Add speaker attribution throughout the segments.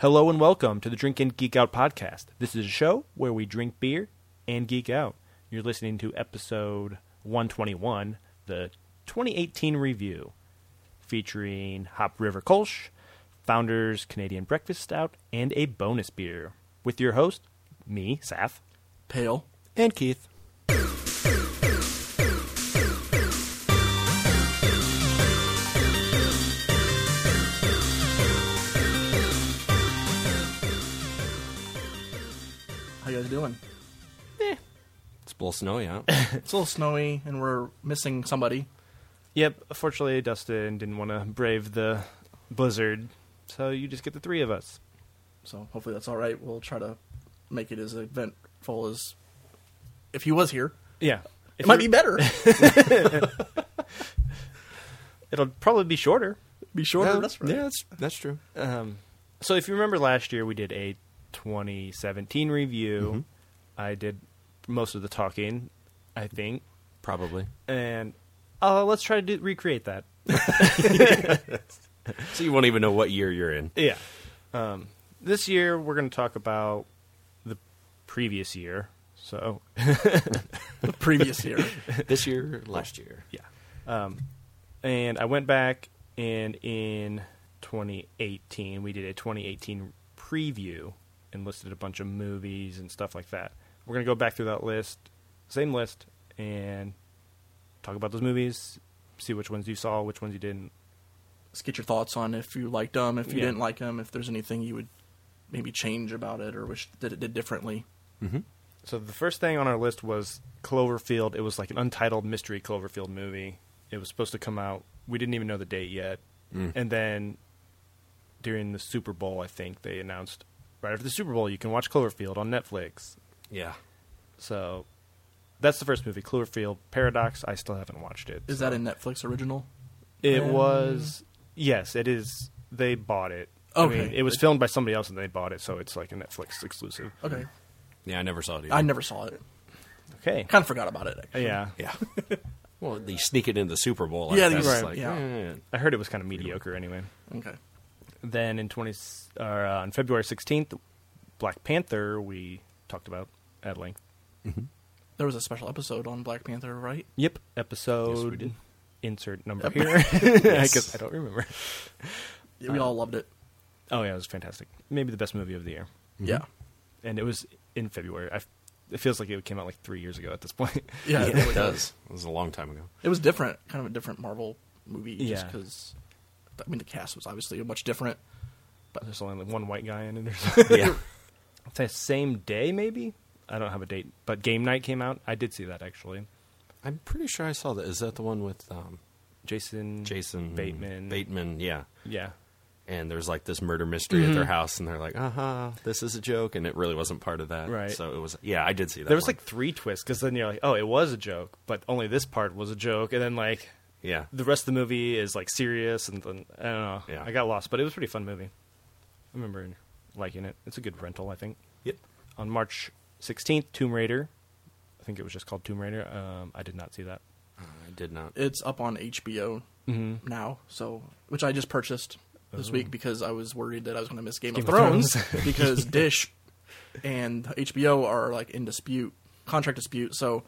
Speaker 1: Hello and welcome to the Drink and Geek Out podcast. This is a show where we drink beer and geek out. You're listening to episode 121, the 2018 review, featuring Hop River Kolsch, Founders Canadian Breakfast Stout, and a bonus beer with your host, me, Saf,
Speaker 2: Pale.
Speaker 1: and Keith.
Speaker 2: How you guys doing?
Speaker 3: It's a little snowy out.
Speaker 2: It's a little snowy, and we're missing somebody.
Speaker 1: Yep, unfortunately, Dustin didn't want to brave the blizzard, so you just get the three of us.
Speaker 2: So hopefully that's all right. We'll try to make it as eventful as if he was here.
Speaker 1: Yeah.
Speaker 2: It might be better.
Speaker 1: It'll probably be shorter.
Speaker 2: Be shorter.
Speaker 3: yeah,
Speaker 2: that's right.
Speaker 3: yeah, that's that's true.
Speaker 1: Um, so if you remember last year, we did a 2017 review. I did most of the talking, I think,
Speaker 3: Probably.
Speaker 1: and uh, let's try to do, recreate that.
Speaker 3: So you won't even know what year you're in.
Speaker 1: Yeah. Um, this year, we're going to talk about the previous year. So
Speaker 2: The previous year.
Speaker 3: This year, last year.
Speaker 1: Yeah. Um, and I went back, and in 2018, we did a 2018 preview and listed a bunch of movies and stuff like that. We're going to go back through that list, same list, and talk about those movies, see which ones you saw, which ones you didn't.
Speaker 2: Let's get your thoughts on if you liked them, if you
Speaker 1: Yeah.
Speaker 2: didn't like them, if there's anything you would maybe change about it or wish that it did differently.
Speaker 1: So the first thing on our list was Cloverfield. It was like an untitled mystery Cloverfield movie. It was supposed to come out. We didn't even know the date yet. And then during the Super Bowl, I think they announced right after the Super Bowl, you can watch Cloverfield on Netflix.
Speaker 3: Yeah.
Speaker 1: So that's the first movie, Cloverfield Paradox. I still haven't watched it.
Speaker 2: Is that a Netflix original?
Speaker 1: It
Speaker 2: Um,
Speaker 1: was yes, it is. They bought it. I mean,
Speaker 2: Okay.
Speaker 1: it was filmed by somebody else and they bought it, so it's like a Netflix exclusive.
Speaker 2: Okay.
Speaker 3: Yeah, I never saw it either.
Speaker 2: I never saw it.
Speaker 1: Okay.
Speaker 2: Kind of forgot about it. Actually.
Speaker 1: Yeah.
Speaker 3: Yeah. well, they sneak it into the Super Bowl. Like
Speaker 2: Yeah,
Speaker 3: that.
Speaker 2: they-
Speaker 3: It's
Speaker 1: Right.
Speaker 3: like,
Speaker 2: yeah.
Speaker 3: eh.
Speaker 1: I heard it was kind of mediocre anyway.
Speaker 2: Okay.
Speaker 1: then in 20 s- or, uh, on February 16th, Black Panther we talked about at length.
Speaker 2: There was a special episode on Black Panther, right?
Speaker 1: Yep, episode
Speaker 3: Yes, we did.
Speaker 1: insert number here. I guess I don't remember.
Speaker 2: Yeah, we all loved it.
Speaker 1: Oh yeah, it was fantastic. Maybe the best movie of the year.
Speaker 2: Yeah.
Speaker 1: And it was in February. I f it feels like it came out like 3 years ago at this point.
Speaker 2: Yeah,
Speaker 3: Yeah,
Speaker 2: it really
Speaker 3: it
Speaker 2: does.
Speaker 3: does. It was a long time ago.
Speaker 2: It was different, kind of a different Marvel movie, just
Speaker 1: Yeah.
Speaker 2: because. I mean, the cast was obviously much different.
Speaker 1: There's only like one white guy in it or something.
Speaker 3: Yeah.
Speaker 1: the same day maybe? I don't have a date, but Game Night came out. I did see that actually.
Speaker 3: I'm pretty sure I saw that. Is that the one with um,
Speaker 1: Jason
Speaker 3: Jason
Speaker 1: Bateman.
Speaker 3: Bateman, yeah.
Speaker 1: Yeah.
Speaker 3: And there's like this murder mystery at their house, and they're like, "Uh huh, this is a joke," and it really wasn't part of that.
Speaker 1: Right.
Speaker 3: So it was. Yeah, I did see that.
Speaker 1: there was
Speaker 3: one.
Speaker 1: like three twists because then you're like, oh, it was a joke, but only this part was a joke, and then like
Speaker 3: yeah,
Speaker 1: the rest of the movie is like serious, and then I don't know.
Speaker 3: Yeah.
Speaker 1: I got lost, but it was a pretty fun movie. I remember liking it. It's a good rental, I think.
Speaker 3: yep.
Speaker 1: On March 16th, Tomb Raider. I think it was just called Tomb Raider. Um, I did not see that.
Speaker 3: Uh, I did not.
Speaker 2: It's up on HBO
Speaker 1: Mm-hmm.
Speaker 2: now, so which I just purchased this week because I was worried that I was going to miss Game,
Speaker 1: Oh.
Speaker 2: of
Speaker 1: of
Speaker 2: Thrones, because Dish and HBO are like in dispute, contract dispute. So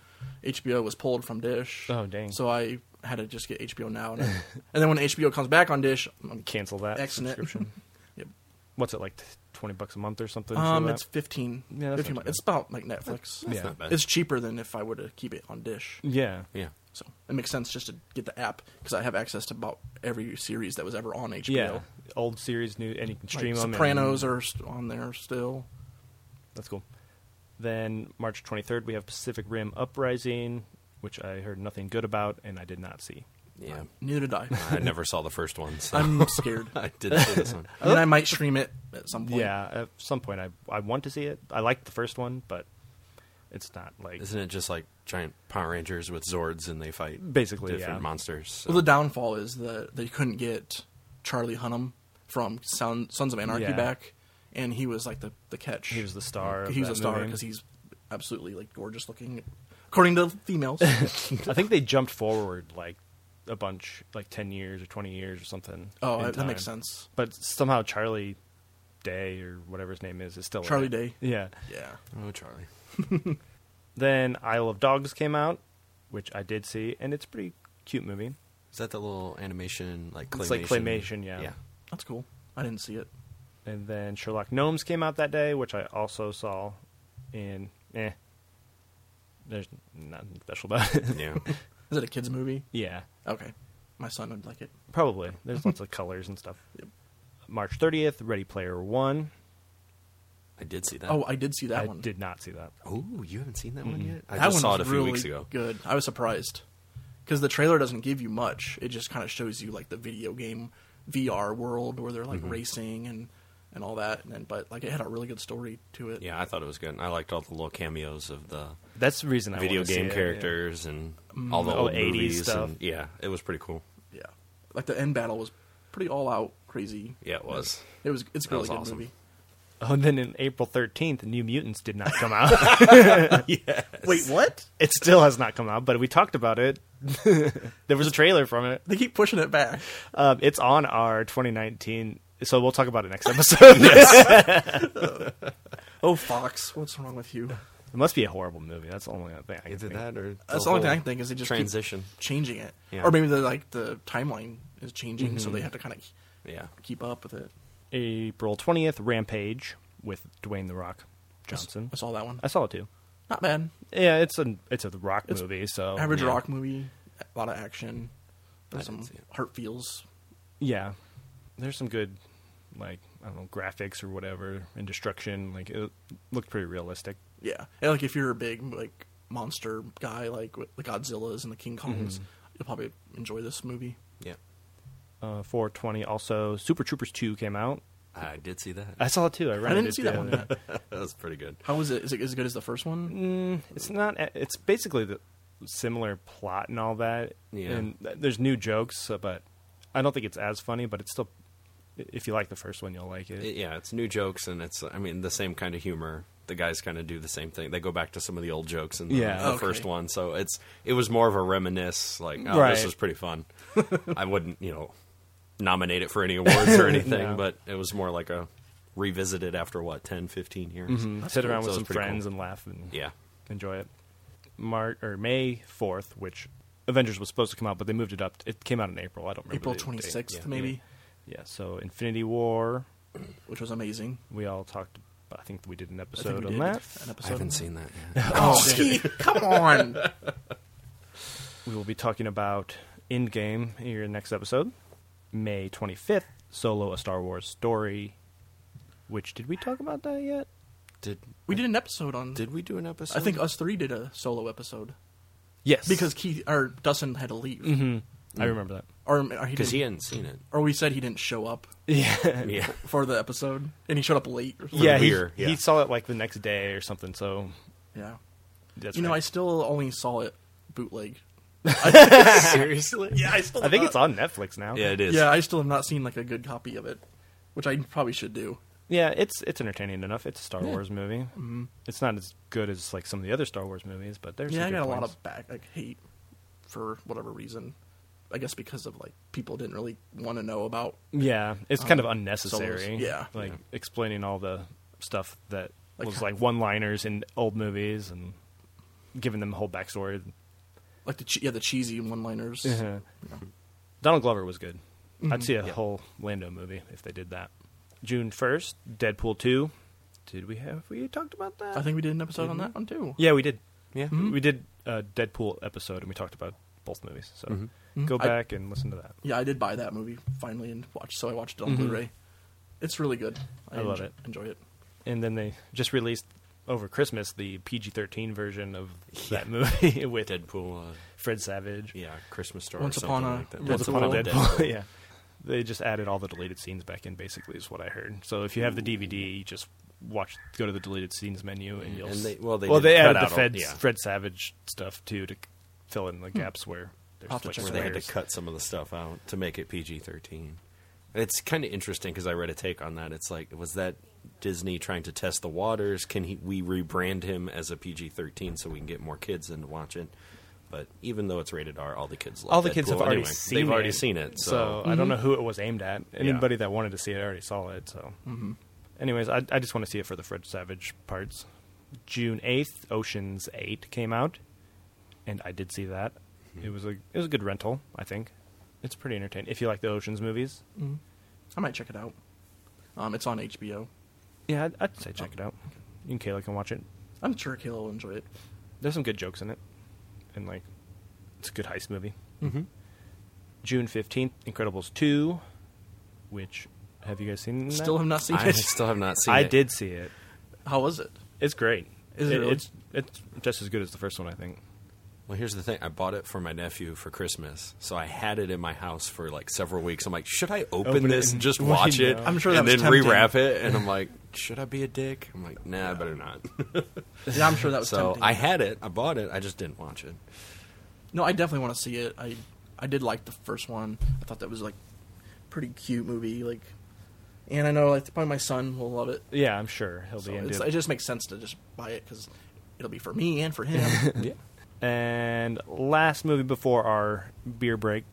Speaker 2: HBO was pulled from Dish.
Speaker 1: Oh, dang.
Speaker 2: So I had to just get HBO now, and, I- and then when HBO comes back on Dish, I'm
Speaker 1: Cancel that
Speaker 2: Xing it.
Speaker 1: subscription.
Speaker 2: Yep.
Speaker 1: What's it like? t- Twenty bucks a month or something? for
Speaker 2: Um,
Speaker 1: that?
Speaker 2: it's fifteen.
Speaker 1: Yeah, that's
Speaker 2: 15
Speaker 1: not too
Speaker 2: it's about like Netflix.
Speaker 1: That's Yeah. not
Speaker 3: bad.
Speaker 2: It's cheaper than if I were to keep it on Dish.
Speaker 1: yeah.
Speaker 3: Yeah.
Speaker 2: So it makes sense just to get the app because I have access to about every series that was ever on HBO.
Speaker 1: Yeah. Old series, new, and you can
Speaker 2: Like,
Speaker 1: stream them.
Speaker 2: Sopranos are st- on there still.
Speaker 1: That's cool. Then March 23rd, we have Pacific Rim Uprising, which I heard nothing good about and I did not see.
Speaker 3: Yeah.
Speaker 2: Neither did I.
Speaker 3: I never saw the first one, so
Speaker 2: I'm scared.
Speaker 3: I didn't see this one.
Speaker 2: and I might stream it at some point.
Speaker 1: Yeah, at some point I I want to see it. I liked the first one, but it's not like
Speaker 3: Isn't it just like giant Power Rangers with Zords and they fight
Speaker 1: basically
Speaker 3: different
Speaker 1: yeah.
Speaker 3: monsters? So-
Speaker 2: Well, the downfall is that they couldn't get Charlie Hunnam from Son- Sons of Anarchy
Speaker 1: Yeah.
Speaker 2: back, and he was like the the catch.
Speaker 1: He was the star. of
Speaker 2: he was
Speaker 1: that
Speaker 2: a star
Speaker 1: movie.
Speaker 2: because he's absolutely like gorgeous looking, according to females.
Speaker 1: I think they jumped forward like a bunch, like ten years or twenty years or something.
Speaker 2: oh,
Speaker 1: in
Speaker 2: that- that makes
Speaker 1: time.
Speaker 2: sense.
Speaker 1: But somehow Charlie Day or whatever his name is is still in
Speaker 2: Charlie
Speaker 1: it.
Speaker 2: Day.
Speaker 1: Yeah.
Speaker 2: Yeah.
Speaker 3: Oh, Charlie.
Speaker 1: Then Isle of Dogs came out, which I did see, and it's a pretty cute movie.
Speaker 3: Is that the little animation like claymation?
Speaker 1: It's like claymation, yeah.
Speaker 3: Yeah.
Speaker 2: That's cool. I didn't see it.
Speaker 1: And then Sherlock Gnomes came out that day, which I also saw. And eh, there's nothing special about it.
Speaker 3: Yeah.
Speaker 2: Is it a kids movie?
Speaker 1: yeah,
Speaker 2: Okay. My son would like it.
Speaker 1: probably. There's lots of colors and stuff.
Speaker 2: Yep.
Speaker 1: March 30th, Ready Player One.
Speaker 3: I did see that.
Speaker 2: Oh, I did see that
Speaker 1: I
Speaker 2: one.
Speaker 1: did not see that.
Speaker 3: Oh, you haven't seen that one yet? I
Speaker 2: that
Speaker 3: just
Speaker 2: one
Speaker 3: saw
Speaker 2: was
Speaker 3: it a few
Speaker 2: really
Speaker 3: weeks ago.
Speaker 2: Good. I was surprised because the trailer doesn't give you much. It just kind of shows you like the video game VR world where they're like
Speaker 3: Mm-hmm.
Speaker 2: racing and and all that. And then, but like it had a really good story to it.
Speaker 3: Yeah, I thought it was good. and I liked all the little cameos of the
Speaker 1: That's the reason I
Speaker 3: video
Speaker 1: wanna see
Speaker 3: game
Speaker 1: it, yeah. Mm,
Speaker 3: characters and all the
Speaker 1: all
Speaker 3: old
Speaker 1: 80s
Speaker 3: movies
Speaker 1: stuff.
Speaker 3: And, yeah, it was pretty cool.
Speaker 2: Yeah. Like the end battle was pretty all out crazy.
Speaker 3: Yeah, it was.
Speaker 2: It was. It's a
Speaker 3: That
Speaker 2: really
Speaker 3: was
Speaker 2: good
Speaker 3: awesome.
Speaker 2: movie.
Speaker 1: Oh, and then in April 13th, New Mutants did not come out.
Speaker 2: Wait, what?
Speaker 1: it still has not come out, but we talked about it. there was a trailer from it.
Speaker 2: They keep pushing it back.
Speaker 1: Um, it's on our 2019, so we'll talk about it next episode.
Speaker 2: Oh, Fox, what's wrong with you?
Speaker 1: It must be a horrible movie. That's the only thing I can
Speaker 3: Either
Speaker 1: think.
Speaker 3: that or
Speaker 2: That's the
Speaker 3: whole
Speaker 2: only thing I can think is they just keep
Speaker 3: transition.
Speaker 2: changing it,
Speaker 3: Yeah. Mm-hmm.
Speaker 2: or maybe the like the timeline is changing, so they have to kind of
Speaker 3: Yeah,
Speaker 2: keep up with it.
Speaker 1: April 20th, Rampage with Dwayne The Rock Johnson.
Speaker 2: I saw that one.
Speaker 1: I saw it too.
Speaker 2: Not bad.
Speaker 1: Yeah, it's a it's a rock movie, so
Speaker 2: Average
Speaker 3: Oh, yeah.
Speaker 2: rock movie, a lot of action,
Speaker 3: I
Speaker 2: there's
Speaker 3: didn't
Speaker 2: some
Speaker 3: see it.
Speaker 2: heart feels.
Speaker 1: yeah. There's some good like I don't know graphics or whatever and destruction. Like it looked pretty realistic.
Speaker 2: Yeah, and like if you're a big like monster guy, like with the Godzillas and the King
Speaker 3: Mm-hmm.
Speaker 2: Kongs, you'll probably enjoy this movie.
Speaker 3: yeah.
Speaker 1: Uh, 420 also Super Troopers 2 came out.
Speaker 3: I did see that.
Speaker 1: I saw it too. I,
Speaker 2: I
Speaker 1: rented
Speaker 2: didn't
Speaker 1: it,
Speaker 2: see that
Speaker 1: yeah.
Speaker 2: one. Yet.
Speaker 3: that was pretty good.
Speaker 2: How was it? Is it as good as the first
Speaker 3: Mm.
Speaker 2: one?
Speaker 1: It's not. It's basically the similar plot and all that.
Speaker 3: Yeah.
Speaker 1: And th- there's new jokes, uh, but I don't think it's as funny. But it's still, if you like the first one, you'll like it.
Speaker 3: It- yeah, it's new jokes and it's I mean the same kind of humor. The guys kind of do the same thing. They go back to some of the old jokes in the,
Speaker 1: Yeah.
Speaker 3: the
Speaker 2: Okay.
Speaker 3: first one. So it's it was more of a reminisce. Like, oh,
Speaker 1: Right.
Speaker 3: this was pretty fun. I wouldn't you know nominate it for any awards or anything,
Speaker 1: No.
Speaker 3: but it was more like a revisited after what 10, 15 years.
Speaker 1: And Mm-hmm. sit around with
Speaker 3: So it's
Speaker 1: some
Speaker 3: pretty
Speaker 1: friends
Speaker 3: cool.
Speaker 1: and laugh and
Speaker 3: Yeah,
Speaker 1: enjoy it. March or May fourth, which Avengers was supposed to come out, but they moved it up. It came out in April. I don't remember.
Speaker 2: April
Speaker 1: the date.
Speaker 2: twenty sixth,
Speaker 3: yeah.
Speaker 2: maybe,
Speaker 1: Yeah. So Infinity War,
Speaker 2: which was amazing.
Speaker 1: we all talked. I think we did an
Speaker 2: I think
Speaker 1: episode
Speaker 2: we
Speaker 1: on
Speaker 2: did
Speaker 1: that.
Speaker 2: An episode
Speaker 3: I haven't
Speaker 2: on
Speaker 3: seen that. Yet.
Speaker 2: that. Oh, Steve, come on!
Speaker 1: We will be talking about Endgame in your next episode. May 25th, Solo, A Star Wars Story. Which, did we talk about that yet?
Speaker 3: did
Speaker 2: We did an episode on.
Speaker 3: did we do an episode?
Speaker 2: I think us three did a solo episode
Speaker 1: Yes.
Speaker 2: because Keith or Dustin had to leave,
Speaker 1: Mm-hmm. I remember that.
Speaker 2: or, or he didn't,
Speaker 3: because he hadn't seen it.
Speaker 2: or we said he didn't show up
Speaker 1: Yeah.
Speaker 3: Yeah,
Speaker 2: for the episode, and he showed up late. Or something.
Speaker 1: yeah, he,
Speaker 3: beer, yeah.
Speaker 1: he saw it like the next day or something, so
Speaker 2: yeah.
Speaker 1: that's
Speaker 2: you know, I
Speaker 1: right.
Speaker 2: still only saw it bootleg.
Speaker 3: seriously. Yeah,
Speaker 2: I still.
Speaker 1: I think it's on Netflix now.
Speaker 3: yeah, it is.
Speaker 2: Uh, Yeah, I still have not seen like a good copy of it, which I probably should do.
Speaker 1: Yeah, it's it's entertaining enough. It's a Star Wars movie. Mm-hmm. It's not as good as like some of the other Star Wars movies, but there's
Speaker 2: yeah,
Speaker 1: some
Speaker 2: I
Speaker 1: good
Speaker 2: got a lot
Speaker 1: points.
Speaker 2: of back like hate for whatever reason. I guess because of like people didn't really want to know about.
Speaker 1: Yeah, it's kind of
Speaker 2: Um,
Speaker 1: unnecessary.
Speaker 2: solos, yeah.
Speaker 1: like
Speaker 3: Yeah.
Speaker 1: explaining all the stuff that
Speaker 2: Like
Speaker 1: was
Speaker 2: how-
Speaker 1: like one-liners in old movies and giving them a whole backstory.
Speaker 2: Like the che- yeah the cheesy one-liners.
Speaker 1: Uh-huh. Donald Glover was good.
Speaker 2: Mm-hmm.
Speaker 1: I'd see a whole Lando movie if they did that. June first, Deadpool two. Did we have we talked about that?
Speaker 2: I think we did an episode
Speaker 1: Mm-hmm.
Speaker 2: on that one too.
Speaker 1: yeah, we did.
Speaker 3: yeah.
Speaker 1: We did a Deadpool episode and we talked about both movies. So go
Speaker 2: I-
Speaker 1: back and listen to that.
Speaker 2: Yeah, I did buy that movie finally and watch. So I watched it on Blu-ray. It's really good.
Speaker 1: I love
Speaker 2: enjo-
Speaker 1: it.
Speaker 2: Enjoy it.
Speaker 1: and then they just released over Christmas the PG thirteen version of that movie with
Speaker 3: Deadpool. Uh,
Speaker 1: Fred Savage.
Speaker 3: yeah, Christmas Star.
Speaker 2: Once
Speaker 3: or something
Speaker 2: upon a-
Speaker 3: like that.
Speaker 1: Once upon a
Speaker 2: Deadpool.
Speaker 1: Deadpool. yeah, they just added all the deleted scenes back in. Basically, is what I heard. So if you have the DVD, you just watch, go to the deleted scenes menu, and you'll.
Speaker 3: And
Speaker 1: s-
Speaker 3: they- well, they
Speaker 1: well,
Speaker 3: did
Speaker 1: they
Speaker 3: cut
Speaker 1: added
Speaker 3: out
Speaker 1: the
Speaker 3: all-
Speaker 1: Fred
Speaker 3: yeah.
Speaker 1: Fred Savage stuff too to c- fill in the gaps where there's
Speaker 2: I'll have to
Speaker 1: like
Speaker 2: check
Speaker 3: where they had to
Speaker 1: slurs.
Speaker 3: cut some of the stuff out to make it PG thirteen. It's kind of interesting because I read a take on that. It's like, was that Disney trying to test the waters? Can he, we rebrand him as a PG thirteen so we can get more kids in to watch it? But even though it's rated R, all the kids love
Speaker 1: All the kids
Speaker 3: Deadpool
Speaker 1: have already
Speaker 3: anyway.
Speaker 1: seen
Speaker 3: They've
Speaker 1: it.
Speaker 3: already seen it, so,
Speaker 1: Mm-hmm. I don't know who it was aimed at.
Speaker 3: Yeah.
Speaker 1: Anybody that wanted to see it already saw it. So Anyways, I, I just want to see it for the Fred Savage parts. June eighth, Ocean's Eight came out, and I did see that.
Speaker 3: Hmm.
Speaker 1: It was a it was a good rental. I think it's pretty entertaining if you like the Ocean's movies.
Speaker 2: I might check it out. Um, it's on HBO.
Speaker 1: Yeah, I'd, I'd say check it out. You and Kayla can watch it.
Speaker 2: I'm sure Kayla will enjoy it.
Speaker 1: There's some good jokes in it, and like it's a good heist movie.
Speaker 3: Mm-hmm.
Speaker 1: June fifteenth, Incredibles two, which have you guys seen? That?
Speaker 2: Still have not seen
Speaker 3: I
Speaker 2: it.
Speaker 3: still have not seen
Speaker 1: I
Speaker 3: it.
Speaker 1: did see it.
Speaker 2: How was it?
Speaker 1: It's great.
Speaker 2: Is it really?
Speaker 1: It's it's just as good as the first one, I think.
Speaker 3: Well, here's the thing. I bought it for my nephew for Christmas, so I had it in my house for like several weeks. I'm like, should I open,
Speaker 1: Open it
Speaker 3: this and
Speaker 1: and-
Speaker 3: just
Speaker 1: Why
Speaker 3: watch it?
Speaker 1: not?
Speaker 2: I'm sure that
Speaker 3: and
Speaker 2: was
Speaker 3: then
Speaker 2: tempting.
Speaker 3: rewrap it. And I'm like, should I be a dick? I'm like, nah, I better not.
Speaker 2: Yeah, I'm sure that was
Speaker 3: so
Speaker 2: tempting.
Speaker 3: I had it. I bought it. I just didn't watch it.
Speaker 2: No, I definitely want to see it. I I did like the first one. I thought that was like pretty cute movie. Like, and I know like probably my son will love it.
Speaker 1: Yeah, I'm sure he'll
Speaker 2: So
Speaker 1: be
Speaker 2: it's,
Speaker 1: into
Speaker 2: it
Speaker 1: it.
Speaker 2: just makes sense to just buy it because it'll be for me and for him.
Speaker 3: Yeah.
Speaker 1: And last movie before our beer break.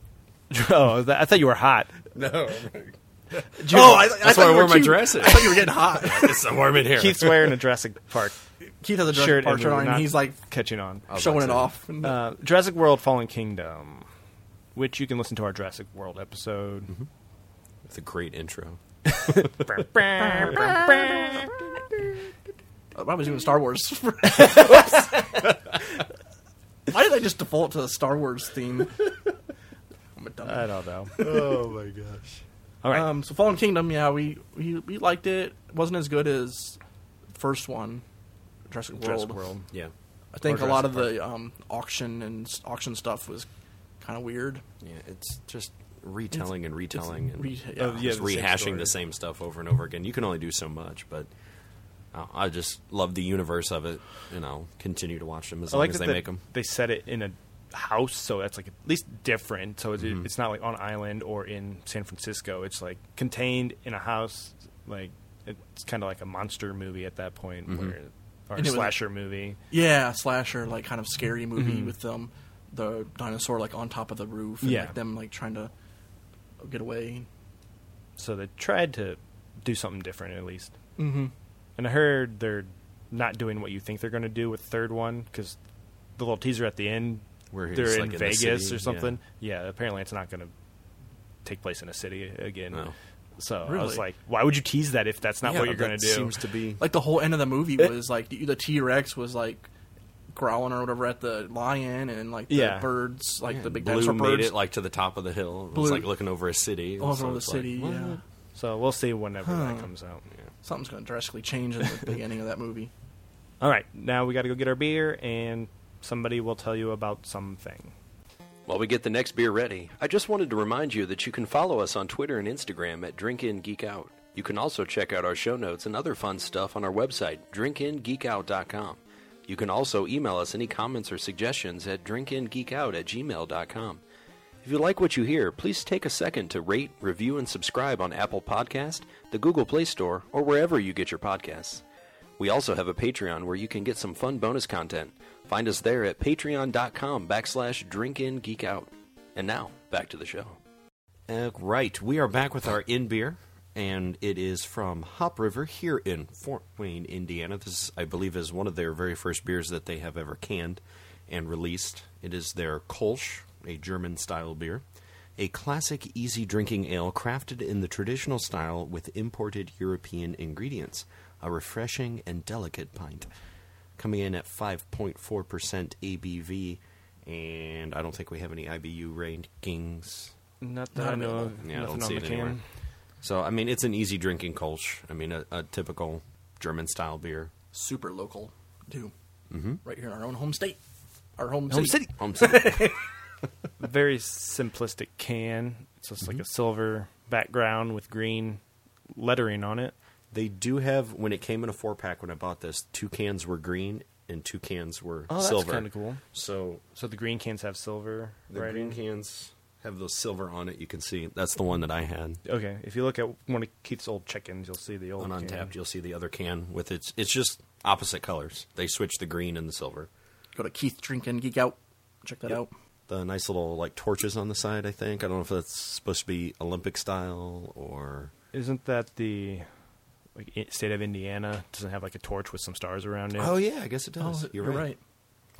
Speaker 1: Oh, that, I thought you were hot.
Speaker 3: No.
Speaker 2: oh, I, I
Speaker 3: That's
Speaker 2: thought
Speaker 3: why I
Speaker 2: you
Speaker 3: wore
Speaker 2: were
Speaker 3: my
Speaker 2: cute.
Speaker 3: dress.
Speaker 2: I thought you were getting hot.
Speaker 3: it's so warm in here.
Speaker 1: Keith's wearing a Jurassic Park
Speaker 2: Keith has a dress
Speaker 1: shirt,
Speaker 2: part
Speaker 1: and
Speaker 2: shirt
Speaker 1: we're
Speaker 2: on, and
Speaker 1: not
Speaker 2: he's like
Speaker 1: catching on.
Speaker 3: was
Speaker 2: showing
Speaker 3: about
Speaker 2: it off.
Speaker 3: to-
Speaker 1: Uh, Jurassic World: Fallen Kingdom, which you can listen to our Jurassic World episode.
Speaker 3: It's a great intro.
Speaker 2: I was doing Star Wars. Why did I just default to the Star Wars theme? I'm a dumb.
Speaker 1: I don't know.
Speaker 3: Oh my gosh.
Speaker 1: Uh, All right,
Speaker 2: Um, so Fallen Kingdom, yeah, we, we we liked it. wasn't as good as first one, Jurassic World.
Speaker 1: Jurassic World.
Speaker 3: Yeah.
Speaker 2: I think
Speaker 1: Or
Speaker 2: a lot of
Speaker 1: Jurassic
Speaker 2: the um, auction and s- auction stuff was kind of weird.
Speaker 3: Yeah. It's just retelling and retelling and
Speaker 2: re- yeah.
Speaker 1: Oh, yeah,
Speaker 3: just
Speaker 1: the same
Speaker 3: rehashing
Speaker 1: story.
Speaker 3: the same stuff over and over again. You can only do so much, but uh, I just love the universe of it, and I'll continue to watch them as
Speaker 1: I
Speaker 3: long
Speaker 1: like
Speaker 3: as
Speaker 1: that
Speaker 3: they
Speaker 1: the-
Speaker 3: make them.
Speaker 1: They set it in a house, so that's like at least different. So it's, it's not like on an island or in San Francisco. It's like contained in a house. Like it's kind of like a monster movie at that point, where or a
Speaker 2: And it was-
Speaker 1: slasher movie.
Speaker 2: Yeah, slasher, like kind of scary movie with them, the dinosaur like on top of the roof, and
Speaker 1: Yeah.
Speaker 2: like, them like trying to get away.
Speaker 1: So they tried to do something different at least.
Speaker 2: Mm-hmm.
Speaker 1: And I heard they're not doing what you think they're going to do with third one because the little teaser at the end,
Speaker 3: Where he's,
Speaker 1: they're in
Speaker 3: like, in the
Speaker 1: Vegas
Speaker 3: city,
Speaker 1: or
Speaker 3: yeah.
Speaker 1: something. Yeah. apparently it's not going to take place in a city again.
Speaker 3: No.
Speaker 1: So I
Speaker 2: Really?
Speaker 1: was like, why would you tease that if that's not
Speaker 3: Yeah,
Speaker 1: what you're
Speaker 3: that
Speaker 1: going to do?
Speaker 3: Seems to be
Speaker 2: Like the whole end of the movie was like the, the T Rex was like growling or whatever at the lion, and like the
Speaker 1: Yeah.
Speaker 2: birds, like
Speaker 3: Yeah,
Speaker 2: the big
Speaker 3: Blue
Speaker 2: dinosaur
Speaker 3: made
Speaker 2: birds.
Speaker 3: it like to the top of the hill. It
Speaker 2: Blue-
Speaker 3: was like looking over a city.
Speaker 2: Over
Speaker 3: so
Speaker 2: the
Speaker 3: it's like,
Speaker 2: city,
Speaker 3: what?
Speaker 2: yeah.
Speaker 1: so we'll see whenever that
Speaker 2: Huh.
Speaker 1: comes out.
Speaker 2: Something's going to drastically change at the beginning of that movie.
Speaker 1: All right. Now we got to go get our beer and somebody will tell you about something.
Speaker 3: While we get the next beer ready, I just wanted to remind you that you can follow us on Twitter and Instagram at DrinkInGeekOut. You can also check out our show notes and other fun stuff on our website, drinkingeekout.com. You can also email us any comments or suggestions at drinkingeekout at gmail.com. If you like what you hear, please take a second to rate, review, and subscribe on Apple Podcast, the Google Play Store, or wherever you get your podcasts. We also have a Patreon where you can get some fun bonus content. Find us there at patreon.com backslash drinkingeekout. And now, back to the show. Uh, right, we are back with our in beer, and it is from Hop River here in Fort Wayne, Indiana. This, I believe, is one of their very first beers that they have ever canned and released. It is their Kolsch, a German style beer, a classic easy drinking ale crafted in the traditional style with imported European ingredients, a refreshing and delicate pint. Coming in at 5.4% ABV, and I don't think we have any IBU rankings.
Speaker 1: Not that
Speaker 2: Not
Speaker 1: I know
Speaker 2: available.
Speaker 1: of.
Speaker 3: Yeah, I
Speaker 1: Nothing
Speaker 3: don't see
Speaker 1: on
Speaker 3: it
Speaker 1: the
Speaker 3: anywhere.
Speaker 1: can.
Speaker 3: So I mean, it's an easy drinking Kolsch. I mean, a, a typical German style beer.
Speaker 2: Super local, too. Mm-hmm. Right here in our own home state. Our home,
Speaker 1: Home
Speaker 2: city.
Speaker 1: city.
Speaker 3: Um, so-
Speaker 1: very simplistic can. It's just
Speaker 3: Mm-hmm.
Speaker 1: like a silver background with green lettering on it.
Speaker 3: they do have when it came in a four pack when I bought this, two cans were green and two cans were
Speaker 1: Oh, that's
Speaker 3: silver.
Speaker 1: kinda cool.
Speaker 3: So
Speaker 1: So the green cans have silver.
Speaker 3: the
Speaker 1: right?
Speaker 3: green cans have those silver on it. You can see that's the one that I had.
Speaker 1: Okay, if you look at one of Keith's old chickens, you'll see the old
Speaker 3: On
Speaker 1: can.
Speaker 3: untapped, you'll see the other can with its. It's just opposite colors. They switch the green and the silver.
Speaker 2: Go to Keith Drink and Geek Out. Check that out.
Speaker 3: The nice little like torches on the side. I think I don't know if that's supposed to be Olympic style or
Speaker 1: Isn't that the like i- state of Indiana doesn't have like a torch with some stars around it.
Speaker 3: Oh yeah, I guess it does.
Speaker 2: Oh, you're right.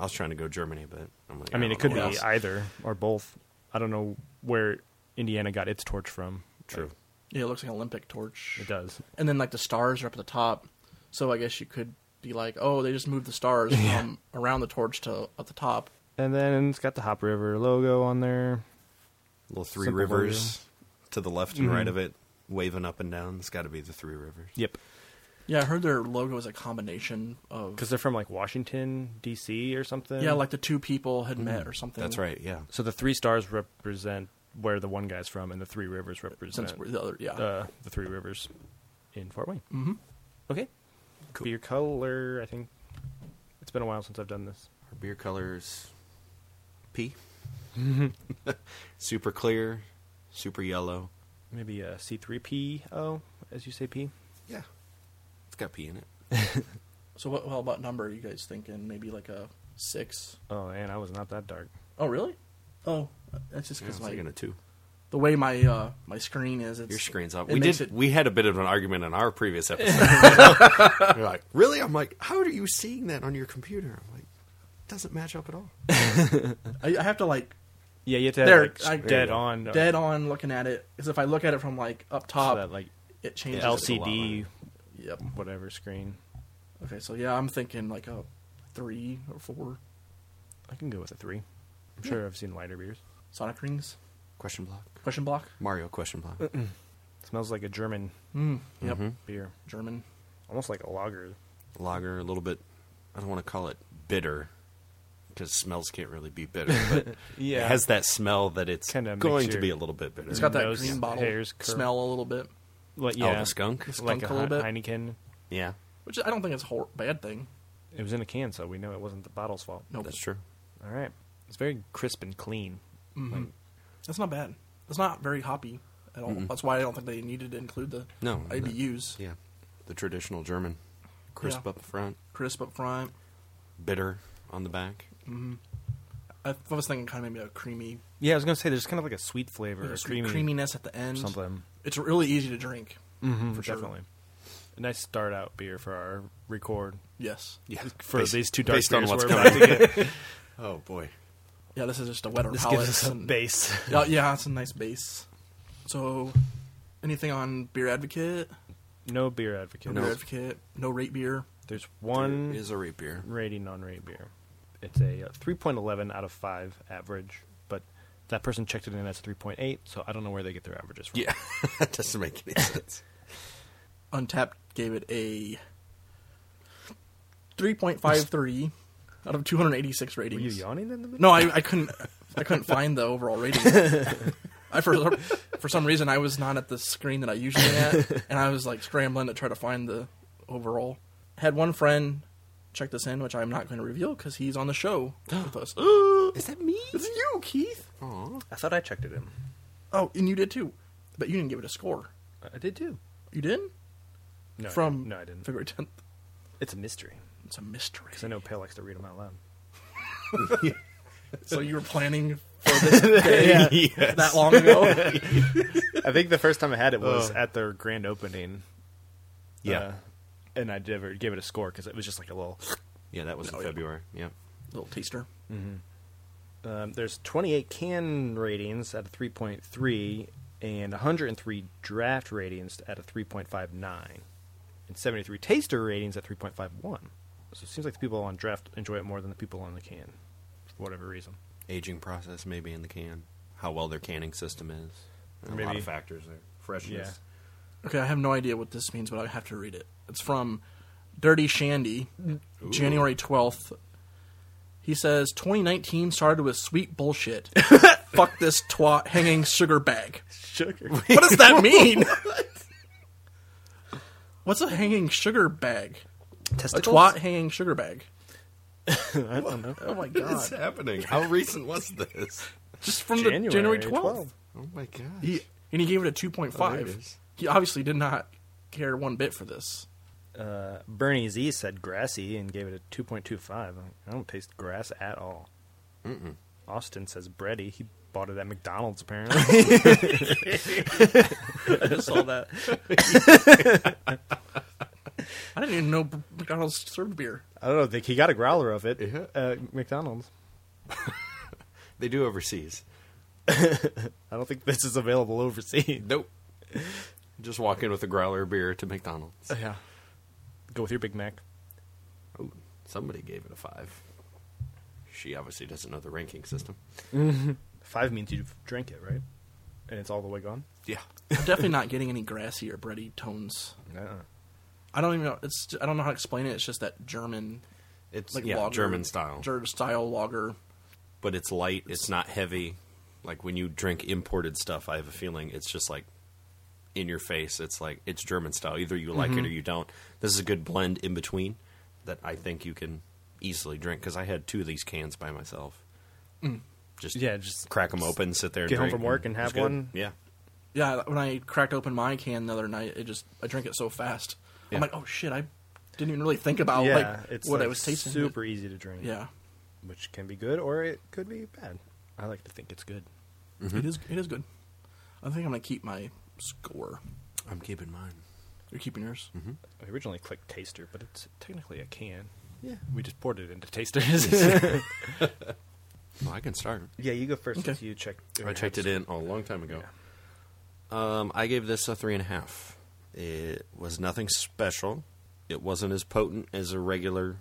Speaker 3: I was trying to go Germany, but I'm like,
Speaker 1: I mean,
Speaker 3: don't
Speaker 1: it could
Speaker 3: know
Speaker 1: be
Speaker 3: what else.
Speaker 1: either or both. I don't know where Indiana got its torch from.
Speaker 3: true.
Speaker 2: Yeah, it looks like an Olympic torch.
Speaker 1: It does.
Speaker 2: And then like the stars are up at the top, so I guess you could be like, oh, they just moved the stars from around the torch to at the top.
Speaker 1: And then it's got the Hop River logo on there.
Speaker 3: Little three
Speaker 1: Simple
Speaker 3: rivers to the left and
Speaker 2: Mm-hmm.
Speaker 3: right of it, waving up and down. It's got to be the three rivers.
Speaker 1: Yep.
Speaker 2: Yeah, I heard their logo is a combination of
Speaker 1: Because they're from like Washington D.C. or something.
Speaker 2: yeah, like the two people had met or something.
Speaker 3: Hmm, That's right. Yeah.
Speaker 1: so the three stars represent where the one guy's from, and the three rivers represent
Speaker 2: Since we're the other, yeah,
Speaker 1: uh, the three rivers in Fort Wayne.
Speaker 2: mm-hmm.
Speaker 1: Okay.
Speaker 3: Cool.
Speaker 1: Beer color. I think it's been a while since I've done this.
Speaker 3: Our beer colors, P. super clear, super yellow.
Speaker 1: Maybe uh, a C3PO, as you say, P.
Speaker 3: Yeah. It's got P in it.
Speaker 2: So what? Well, about number? Are you guys thinking maybe like a six?
Speaker 1: Oh, man, I was not that dark.
Speaker 2: Oh, really? Oh, that's just
Speaker 3: Yeah, I was
Speaker 2: because like
Speaker 3: thinking a two.
Speaker 2: the way my uh, my screen is. It's,
Speaker 3: Your screen's up.
Speaker 2: it
Speaker 3: We
Speaker 2: makes
Speaker 3: did.
Speaker 2: it-
Speaker 3: We had a bit of an argument in our previous episode. You're like, really? I'm like, how are you seeing that on your computer? I'm like, it doesn't match up at all.
Speaker 2: I, I have to like
Speaker 1: Yeah, you have to have
Speaker 2: There,
Speaker 1: like,
Speaker 2: I-
Speaker 1: dead
Speaker 2: There you
Speaker 3: go.
Speaker 1: on. uh,
Speaker 2: dead on looking at it because if I look at it from like up
Speaker 1: so
Speaker 2: top,
Speaker 1: that, like
Speaker 2: it changes.
Speaker 3: Yeah,
Speaker 2: it.
Speaker 1: LCD,
Speaker 2: Yep.
Speaker 1: whatever screen.
Speaker 2: Okay, so yeah, I'm thinking like a three or four
Speaker 1: I can go with a three. I'm sure I've seen lighter beers.
Speaker 2: Sonic rings
Speaker 3: Question block.
Speaker 2: question block.
Speaker 3: Mario question block.
Speaker 1: smells like a German
Speaker 2: Mm, yep.
Speaker 3: Mhm.
Speaker 1: beer,
Speaker 2: German.
Speaker 1: almost like a lager.
Speaker 3: Lager, a little bit. I don't want to call it bitter because smells can't really be bitter, but it has that smell that it's
Speaker 1: Kinda makes
Speaker 3: going to
Speaker 1: your-
Speaker 3: be a little bit bitter.
Speaker 2: It's got that
Speaker 1: Nose
Speaker 2: green bottle
Speaker 1: hairs curl.
Speaker 2: smell a little bit,
Speaker 1: like,
Speaker 3: yeah.
Speaker 1: yeah,
Speaker 3: oh, the skunk.
Speaker 2: It's-
Speaker 1: like
Speaker 2: skunk
Speaker 1: a,
Speaker 2: a little
Speaker 1: Hei- Heineken.
Speaker 3: Yeah,
Speaker 2: which I don't think is a hor- bad thing.
Speaker 1: It was in a can, so we know it wasn't the bottle's fault.
Speaker 2: No,
Speaker 3: that's true.
Speaker 1: All right, it's very crisp and clean. Like,
Speaker 2: That's not bad. It's not very hoppy at all. That's why I don't think they needed to include the
Speaker 3: No,
Speaker 2: IBUs.
Speaker 3: Yeah, the traditional German, crisp
Speaker 2: Yeah.
Speaker 3: up front,
Speaker 2: Crisp up front.
Speaker 3: bitter on the back.
Speaker 2: I I was thinking kind of maybe a creamy,
Speaker 1: yeah, I was gonna say there's kind of like a sweet flavor,
Speaker 2: a
Speaker 1: or
Speaker 2: sweet
Speaker 1: creamy,
Speaker 2: creaminess at the end.
Speaker 1: something.
Speaker 2: It's really easy to drink.
Speaker 1: Mm-hmm,
Speaker 2: For sure.
Speaker 1: Definitely. A nice start out beer for our record.
Speaker 2: Yes.
Speaker 3: Yeah,
Speaker 1: For these two dark
Speaker 3: based on
Speaker 1: beers
Speaker 3: what's
Speaker 1: we're
Speaker 3: coming
Speaker 1: about
Speaker 3: to get. Oh boy,
Speaker 2: Yeah, this is just a wetter
Speaker 1: This
Speaker 2: palate.
Speaker 1: gives us a
Speaker 2: and-
Speaker 1: base.
Speaker 2: Yeah, yeah, it's a nice base. So, anything on Beer Advocate?
Speaker 1: No beer advocate.
Speaker 2: Beer Advocate. No rate beer.
Speaker 1: There's
Speaker 3: one
Speaker 1: one
Speaker 3: is a root beer.
Speaker 1: rating on rate beer. It's a uh, 3.11 out of 5 average, but that person checked it in as 3.8, so I don't know where they get their averages from.
Speaker 3: Yeah, that doesn't make any sense.
Speaker 2: Untapped gave it a 3.53 out of 286
Speaker 1: Were
Speaker 2: ratings.
Speaker 1: you yawning in the middle?
Speaker 2: No, I, I couldn't. I couldn't find the overall rating. I for for some reason I was not at the screen that I usually at, and I was like scrambling to try to find the overall. Had one friend check this in, which I'm not going to reveal because he's on the show with us.
Speaker 3: Is that me?
Speaker 2: it's you, Keith.
Speaker 3: Aw.
Speaker 1: I thought I checked it in.
Speaker 2: Oh, and you did too, but you didn't give it a score.
Speaker 1: I did too.
Speaker 2: You didn't
Speaker 1: No, I
Speaker 2: from
Speaker 1: didn't. no, I didn't.
Speaker 2: February 10th.
Speaker 1: It's a mystery
Speaker 2: It's a mystery.
Speaker 1: because I know Pale likes to read them out loud.
Speaker 2: So you were planning for this day
Speaker 3: Yes.
Speaker 2: that long ago?
Speaker 1: I think the first time I had it was at their grand opening.
Speaker 3: Yeah,
Speaker 1: uh, and I never gave it a score because it was just like a little.
Speaker 3: yeah, that was
Speaker 2: Oh,
Speaker 3: in
Speaker 2: yeah.
Speaker 3: February. Yeah,
Speaker 2: Little taster.
Speaker 1: Um, there's 28 can ratings at a 3.3 and 103 draft ratings at a 3.59 and 73 taster ratings at 3.51. So it seems like the people on draft enjoy it more than the people on the can for whatever reason.
Speaker 3: aging process maybe in the can, how well their canning system is, a lot
Speaker 1: Maybe.
Speaker 3: of factors there. Freshness.
Speaker 1: Yeah.
Speaker 2: Okay, I have no idea what this means, but I have to read it. It's from Dirty Shandy, January 12th. He says 2019 started with sweet bullshit. Fuck this twat hanging sugar bag.
Speaker 1: Sugar.
Speaker 2: What does that mean? What's a hanging sugar bag? A
Speaker 1: Testicles?
Speaker 2: twat hanging sugar bag.
Speaker 1: I don't know.
Speaker 2: Oh my
Speaker 3: What is
Speaker 2: god.
Speaker 3: happening? How recent was this?
Speaker 2: Just from the January, 12th.
Speaker 3: Oh my gosh.
Speaker 2: He, and he gave it a
Speaker 3: Oh, there it
Speaker 2: 2.5.
Speaker 3: is.
Speaker 2: he obviously did not care one bit for this.
Speaker 1: Uh, Bernie Z said grassy and gave it a 2.25. I don't taste grass at all. Mm-mm. Austin says bready. He bought it at McDonald's apparently. I just saw that.
Speaker 2: I didn't even know B- McDonald's served beer.
Speaker 1: I don't know. Think he got a growler of it
Speaker 3: Yeah.
Speaker 1: at McDonald's.
Speaker 3: They do overseas.
Speaker 1: I don't think this is available overseas.
Speaker 3: Nope. Just walk in with a growler of beer to McDonald's.
Speaker 1: Oh, Yeah. Go with your Big Mac.
Speaker 3: Ooh, somebody gave it a five. She obviously doesn't know the ranking system.
Speaker 1: Five means you drink it, right? And it's all the way gone.
Speaker 3: Yeah.
Speaker 2: I'm definitely not getting any grassy or bready tones.
Speaker 1: Uh-uh.
Speaker 2: I don't even know. It's I don't know how to explain it. It's just that German,
Speaker 3: It's
Speaker 2: like
Speaker 3: yeah,
Speaker 2: lager,
Speaker 3: German style.
Speaker 2: German style lager.
Speaker 3: but it's light, it's not heavy. Like when you drink imported stuff, I have a feeling it's just like in your face. It's like it's German style. Either you like it
Speaker 1: Mm-hmm.
Speaker 3: or you don't. This is a good blend in between that I think you can easily drink because I had two of these cans by myself. Just
Speaker 1: Yeah, just
Speaker 3: crack them open, sit there, and
Speaker 1: get home
Speaker 3: drink,
Speaker 1: from work and
Speaker 3: it's
Speaker 1: have
Speaker 3: good.
Speaker 1: one.
Speaker 3: Yeah,
Speaker 2: Yeah, when I cracked open my can the other night, it just I drank it so fast.
Speaker 3: Yeah.
Speaker 2: I'm like, oh shit, I didn't even really think about
Speaker 1: yeah,
Speaker 2: like
Speaker 1: it's
Speaker 2: what I
Speaker 1: like
Speaker 2: was tasting.
Speaker 1: Super easy to drink.
Speaker 2: Yeah,
Speaker 1: which can be good or it could be bad. I like to think it's good.
Speaker 2: It
Speaker 1: Mm-hmm.
Speaker 2: is. It is good. I think I'm gonna keep my score.
Speaker 3: I'm keeping mine.
Speaker 2: You're keeping yours.
Speaker 1: I originally clicked taster, but it's technically a can.
Speaker 3: Yeah,
Speaker 1: We just poured it into tasters.
Speaker 3: well, I can start.
Speaker 1: yeah, you go first.
Speaker 2: Okay.
Speaker 1: since You check.
Speaker 3: I checked it in a long time ago. Um, I gave this a three and a half. It was nothing special. It wasn't as potent as a regular,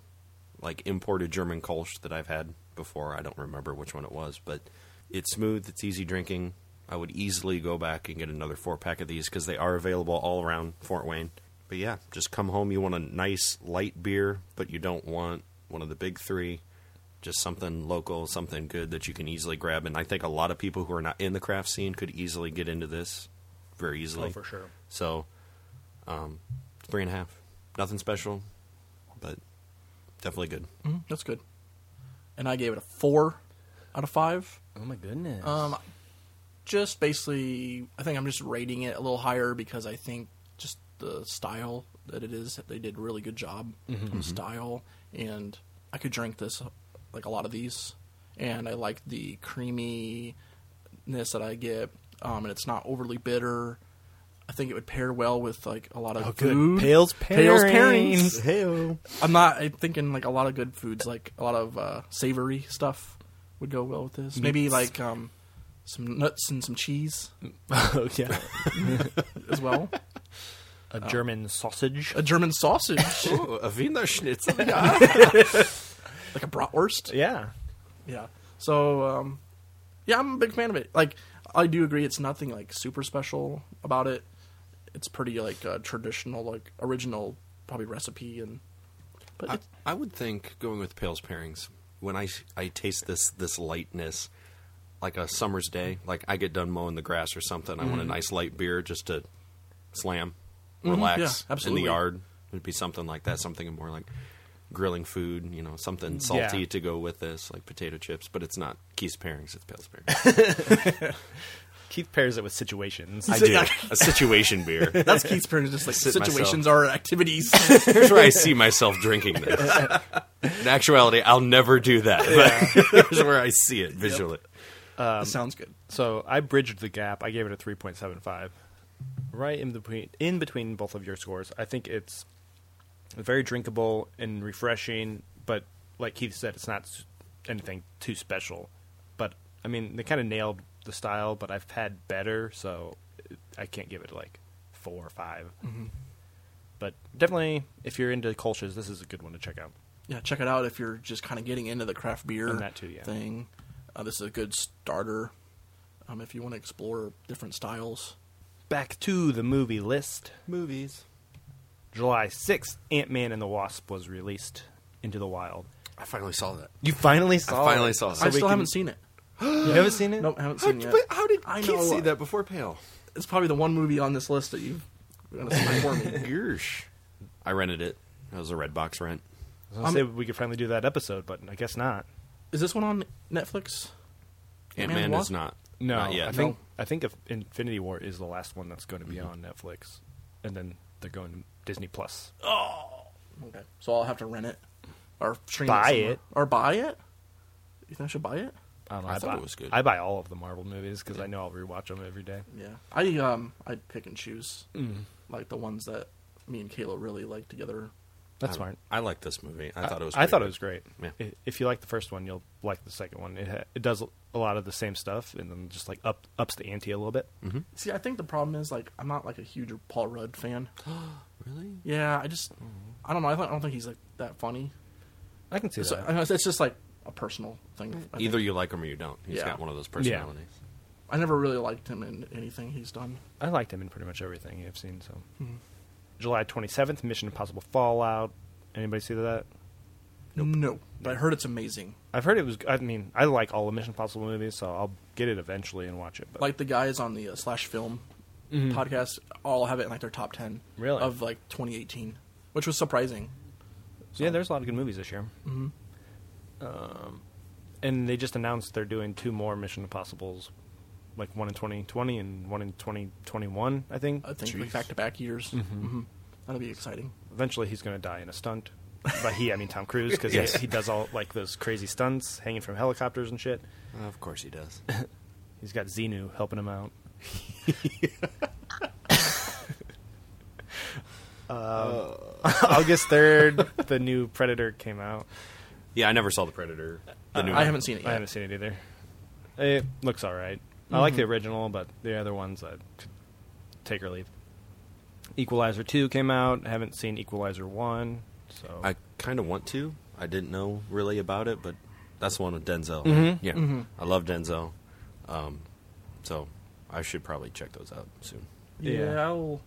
Speaker 3: like imported German Kolsch that I've had before. I don't remember which one it was, but it's smooth. It's easy drinking. I would easily go back and get another four pack of these because they are available all around Fort Wayne. But yeah, just come home. You want a nice light beer, but you don't want one of the big three just something local, something good that you can easily grab. And I think a lot of people who are not in the craft scene could easily get into this very easily.
Speaker 1: Oh, for sure.
Speaker 3: So, um, three and a half. Nothing special, but definitely good.
Speaker 2: hmm That's good. And I gave it a four out of five.
Speaker 1: Oh my goodness.
Speaker 2: Um, just basically, I think I'm just rating it a little higher because I think just the style that it is, they did a really good job on style, and I could drink this like a lot of these, and I like the creaminess that I get, um, and it's not overly bitter. I think it would pair well with like a lot of food.
Speaker 1: Oh, Pale's
Speaker 2: Pale's
Speaker 1: pairings.
Speaker 2: pairings. I'm not. I'm thinking like a lot of good foods, like a lot of uh, savory stuff, would go well with this. Maybe
Speaker 1: Meats.
Speaker 2: like um, some nuts and some cheese
Speaker 1: oh yeah,
Speaker 2: as well.
Speaker 1: a German sausage.
Speaker 2: a German sausage,
Speaker 3: Oh, a Wiener Schnitzel.
Speaker 2: like a bratwurst.
Speaker 1: yeah,
Speaker 2: Yeah. So, um, yeah, I'm a big fan of it. Like, I do agree, it's nothing like super special about it. It's pretty like uh, traditional, like original, probably recipe, and but
Speaker 3: I,
Speaker 2: it's,
Speaker 3: I would think going with Pale's pairings. When I, I taste this this lightness, like a summer's day, like I get done mowing the grass or something, I want
Speaker 2: Mm-hmm.
Speaker 3: a nice light beer just to slam, relax
Speaker 2: yeah,
Speaker 3: in the
Speaker 2: absolutely.
Speaker 3: yard. It'd be something like that, something more like grilling food, you know, something salty
Speaker 1: Yeah.
Speaker 3: to go with this, like potato chips. But it's not Keith's pairings; it's Pale's pairings.
Speaker 1: Keith pairs it with situations.
Speaker 3: I do a situation beer.
Speaker 2: that's Keith's parents just like
Speaker 3: Sit
Speaker 2: situations
Speaker 3: myself.
Speaker 2: are activities.
Speaker 3: Here's where I see myself drinking this. In actuality, I'll never do that. But here's where I see it visually.
Speaker 1: Um,
Speaker 2: It sounds good.
Speaker 1: So I bridged the gap. I gave it a 3.75. Right in between in between both of your scores. I think it's very drinkable and refreshing, but like Keith said it's not s- anything too special. But I mean, they kind of nailed the style, but I've had better, so I can't give it like 4 or 5. But definitely if you're into cultures, this is a good one to check out.
Speaker 2: yeah, check it out if you're just kind of getting into the craft beer
Speaker 1: And that too, yeah.
Speaker 2: thing. Uh, this is a good starter um, if you want to explore different styles.
Speaker 1: Back to the movie list.
Speaker 3: Movies.
Speaker 1: July 6th, Ant-Man and the Wasp was released into the wild.
Speaker 3: I finally saw that.
Speaker 1: You finally saw it.
Speaker 3: finally saw it. So
Speaker 2: I
Speaker 1: we
Speaker 2: still
Speaker 1: can-
Speaker 2: haven't seen it.
Speaker 1: You haven't seen it?
Speaker 2: Nope, haven't seen it yet.
Speaker 3: did
Speaker 2: I Keith know. see that
Speaker 3: before Pale?
Speaker 2: It's probably the one movie on this list that you've gonna see before me.
Speaker 3: Gersh. I rented it. It was a red box rent.
Speaker 1: I was gonna say we could finally do that episode, but I guess not.
Speaker 2: Is this one on Netflix?
Speaker 3: Ant
Speaker 2: Ant-Man
Speaker 3: Man
Speaker 2: Wasp?
Speaker 3: is not.
Speaker 1: No,
Speaker 3: Not yet.
Speaker 1: I think Mm-hmm. I think if Infinity War is the last one that's going to be on Netflix, and then they're going to Disney Plus.
Speaker 2: Okay, so I'll have to rent it or stream
Speaker 1: Buy
Speaker 2: it, somewhere.
Speaker 1: it.
Speaker 2: or buy it. You think I should buy it?
Speaker 1: I, don't know,
Speaker 3: I
Speaker 1: I
Speaker 3: thought
Speaker 1: buy,
Speaker 3: it was good.
Speaker 1: I buy all of the Marvel movies because I know I'll rewatch them every day.
Speaker 2: Yeah, I um I pick and choose like the ones that me and Kayla really like together.
Speaker 1: That's
Speaker 3: I don't-
Speaker 1: smart.
Speaker 3: I like this movie. I, thought it was.
Speaker 1: I thought
Speaker 3: pretty
Speaker 1: it was great.
Speaker 3: Yeah.
Speaker 1: I- If you like the first one, you'll like the second one. It ha- it does a lot of the same stuff, and then just like up ups the ante a little bit.
Speaker 3: Mm-hmm.
Speaker 2: See, I think the problem is like I'm not like a huge Paul Rudd fan.
Speaker 3: good. Really?
Speaker 2: Yeah, I just I don't know. I don't, I don't think he's like that funny.
Speaker 1: I can see
Speaker 2: It's,
Speaker 1: that.
Speaker 2: it's just like a personal thing. I
Speaker 3: Either
Speaker 2: think.
Speaker 3: you like him or you don't. He's
Speaker 2: Yeah.
Speaker 3: got one of those personalities.
Speaker 2: I never really liked him in anything he's done.
Speaker 1: I liked him in pretty much everything I've seen. So, July twenty seventh, Mission Impossible Fallout. Anybody see that?
Speaker 2: No, but I heard it's amazing.
Speaker 1: I've heard it was. I mean, I like all the Mission Impossible movies, so I'll get it eventually and watch it. But
Speaker 2: Like the guys on the uh, Slash Film podcast all have it in like their top ten
Speaker 1: Mm-hmm. Really?
Speaker 2: of like 2018, which was surprising.
Speaker 1: yeah, there's a lot of good movies this year. Um, and they just announced they're doing two more Mission Impossibles, like one in 2020 and one in 2021. I think.
Speaker 2: I think like back to back years.
Speaker 1: Mm-hmm.
Speaker 2: hmm That'll be exciting.
Speaker 1: Eventually, he's going to die in a stunt. But he, I mean Tom Cruise, because
Speaker 3: Yes.
Speaker 1: he, he does all like those crazy stunts, hanging from helicopters and shit.
Speaker 3: Of course he does.
Speaker 1: He's got Xenu helping him out. um, August 3rd, the new Predator came out.
Speaker 3: yeah, I never saw the Predator.
Speaker 1: Uh,
Speaker 3: The new
Speaker 2: I haven't seen it
Speaker 1: I
Speaker 2: yet.
Speaker 1: haven't seen it either. It looks all right. I like the original, but the other ones I could take or leave. Equalizer 2 came out. I haven't seen Equalizer 1. So
Speaker 3: I kind of want to. I didn't know really about it, but that's the one with Denzel.
Speaker 1: Mhm.
Speaker 3: Yeah,
Speaker 2: Mhm.
Speaker 3: I love Denzel. Um, so I should probably check those out soon.
Speaker 1: Yeah. Mm-hmm.
Speaker 2: I'll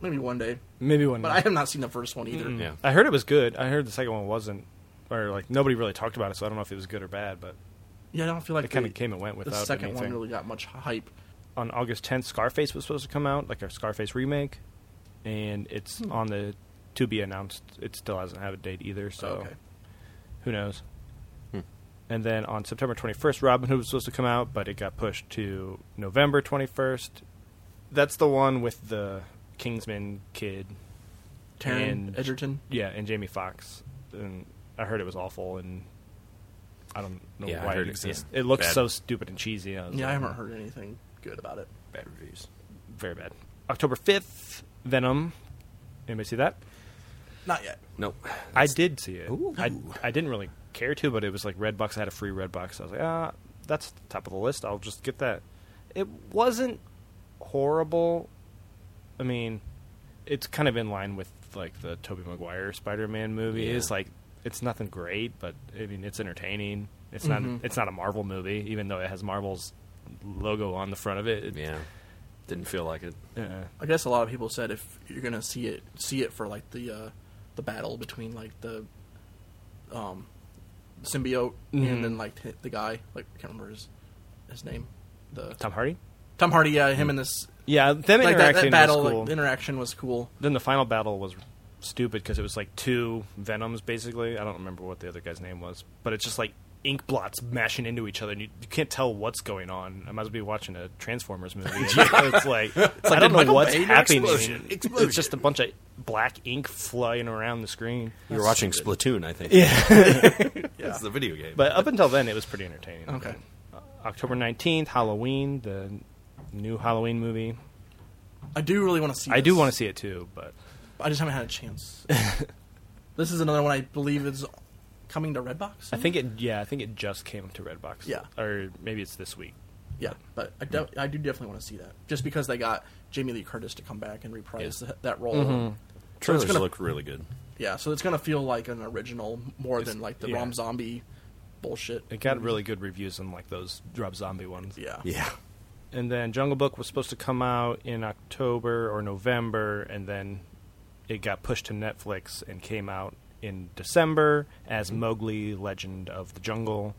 Speaker 2: maybe one day.
Speaker 1: maybe one
Speaker 2: But I have not seen the first one either.
Speaker 1: Mm.
Speaker 3: Yeah.
Speaker 1: I heard it was good. I heard the second one wasn't or like nobody really talked about it, so I don't know if it was good or bad, but
Speaker 2: Yeah, I don't feel like
Speaker 1: it kind
Speaker 2: they-
Speaker 1: of came and went without
Speaker 2: the second
Speaker 1: anything.
Speaker 2: one really got much hype.
Speaker 1: on August 10th, Scarface was supposed to come out, like a Scarface remake, and it's
Speaker 2: Hmm.
Speaker 1: on the to be announced. It still hasn't had a date either, so
Speaker 2: Oh, okay.
Speaker 1: who knows?
Speaker 3: Hmm.
Speaker 1: And then on September 21st, Robin Hood was supposed to come out, but it got pushed to November 21st. That's the one with the Kingsman kid,
Speaker 2: Taryn
Speaker 1: And-
Speaker 2: Edgerton.
Speaker 1: yeah, and Jamie Foxx. And I heard it was awful, and I don't know
Speaker 3: Yeah, I
Speaker 1: why
Speaker 3: heard
Speaker 1: it
Speaker 3: it,
Speaker 1: exists.
Speaker 3: yeah.
Speaker 1: It looks
Speaker 3: Bad.
Speaker 1: so stupid and cheesy. I was
Speaker 2: Yeah, I
Speaker 1: like,
Speaker 2: haven't heard anything good about it.
Speaker 3: Bad reviews.
Speaker 1: very bad. October 5th, Venom. Anybody see that?
Speaker 2: Not yet.
Speaker 3: Nope.
Speaker 1: I did see it.
Speaker 3: Ooh.
Speaker 1: I, I didn't really care to, but it was like Redbox. I had a free Redbox. I was like, ah, that's the top of the list. I'll just get that. It wasn't horrible. I mean, it's kind of in line with like the Tobey Maguire Spider-Man movie.
Speaker 3: Yeah.
Speaker 1: It's like it's nothing great, but I mean, it's entertaining. It's not.
Speaker 2: Mhm.
Speaker 1: It's not a Marvel movie, even though it has Marvel's logo on the front of it. It-
Speaker 3: Yeah, didn't feel like it.
Speaker 1: uh,
Speaker 2: I guess a lot of people said if you're gonna see it, see it for like the uh, the battle between like the um, symbiote
Speaker 1: Mhm.
Speaker 2: and then like t- the guy like I can't remember his his name. The
Speaker 1: Tom Hardy.
Speaker 2: Tom Hardy. Yeah, him and this
Speaker 1: Yeah, them
Speaker 2: like that,
Speaker 1: interacting
Speaker 2: that battle
Speaker 1: was
Speaker 2: like,
Speaker 1: cool.
Speaker 2: the interaction was cool.
Speaker 1: then the final battle was stupid because it was like two venoms basically. I don't remember what the other guy's name was, but it's just like ink blots mashing into each other, and you, you can't tell what's going on. I might as well be watching a Transformers movie. it's like, I don't know
Speaker 2: Michael
Speaker 1: what's
Speaker 2: Bay
Speaker 1: happening.
Speaker 2: explosion,
Speaker 1: It's just a bunch of black ink flying around the screen.
Speaker 3: You were watching Splatoon, I think.
Speaker 1: Yeah,
Speaker 3: It's the video game.
Speaker 1: but up until then, it was pretty entertaining.
Speaker 2: Okay.
Speaker 1: October nineteenth, Halloween, the new Halloween movie.
Speaker 2: I do really want to see.
Speaker 1: I do want to see it too, but
Speaker 2: I just haven't had a chance. this is another one I believe is coming to Redbox.
Speaker 1: I think it. Yeah, I think it just came to Redbox.
Speaker 2: Yeah.
Speaker 1: or maybe it's this week.
Speaker 2: Yeah, but I, de- I do definitely want to see that just because they got Jamie Lee Curtis to come back and reprise
Speaker 3: Yeah.
Speaker 2: th- that role.
Speaker 1: Mm-hmm.
Speaker 3: trailers
Speaker 2: it's gonna-
Speaker 3: look really good.
Speaker 2: Yeah, so it's gonna feel like an original more
Speaker 1: It's-
Speaker 2: than like the
Speaker 1: yeah.
Speaker 2: Rom Zombie bullshit.
Speaker 1: It got really good reviews on like those Rob Zombie ones.
Speaker 2: Yeah.
Speaker 3: Yeah.
Speaker 1: And then Jungle Book was supposed to come out in October or November, and then it got pushed to Netflix and came out in December as Mowgli: Legend of the Jungle.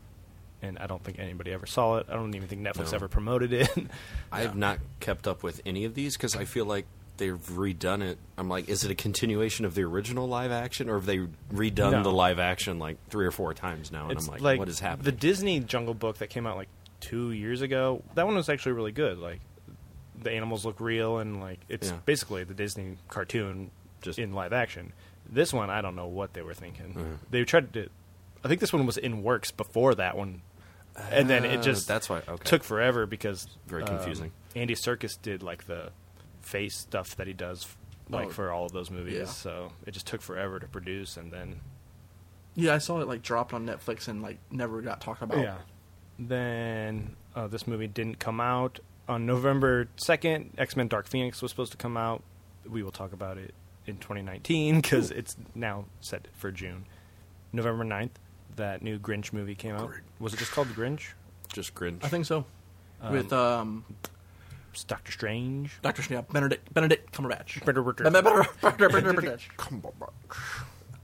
Speaker 1: And I don't think anybody ever saw it. I don't even think Netflix
Speaker 3: No.
Speaker 1: ever promoted it.
Speaker 3: I have not kept up with any of these because I feel like they've redone it. I'm like, is it a continuation of the original live action, or have they redone
Speaker 1: No.
Speaker 3: the live action like three or four times now? And
Speaker 1: It's
Speaker 3: I'm like, what is
Speaker 1: The
Speaker 3: happening?
Speaker 1: Disney Jungle Book that came out like two years ago. That one was actually really good. Like the animals look real, and like it's
Speaker 3: Yeah.
Speaker 1: basically the Disney cartoon
Speaker 3: Just-
Speaker 1: just in live action. This one, I don't know what they were thinking. They tried to. I think this one was in works before that one, and then it
Speaker 3: Ah,
Speaker 1: just
Speaker 3: that's why- okay.
Speaker 1: took forever because
Speaker 3: Very
Speaker 1: um,
Speaker 3: confusing.
Speaker 1: Andy Circus did like the face stuff that he does like
Speaker 2: Oh.
Speaker 1: for all of those movies.
Speaker 2: Yeah.
Speaker 1: So it just took forever to produce, and then
Speaker 2: Yeah, I saw it like dropped on Netflix and like never got talked
Speaker 3: Oh.
Speaker 2: about.
Speaker 1: yeah, then uh, this movie didn't come out on November second. X Men Dark Phoenix was supposed to come out. We will talk about it in 2019 because it's now set for June, November 9th, That new Grinch movie came out.
Speaker 3: Grinch.
Speaker 1: Was it just called Grinch?
Speaker 3: Just Grinch.
Speaker 2: I think so. With um,
Speaker 1: It's Doctor Strange.
Speaker 2: Doctor Strange, Benedict Benedict Cumberbatch.
Speaker 1: Benedict-
Speaker 2: Cumberbatch.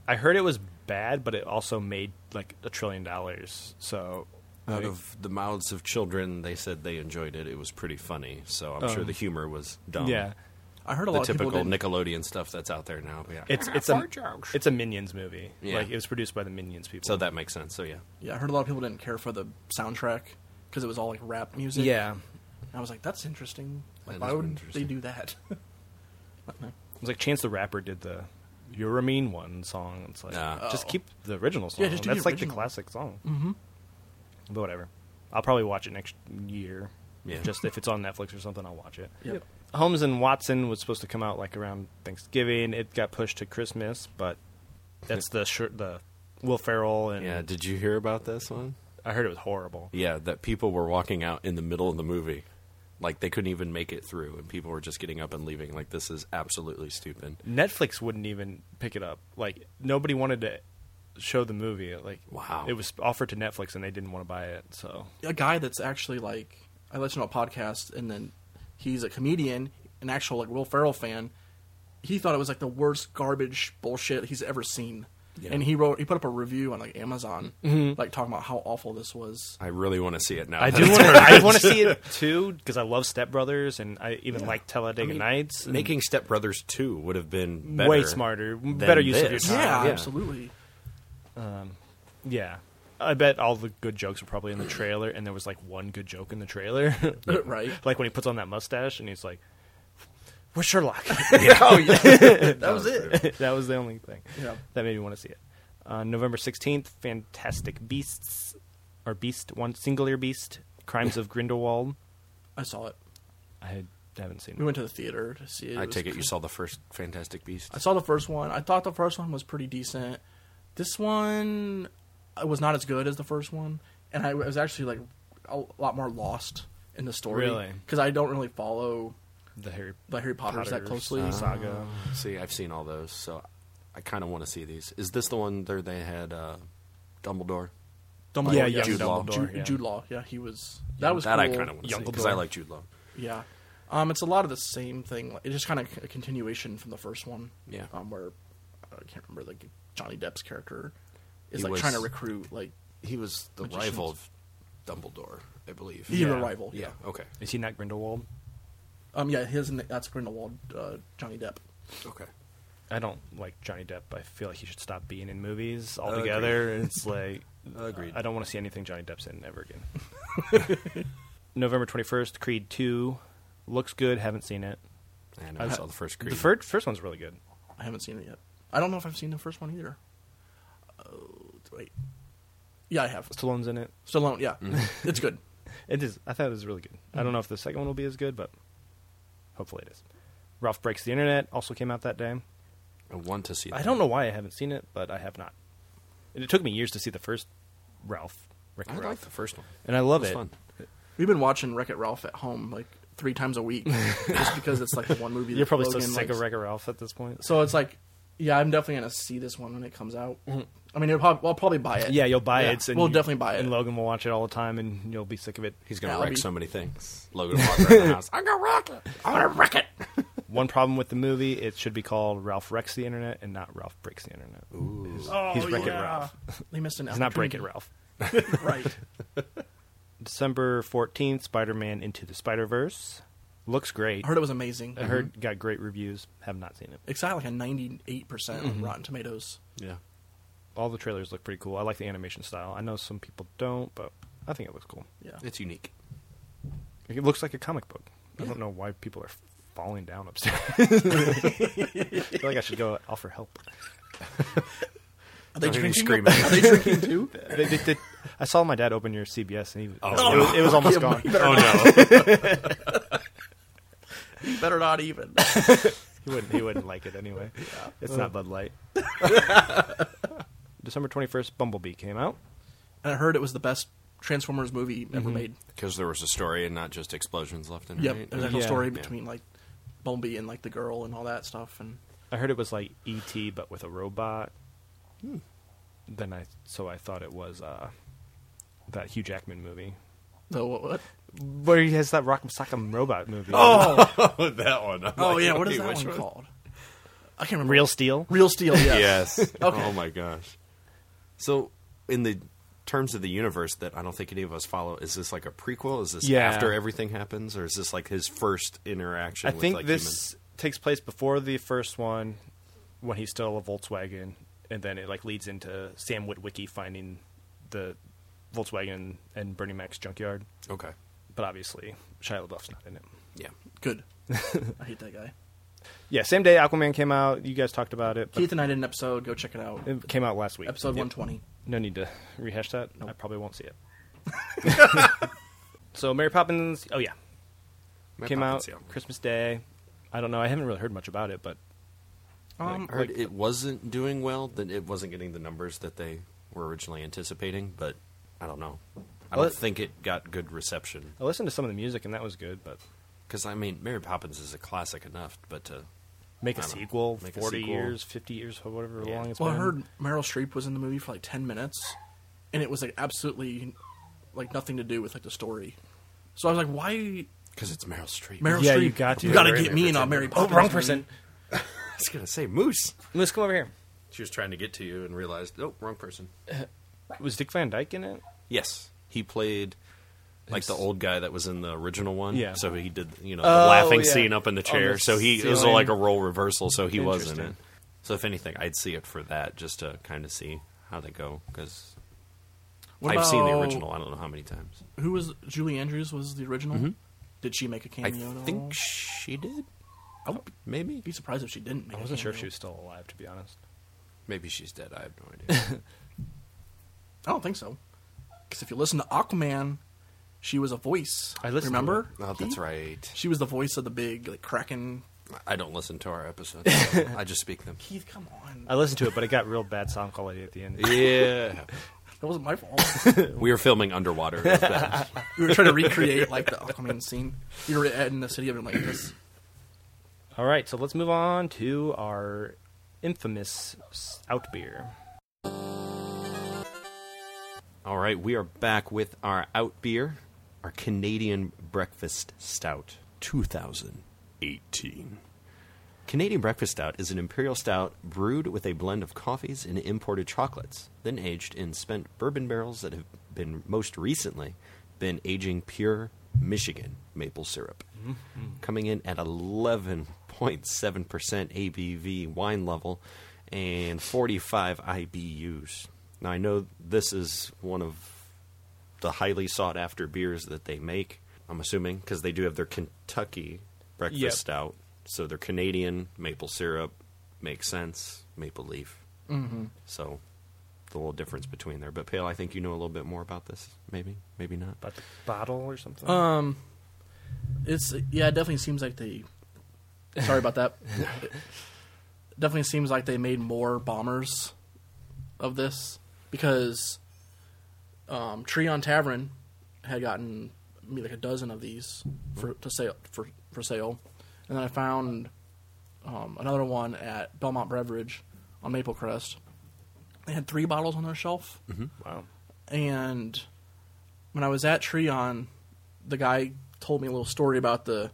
Speaker 1: I heard it was bad, but it also made like a trillion dollars. So
Speaker 3: Out
Speaker 1: like,
Speaker 3: of the mouths of children, they said they enjoyed it. It was pretty funny, so I'm sure
Speaker 1: Um,
Speaker 3: the humor was dumb.
Speaker 1: yeah,
Speaker 2: I heard a
Speaker 3: the
Speaker 2: lot of people
Speaker 3: typical
Speaker 2: didn't.
Speaker 3: Nickelodeon stuff that's out there now. Yeah,
Speaker 1: it's it's a it's a Minions movie.
Speaker 3: Yeah.
Speaker 1: Like it was produced by the Minions people.
Speaker 3: so that makes sense. So yeah,
Speaker 2: yeah, I heard a lot of people didn't care for the soundtrack because it was all like rap music.
Speaker 1: yeah,
Speaker 2: And I was like, that's interesting. Like,
Speaker 3: That
Speaker 2: why
Speaker 3: is
Speaker 2: would
Speaker 3: interesting.
Speaker 2: they do that?
Speaker 1: it was like Chance the Rapper did the "You're a Mean One" song. It's like
Speaker 3: Nah.
Speaker 1: just
Speaker 2: Oh.
Speaker 1: keep the original song.
Speaker 2: Yeah, just do the
Speaker 1: That's like the
Speaker 2: original.
Speaker 1: classic song. Mm-hmm. But whatever, I'll probably watch it next year.
Speaker 3: Yeah.
Speaker 1: Just if it's on Netflix or something, I'll watch it.
Speaker 2: Yep.
Speaker 1: Holmes and Watson was supposed to come out like around Thanksgiving. It got pushed to Christmas, but that's the shirt the Will Ferrell and
Speaker 3: yeah. Did you hear about this one?
Speaker 1: I heard it was horrible.
Speaker 3: Yeah, that people were walking out in the middle of the movie, like they couldn't even make it through, and people were just getting up and leaving. Like this is absolutely stupid.
Speaker 1: Netflix wouldn't even pick it up. Like nobody wanted to show the movie. Like
Speaker 3: Wow.
Speaker 1: it was offered to Netflix and they didn't want to buy it. So
Speaker 2: a guy that's actually like I listen to a podcast and then he's a comedian, an actual like Will Ferrell fan. He thought it was like the worst garbage bullshit he's ever seen.
Speaker 3: Yeah. Mm-hmm.
Speaker 2: And he wrote he put up a review on like Amazon like talking about how awful this was.
Speaker 3: I really want to see it now.
Speaker 1: I do want to. I want to see it too because I love Step Brothers and I even like Talladega Nights. and
Speaker 3: Making Step Brothers two would have been better
Speaker 1: way smarter, better use of your
Speaker 3: this.
Speaker 1: time.
Speaker 2: Yeah,
Speaker 3: Yeah.
Speaker 2: Uh, absolutely.
Speaker 1: Yeah. I bet all the good jokes were probably in the trailer, and there was like one good joke in the trailer.
Speaker 2: right.
Speaker 1: like when he puts on that mustache and he's like, "We're Sherlock."
Speaker 2: Oh yeah. that,
Speaker 3: Oh,
Speaker 2: was it.
Speaker 1: that was the only thing
Speaker 2: Yeah.
Speaker 1: that made me want to see it. Uh, November sixteenth, Fantastic Beasts or Beast One Singular Beast: Crimes of Grindelwald.
Speaker 2: I saw it.
Speaker 1: I had- haven't seen.
Speaker 2: We
Speaker 1: it.
Speaker 2: went to the theater to see it.
Speaker 3: I
Speaker 2: was
Speaker 3: take it you
Speaker 2: cool.
Speaker 3: saw the first Fantastic Beast.
Speaker 2: I saw the first one. I thought the first one was pretty decent. This one uh, was not as good as the first one, and I was actually like a lot more lost in the story.
Speaker 1: Really?
Speaker 2: because I don't really follow
Speaker 1: The Harry
Speaker 2: the Harry Potter's that
Speaker 1: Potter's,
Speaker 2: closely. Ah.
Speaker 1: uh,
Speaker 2: So-
Speaker 1: Saga.
Speaker 3: See, I've seen all those, so I kind of want to see these. Is this the one there they had uh, Dumbledore?
Speaker 2: Dumbledore,
Speaker 1: Yeah,
Speaker 2: yes.
Speaker 1: young
Speaker 2: Jude,
Speaker 1: Dumbledore,
Speaker 2: Jude,
Speaker 1: yeah.
Speaker 2: Jude Law. Yeah, he was. That was
Speaker 3: that I
Speaker 2: cool.
Speaker 3: kind of want to see
Speaker 1: Young
Speaker 3: because I
Speaker 1: Dumbledore.
Speaker 3: like Jude Law.
Speaker 2: Yeah, um, it's a lot of the same thing. It's just kind of a continuation from the first one.
Speaker 3: Yeah.
Speaker 1: Oh.
Speaker 2: um, where I can't remember like Johnny Depp's character is
Speaker 3: He
Speaker 2: like
Speaker 3: was-
Speaker 2: trying to recruit like
Speaker 3: He was the
Speaker 2: Magicians.
Speaker 3: rival of Dumbledore, I believe.
Speaker 2: he's a
Speaker 1: Yeah.
Speaker 2: rival.
Speaker 3: Yeah. Okay.
Speaker 1: Is he not Grindelwald?
Speaker 2: Um, yeah, his na- that's Grindelwald, uh, Johnny Depp.
Speaker 3: Okay.
Speaker 1: I don't like Johnny Depp. I feel like he should stop being in movies
Speaker 3: Agreed.
Speaker 1: altogether. It's like
Speaker 3: Agreed.
Speaker 1: I don't want to see anything Johnny Depp's in ever again. November twenty first, Creed two looks good. Haven't seen it.
Speaker 3: And I
Speaker 1: I-
Speaker 3: saw the first Creed.
Speaker 1: The first first one's really good.
Speaker 2: I haven't seen it yet. I don't know if I've seen the first one either. Oh, wait. Yeah, I have.
Speaker 1: Stallone's in it.
Speaker 2: Stallone, yeah.
Speaker 1: Mm-hmm.
Speaker 2: it's good.
Speaker 1: It is. I thought it was really good. I
Speaker 3: Mm-hmm.
Speaker 1: don't know if the second one will be as good, but hopefully it is. Ralph Breaks the Internet also came out that day.
Speaker 3: I want to see.
Speaker 1: I
Speaker 3: that.
Speaker 1: don't know why I haven't seen it, but I have not. And it took me years to see the first Ralph. Rick
Speaker 3: I
Speaker 1: and
Speaker 3: like
Speaker 1: Ralph.
Speaker 3: the first one.
Speaker 1: and I love
Speaker 3: It was
Speaker 1: it.
Speaker 3: fun.
Speaker 2: We've been watching Wreck It Ralph at home like three times a week just because it's like the one movie
Speaker 1: You're
Speaker 2: that
Speaker 1: probably so
Speaker 2: Logan
Speaker 1: sick
Speaker 2: likes.
Speaker 1: of Wreck-It Ralph at this point.
Speaker 2: So it's like, yeah, I'm definitely going to see this one when it comes out. I mean, it'll probably, I'll probably buy it.
Speaker 1: Mm-hmm. Yeah, you'll buy
Speaker 2: Yeah,
Speaker 1: it. And
Speaker 2: we'll definitely buy it.
Speaker 1: And Logan will watch it all the time, and you'll be sick of it.
Speaker 3: He's gonna
Speaker 2: Yeah, I'll
Speaker 3: wreck
Speaker 2: be-
Speaker 3: so many things. Logan walked around the house. I'm gonna wreck it. I'm gonna wreck it.
Speaker 1: One problem with the movie: it should be called Ralph Wrecks the Internet and not Ralph Breaks the Internet.
Speaker 2: Oh,
Speaker 1: He's Wreck-It
Speaker 2: yeah.
Speaker 1: Ralph.
Speaker 2: They missed an
Speaker 1: It's not Break
Speaker 2: opportunity.
Speaker 1: It Ralph.
Speaker 2: right.
Speaker 1: December fourteenth, Spider-Man: Into the Spider-Verse looks great.
Speaker 2: I heard it was amazing.
Speaker 1: I heard got great reviews. Have not seen it.
Speaker 2: It's got like a 98% on
Speaker 1: Mm-hmm.
Speaker 2: Rotten Tomatoes.
Speaker 3: Yeah.
Speaker 1: All the trailers look pretty cool. I like the animation style. I know some people don't, but I think it looks cool.
Speaker 2: Yeah.
Speaker 3: It's unique.
Speaker 1: It looks like a comic book. I don't know why people are falling down upstairs. I feel like I should go offer help.
Speaker 2: Are they
Speaker 3: I heard him
Speaker 2: drinking?
Speaker 3: screaming.
Speaker 2: Are they drinking too?
Speaker 1: They- they- they- I saw my dad open your CBS, and he,
Speaker 3: Oh.
Speaker 1: it, was, it was almost
Speaker 2: Yeah,
Speaker 1: gone.
Speaker 2: you better,
Speaker 3: Oh no.
Speaker 2: you better not even.
Speaker 1: He wouldn't. He wouldn't like it anyway. It's not Bud Light. December twenty first, Bumblebee came out.
Speaker 2: And I heard it was the best Transformers movie ever made.
Speaker 3: Because there was a story and not just explosions left and
Speaker 2: Yep,
Speaker 3: right.
Speaker 2: there's a whole
Speaker 1: Yeah.
Speaker 2: story
Speaker 3: Yeah.
Speaker 2: between like Bumblebee and like the girl and all that stuff. And
Speaker 1: I heard it was like E.T. but with a robot. Then I so I thought it was uh, that Hugh Jackman movie
Speaker 2: no, what? what?
Speaker 1: where he has that Rock'em Sock'em robot movie.
Speaker 2: Oh,
Speaker 3: Oh, that one. I'm
Speaker 2: oh
Speaker 3: like,
Speaker 2: yeah. What is
Speaker 3: okay,
Speaker 2: that
Speaker 3: which
Speaker 2: one, called? I can't remember.
Speaker 1: Real Steel.
Speaker 2: Real Steel. Yes.
Speaker 3: Yes.
Speaker 2: Okay.
Speaker 3: Oh my gosh. So, in the terms of the universe that I don't think any of us follow, is this like a prequel? Is this
Speaker 1: Yeah.
Speaker 3: after everything happens, or is this like his first interaction?
Speaker 1: I
Speaker 3: with,
Speaker 1: think
Speaker 3: like,
Speaker 1: this
Speaker 3: humans?
Speaker 1: takes place before the first one, when he's still a Volkswagen, and then it like leads into Sam Witwicky finding the Volkswagen and Bernie Mac's junkyard.
Speaker 3: Okay.
Speaker 1: But obviously, Shia LaBeouf's not in it.
Speaker 3: Yeah.
Speaker 2: Good. I hate that guy.
Speaker 1: Yeah, same day Aquaman came out. You guys talked about it. But
Speaker 2: Keith and I did an episode. Go check it out.
Speaker 1: it came out last week.
Speaker 2: Episode
Speaker 1: Yeah.
Speaker 2: 120.
Speaker 1: No need to rehash that. I probably won't see it. so Mary Poppins. Oh yeah,
Speaker 3: Might
Speaker 1: came
Speaker 3: pop and
Speaker 1: out
Speaker 3: see it.
Speaker 1: Christmas Day. I don't know. I haven't really heard much about it, but
Speaker 2: Um,
Speaker 3: I heard it wasn't doing well. That it wasn't getting the numbers that they were originally anticipating. But I don't know. I
Speaker 1: Well,
Speaker 3: don't
Speaker 1: it-
Speaker 3: think it got good reception.
Speaker 1: I listened to some of the music and that was good. But
Speaker 3: Because I mean, Mary Poppins is a classic enough, but uh, to
Speaker 1: make a
Speaker 3: I don't know.
Speaker 1: sequel,
Speaker 3: Make a
Speaker 1: forty
Speaker 3: sequel.
Speaker 1: years, fifty years, or whatever
Speaker 3: Yeah.
Speaker 1: long it's
Speaker 2: well, I
Speaker 1: been.
Speaker 2: heard Meryl Streep was in the movie for like 10 minutes, and it was like absolutely like nothing to do with like the story. So I was like, why
Speaker 3: because it's Meryl Streep.
Speaker 2: Meryl
Speaker 1: Yeah,
Speaker 2: Streep?
Speaker 1: you got to.
Speaker 2: You got to
Speaker 3: They're in
Speaker 2: get
Speaker 3: there
Speaker 2: me
Speaker 3: for
Speaker 2: in
Speaker 3: 10
Speaker 2: on Mary
Speaker 3: minutes.
Speaker 1: Oh,
Speaker 2: Poppins.
Speaker 1: wrong
Speaker 2: movie.
Speaker 1: person.
Speaker 3: I was gonna say Moose.
Speaker 1: Moose, come over here.
Speaker 3: She was trying to get to you and realized, oh, wrong person.
Speaker 1: Was Dick Van Dyke in it?
Speaker 3: Yes, he played like the old guy that was in the original one.
Speaker 1: Yeah.
Speaker 3: So he did, you know,
Speaker 1: Oh,
Speaker 3: the laughing
Speaker 1: yeah.
Speaker 3: scene up in the
Speaker 1: On
Speaker 3: chair.
Speaker 1: the
Speaker 3: so he it was
Speaker 1: ceiling.
Speaker 3: like a role reversal. So he was in it.
Speaker 1: Interesting.
Speaker 3: So if anything, I'd see it for that just to kind of see how they go because
Speaker 2: What
Speaker 3: I've seen the
Speaker 2: about-
Speaker 3: original. I don't know how many times.
Speaker 2: Who was Julie Andrews? Was the original? Did she make a
Speaker 3: I
Speaker 2: cameo? at all?
Speaker 3: think she did. Oh, maybe.
Speaker 2: I'd be surprised if she didn't. Make
Speaker 1: I
Speaker 2: a
Speaker 1: wasn't sure if she
Speaker 2: cameo.
Speaker 1: was still alive, to be honest.
Speaker 3: Maybe she's dead. I have no idea.
Speaker 2: I don't think so. Because if you listen to Aquaman, she was a voice.
Speaker 1: I listened to
Speaker 2: Remember?
Speaker 3: oh, that's
Speaker 2: Keith?
Speaker 3: right.
Speaker 2: She was the voice of the big like Kraken.
Speaker 3: I don't listen to our episodes. so I just speak them.
Speaker 2: Keith, come on.
Speaker 1: I listened to it, but it got real bad sound quality at the end.
Speaker 3: Yeah.
Speaker 2: That wasn't my fault.
Speaker 3: We were filming underwater. It was bad.
Speaker 2: we were trying to recreate like the Aquaman scene. We were in the city of Atlantis.
Speaker 1: All right, so let's move on to our infamous s- out beer.
Speaker 3: All right, we are back with our out beer, our Canadian Breakfast Stout 2018. Canadian Breakfast Stout is an imperial stout brewed with a blend of coffees and imported chocolates, then aged in spent bourbon barrels that have been most recently been aging pure Michigan maple syrup. Coming in at 11.7% ABV wine level and 45 IBUs. Now, I know this is one of the highly sought after beers that they make. I'm assuming because they do have their Kentucky breakfast
Speaker 1: Yep.
Speaker 3: stout, so their Canadian maple syrup makes sense, maple leaf. Mm-hmm. So the little difference between there. But Pale, I think you know a little bit more about this. Maybe, maybe not.
Speaker 1: About the bottle or something?
Speaker 2: Um, it's yeah. It definitely seems like they. Sorry about that. It definitely seems like they made more bombers of this because um, Treon Tavern had gotten me like a dozen of these for to sale for for sale, and then I found um, another one at Belmont Beverage on Maple Crest. They had three bottles on their shelf
Speaker 1: wow.
Speaker 2: and when I was at Treon, the guy told me a little story about the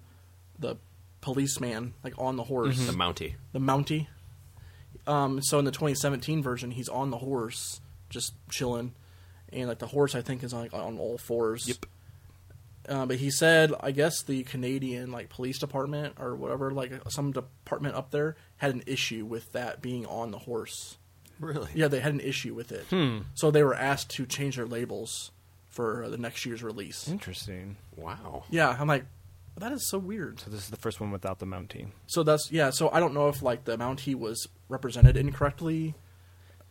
Speaker 2: the policeman like on the horse,
Speaker 3: The Mountie.
Speaker 2: the Mountie. Um, so in the 2017 version, he's on the horse, just chilling, and like the horse, I think is on like, on all fours. Yep. Uh, but he said, I guess the Canadian like police department or whatever, like some department up there, had an issue with that being on the horse.
Speaker 3: Really?
Speaker 2: Yeah, they had an issue with it. So they were asked to change their labels for the next year's release.
Speaker 1: Interesting.
Speaker 3: Wow.
Speaker 2: Yeah, I'm like, that is so weird.
Speaker 1: So this is the first one without the Mountie.
Speaker 2: So that's yeah. So I don't know if like the Mountie was represented incorrectly.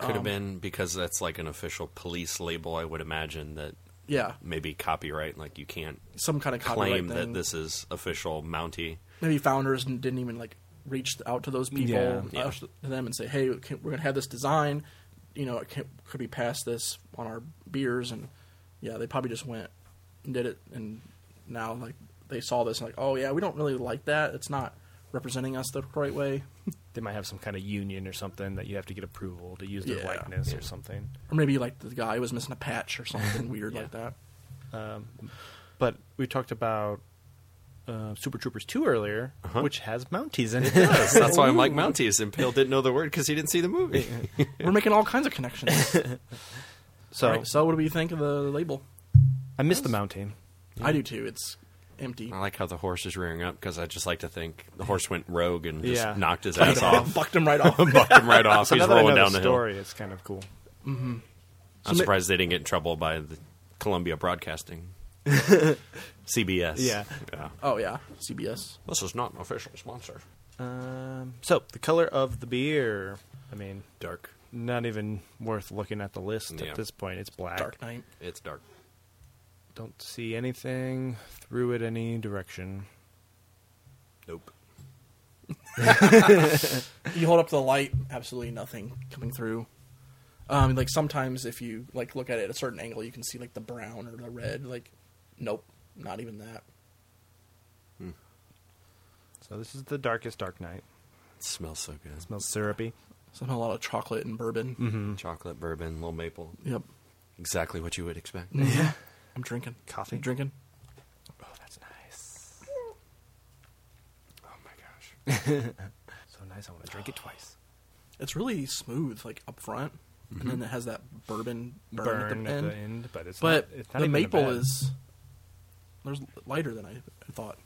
Speaker 3: Could have been because that's like an official police label. I would imagine that
Speaker 2: Yeah,
Speaker 3: maybe copyright. Like you can't
Speaker 2: some kind of copyright
Speaker 3: claim
Speaker 2: thing.
Speaker 3: that this is official Mountie.
Speaker 2: Maybe founders didn't even like reach out to those people,
Speaker 1: Yeah.
Speaker 2: out
Speaker 3: Yeah.
Speaker 2: to them, and say, "Hey, can, we're gonna have this design. You know, it can, could we pass this on our beers?" And yeah, they probably just went and did it, and now like they saw this and like, "Oh yeah, we don't really like that. It's not representing us the right way."
Speaker 1: They might have some kind of union or something that you have to get approval to use their
Speaker 2: Yeah.
Speaker 1: likeness or something.
Speaker 2: Or maybe like the guy was missing a patch or something weird like that.
Speaker 1: But we talked about uh, Super Troopers 2 earlier,
Speaker 3: Uh-huh.
Speaker 1: which has Mounties in it.
Speaker 3: Yes, that's why I'm like Mounties. And Pale didn't know the word because he didn't see the movie.
Speaker 2: We're making all kinds of connections.
Speaker 1: So
Speaker 2: Alright, so what do we think of the label?
Speaker 1: I missed the Mountie.
Speaker 2: I do too. It's empty.
Speaker 3: I like how the horse is rearing up because I just like to think the horse went rogue and just
Speaker 1: Yeah.
Speaker 3: knocked his ass off,
Speaker 2: Fucked him right off.
Speaker 3: bucked him right off.
Speaker 1: So
Speaker 3: He's
Speaker 1: now that I know
Speaker 3: rolling
Speaker 1: the
Speaker 3: down the hill.
Speaker 1: story, it's kind of cool.
Speaker 3: I'm
Speaker 2: So ma-
Speaker 3: surprised they didn't get in trouble by the Columbia Broadcasting, CBS.
Speaker 1: Yeah.
Speaker 2: Oh yeah, CBS.
Speaker 3: This is not an official sponsor.
Speaker 1: Um, so the color of the beer. I mean,
Speaker 3: Dark.
Speaker 1: not even worth looking at the list
Speaker 3: Yeah.
Speaker 1: at this point. It's black.
Speaker 2: Dark Knight.
Speaker 3: It's dark.
Speaker 1: Don't see anything through it any direction.
Speaker 3: Nope.
Speaker 2: You hold up to the light, absolutely nothing coming through. Um, like sometimes if you like look at it at a certain angle, you can see like the brown or the red. Like, nope, not even that.
Speaker 1: So this is the darkest Dark Knight.
Speaker 3: It smells so good.
Speaker 1: Smells syrupy.
Speaker 2: Somehow a lot of chocolate and bourbon.
Speaker 1: Mm-hmm. Mm.
Speaker 3: Chocolate, bourbon, little maple.
Speaker 2: Yep.
Speaker 3: Exactly what you would expect.
Speaker 2: Yeah. I'm drinking
Speaker 1: Coffee?
Speaker 2: I'm drinking.
Speaker 1: Oh, that's nice.
Speaker 3: Oh my gosh. Oh.
Speaker 1: So nice. I want to drink it twice.
Speaker 2: It's really smooth, like up front,
Speaker 1: Mm-hmm.
Speaker 2: and then it has that bourbon burn, at the end.
Speaker 1: but it's
Speaker 2: But
Speaker 1: not, it's not
Speaker 2: the
Speaker 1: even a
Speaker 2: maple
Speaker 1: bad-
Speaker 2: is there's lighter than I thought.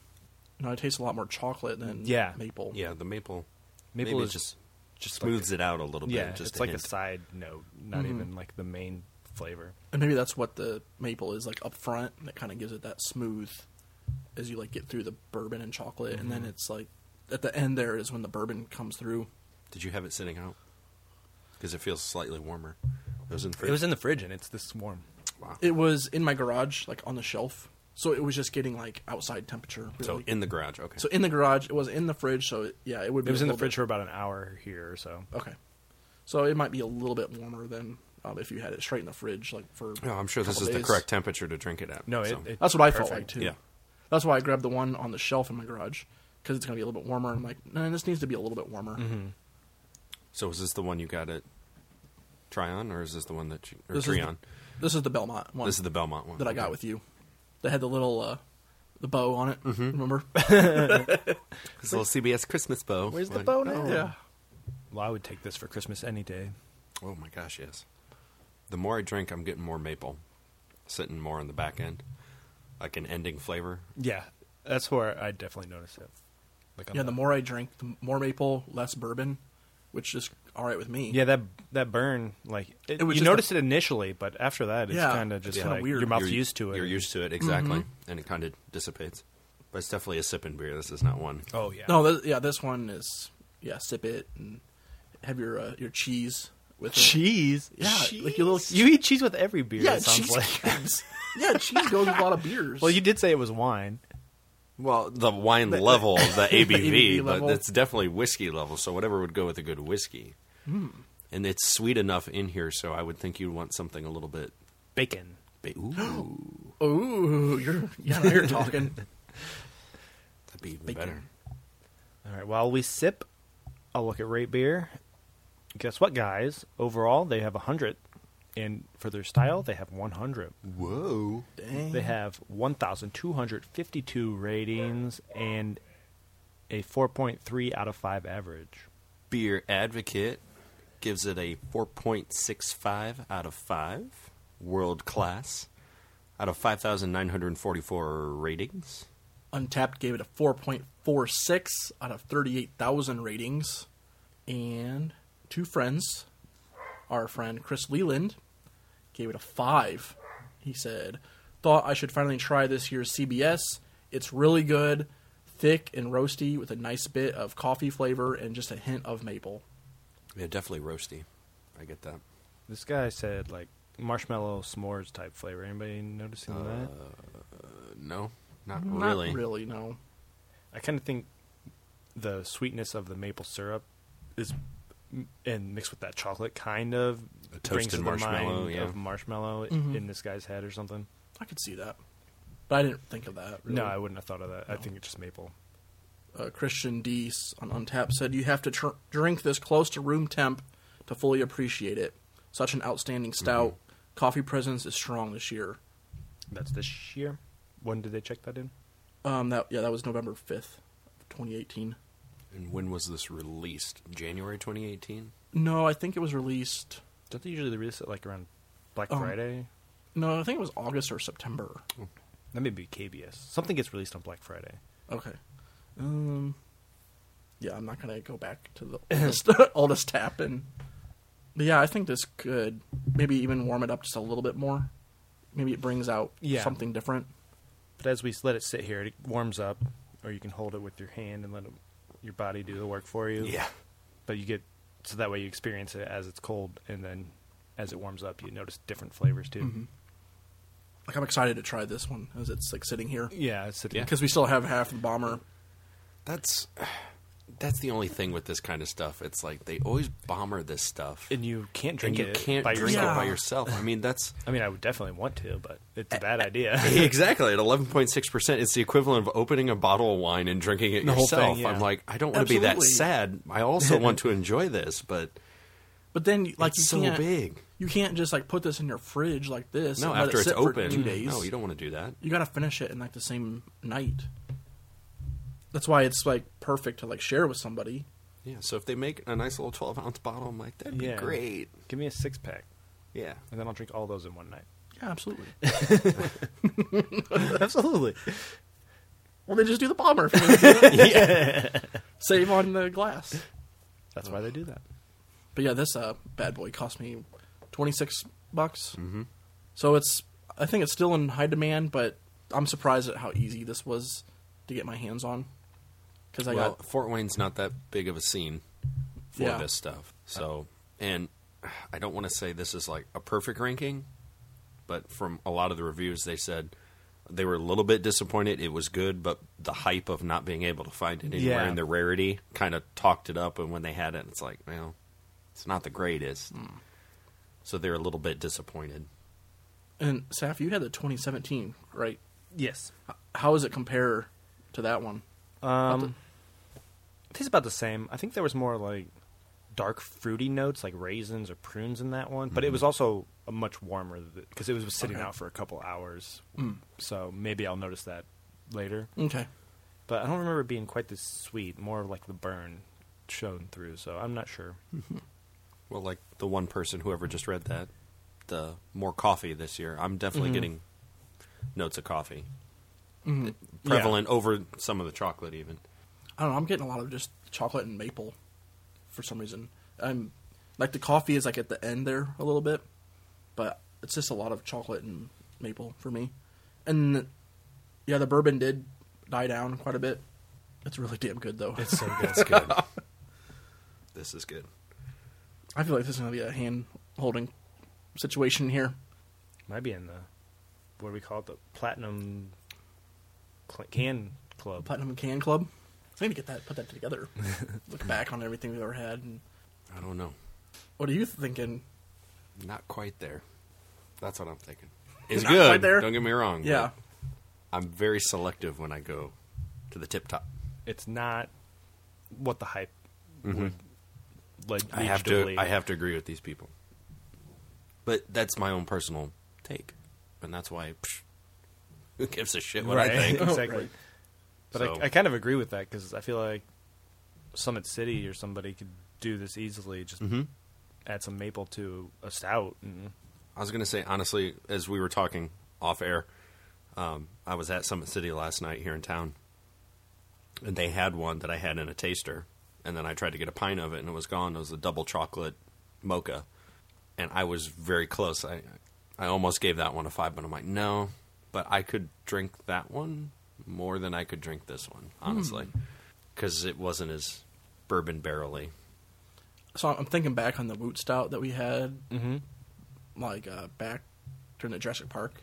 Speaker 2: You know, it tastes a lot more chocolate than
Speaker 1: Yeah.
Speaker 2: maple.
Speaker 3: Yeah, the maple.
Speaker 1: maple
Speaker 3: maybe
Speaker 1: is
Speaker 3: just just
Speaker 1: like
Speaker 3: smooths it out a little bit.
Speaker 1: yeah.
Speaker 3: just
Speaker 1: it's like
Speaker 3: hint.
Speaker 1: a Mm-hmm. side note, not
Speaker 2: Mhm.
Speaker 1: even like the main flavor.
Speaker 2: And maybe that's what the maple is like up front. and That kind of gives it that smooth as you like get through the bourbon and chocolate, and
Speaker 3: Mm-hmm.
Speaker 2: then it's like at the end there is when the bourbon comes through.
Speaker 3: Did you have it sitting out? Because it feels slightly warmer. It was in.
Speaker 1: It was in the fridge and it's this warm.
Speaker 3: Wow.
Speaker 2: It was in my garage, like on the shelf, so it was just getting like outside temperature.
Speaker 3: so
Speaker 2: really.
Speaker 3: in the garage. Okay.
Speaker 2: so in the garage, it was in the fridge. So it, yeah, it would. Be
Speaker 1: It was
Speaker 2: a
Speaker 1: in the
Speaker 2: little
Speaker 1: fridge for about an hour here or so.
Speaker 2: bit- okay, so it might be a little bit warmer than um, if you had it straight in the fridge, like for.
Speaker 3: no, Oh, I'm sure this
Speaker 2: couple
Speaker 3: is the
Speaker 2: days.
Speaker 3: correct temperature to drink it at.
Speaker 1: No,
Speaker 3: so.
Speaker 1: it, it-
Speaker 2: That's what I felt
Speaker 1: perfect.
Speaker 2: like too.
Speaker 3: Yeah.
Speaker 2: That's why I grabbed the one on the shelf in my garage because it's going to be a little bit warmer. I'm like, no, this needs to be a little bit warmer.
Speaker 1: Mm-hmm.
Speaker 3: So is this the one you got at Tryon, or is this the one that you, or
Speaker 2: This is the-
Speaker 3: Tryon?
Speaker 2: This is the Belmont one
Speaker 3: this is the Belmont one
Speaker 2: that I got with you. That had the little uh, the bow on it.
Speaker 1: Mm-hmm.
Speaker 2: Remember?
Speaker 3: This little CBS Christmas bow.
Speaker 1: Where's the
Speaker 3: Like-
Speaker 1: bow now?
Speaker 2: yeah.
Speaker 1: oh. Well, I would take this for Christmas any day.
Speaker 3: Oh my gosh, yes. The more I drink, I'm getting more maple, sitting more on the back end, like an ending flavor.
Speaker 1: Yeah, that's where I definitely notice it. Like on
Speaker 2: Yeah. The more I drink, the more maple, less bourbon, which is all right with me.
Speaker 1: yeah that that burn like it,
Speaker 2: It was
Speaker 1: you
Speaker 2: just
Speaker 1: notice it initially, but after that it's
Speaker 2: Yeah,
Speaker 1: kind of
Speaker 2: it's
Speaker 1: just
Speaker 2: kinda
Speaker 1: like
Speaker 2: weird.
Speaker 1: your mouth's
Speaker 3: You're-
Speaker 1: used to it.
Speaker 3: You're used to it exactly, and it kind of dissipates. But it's definitely a sipping beer. This is not one.
Speaker 1: Oh yeah.
Speaker 2: No. This, yeah. This one is yeah. Sip it and have your uh, your cheese with it.
Speaker 1: cheese.
Speaker 2: Yeah. Like your little
Speaker 1: You eat cheese with every beer.
Speaker 2: yeah
Speaker 1: it sounds
Speaker 2: cheese.
Speaker 1: like.
Speaker 2: goes- yeah. Cheese goes with a lot of beers.
Speaker 1: Well, you did say it was wine.
Speaker 3: Well, the wine level, of the ABV,
Speaker 2: ABV
Speaker 3: but
Speaker 2: level.
Speaker 3: it's definitely whiskey level. So whatever would go with a good whiskey, and it's sweet enough in here. So I would think you'd want something a little bit.
Speaker 1: Bacon.
Speaker 3: ba- Ooh,
Speaker 2: Ooh, you're yeah. Now you're talking.
Speaker 3: that'd be even
Speaker 2: Bacon.
Speaker 3: better.
Speaker 1: All right. While we sip, I'll look at rate beer. Guess what, guys? Overall, they have hundred, and for their style, they have one hundred.
Speaker 3: Whoa!
Speaker 2: Dang.
Speaker 1: They have 1,252 ratings and a 4.3 out of 5 average.
Speaker 3: Beer Advocate gives it a 4.65 out of 5, world class, out of 5,944 ratings.
Speaker 2: Untapped gave it a 4.46 out of 38,000 ratings. And two friends, our friend Chris Leland, gave it a 5. He said, Thought I should finally try this year's CBS. It's really good, thick and roasty with a nice bit of coffee flavor and just a hint of maple.
Speaker 3: Yeah, definitely roasty. I get that.
Speaker 1: This guy said like marshmallow s'mores type flavor. Anybody noticing that?
Speaker 3: Uh, No, not,
Speaker 2: Not
Speaker 3: really.
Speaker 2: really, no.
Speaker 1: I kind of think the sweetness of the maple syrup is and mixed with that chocolate kind of
Speaker 3: toasted
Speaker 1: brings to the
Speaker 3: marshmallow,
Speaker 1: mind
Speaker 3: yeah.
Speaker 1: of marshmallow in this guy's head or something.
Speaker 2: I could see that, but I didn't think of that. Really.
Speaker 1: No, I wouldn't have thought of that. I think it's just maple.
Speaker 2: uh, Christian D s- on Untapped said you have to tr- drink this close to room temp to fully appreciate it. Such an outstanding stout. Coffee presence is strong this year.
Speaker 1: That's this year. When did they check that in?
Speaker 2: Um, that yeah, that was November fifth, twenty eighteen.
Speaker 3: And when was this released? January 2018.
Speaker 2: No, I think it was released.
Speaker 1: Don't they usually release it like around Black
Speaker 2: Um,
Speaker 1: Friday?
Speaker 2: No, I think it was August or September.
Speaker 1: That may be KBS. Something gets released on Black Friday.
Speaker 2: Okay. Um. Yeah, I'm not gonna go back to the oldest, oldest tap and. But yeah, I think this could maybe even warm it up just a little bit more. Maybe it brings out
Speaker 1: Yeah.
Speaker 2: something different.
Speaker 1: But as we let it sit here, it warms up, or you can hold it with your hand and let it, your body do the work for you. But you get so that way you experience it as it's cold, and then as it warms up, you notice different flavors too.
Speaker 2: Like I'm excited to try this one as it's like sitting here
Speaker 1: Yeah, it's sitting.
Speaker 3: Yeah.
Speaker 2: because we still have half the bomber.
Speaker 3: That's that's the only thing with this kind of stuff. It's like they always bomber this stuff,
Speaker 1: and you can't
Speaker 3: and
Speaker 1: drink
Speaker 3: you
Speaker 1: it.
Speaker 3: can't
Speaker 1: by
Speaker 3: drink
Speaker 1: yourself.
Speaker 3: it by
Speaker 2: Yeah.
Speaker 3: yourself. I mean, that's
Speaker 1: I mean, I would definitely want to, but it's a bad idea.
Speaker 3: exactly at 11.6%. It's the equivalent of opening a bottle of wine and drinking it
Speaker 1: The whole thing,
Speaker 3: yourself.
Speaker 1: yeah.
Speaker 3: I'm like, I don't want to be that
Speaker 2: Absolutely.
Speaker 3: sad. I also want to enjoy this, but
Speaker 2: But then like
Speaker 3: It's
Speaker 2: you
Speaker 3: so
Speaker 2: can't,
Speaker 3: big.
Speaker 2: You can't just like put this in your fridge like this.
Speaker 3: no,
Speaker 2: and let
Speaker 3: after
Speaker 2: it
Speaker 3: it's
Speaker 2: sit
Speaker 3: open,
Speaker 2: for two days.
Speaker 3: no, you don't want to do that.
Speaker 2: you gotta finish it in like the same night. That's why it's like perfect to like share with somebody.
Speaker 3: Yeah, so if they make a nice little 12 ounce bottle, I'm like, that'd
Speaker 1: Yeah.
Speaker 3: be great.
Speaker 1: Give me a six pack,
Speaker 3: Yeah.
Speaker 1: and then I'll drink all those in one night.
Speaker 2: Yeah, absolutely.
Speaker 1: Absolutely.
Speaker 2: well, they just do the bomber. if you wanna do that. Save on the glass.
Speaker 1: That's why they do that.
Speaker 2: But yeah, this uh, bad boy cost me twenty six bucks. Mm-hmm. So it's I think it's still in high demand, but I'm surprised at how easy this was to get my hands on. Because I
Speaker 3: Well,
Speaker 2: got
Speaker 3: Fort Wayne's not that big of a scene for
Speaker 2: Yeah.
Speaker 3: this stuff. So, and I don't want to say this is like a perfect ranking, but from a lot of the reviews, they said they were a little bit disappointed. It was good, but the hype of not being able to find it anywhere
Speaker 1: Yeah.
Speaker 3: and the rarity kind of talked it up. And when they had it, it's like, well, it's not the greatest.
Speaker 2: Hmm.
Speaker 3: So they're a little bit disappointed.
Speaker 2: and Saf, you had the 2017, right?
Speaker 1: Yes.
Speaker 2: H- How does it compare to that one?
Speaker 1: Um, tastes about the same. I think there was more like dark fruity notes, like raisins or prunes in that one, but it was also a much warmer because it was sitting
Speaker 2: Okay.
Speaker 1: out for a couple hours. So maybe I'll notice that later.
Speaker 2: Okay,
Speaker 1: But I don't remember it being quite this sweet. More of like the burn shone through. So I'm not sure.
Speaker 3: Well, like the one person, whoever just read that, the more coffee this year. I'm definitely getting notes of coffee.
Speaker 2: Mm-hmm.
Speaker 3: Prevalent over some of the chocolate, even.
Speaker 2: I don't know. I'm getting a lot of just chocolate and maple for some reason. I'm like the coffee is like at the end there a little bit, but it's just a lot of chocolate and maple for me. And yeah, the bourbon did die down quite a bit. It's really damn good though.
Speaker 1: so good.
Speaker 3: That's good. this is good.
Speaker 2: I feel like this is gonna be a hand holding situation here.
Speaker 1: Might be in the what do we call it? The platinum cl- can club.
Speaker 2: Platinum Can Club. So I need to get that, put that together. Look back on everything we've ever had. And
Speaker 3: I don't know.
Speaker 2: what are you thinking?
Speaker 3: Not quite there. That's what I'm thinking. It's
Speaker 2: Not
Speaker 3: good.
Speaker 2: quite there?
Speaker 3: Don't get me wrong.
Speaker 2: Yeah,
Speaker 3: but I'm very selective when I go to the tip top.
Speaker 1: It's not what the hype would like.
Speaker 3: Mm-hmm. I have to. I have to agree with these people. But that's my own personal take, and that's why. Psh, who gives a shit what I think?
Speaker 1: exactly.
Speaker 2: Right.
Speaker 1: But
Speaker 3: So-
Speaker 1: I, I kind of agree with that because I feel like Summit City or somebody could do this easily. Just
Speaker 2: Mm-hmm.
Speaker 1: add some maple to a stout. And,
Speaker 3: I was going to say, honestly, as we were talking off air, um, I was at Summit City last night here in town, and they had one that I had in a taster, and then I tried to get a pint of it, and it was gone. It was a double chocolate mocha, and I was very close. I, I almost gave that one a five, but I'm like, no, but I could drink that one more than I could drink this one,
Speaker 1: Hmm.
Speaker 3: honestly, because it wasn't as bourbon barrely.
Speaker 2: so I'm thinking back on the Woot Stout that we had, like uh, back during the Jurassic Park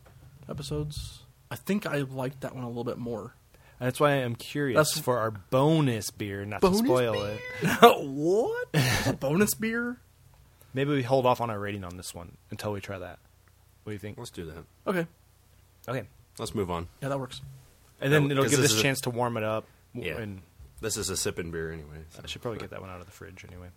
Speaker 2: episodes. I think I liked that one a little bit more.
Speaker 1: That's why I'm curious
Speaker 2: That's-
Speaker 1: for our bonus beer, not
Speaker 2: Bonus
Speaker 1: to spoil it.
Speaker 2: what? A bonus beer?
Speaker 1: Maybe we hold off on our rating on this one until we try that. What do you think?
Speaker 3: Let's do that.
Speaker 2: Okay.
Speaker 1: Okay,
Speaker 3: Let's move on.
Speaker 2: Yeah, that works.
Speaker 1: and then
Speaker 3: No,
Speaker 1: it'll
Speaker 3: 'cause
Speaker 1: give
Speaker 3: this
Speaker 1: us
Speaker 3: is
Speaker 1: a
Speaker 3: a-
Speaker 1: chance to warm it up. w-
Speaker 3: Yeah.
Speaker 1: and
Speaker 3: This is a sipping beer anyway. so-
Speaker 1: I should probably get that one out of the fridge anyway.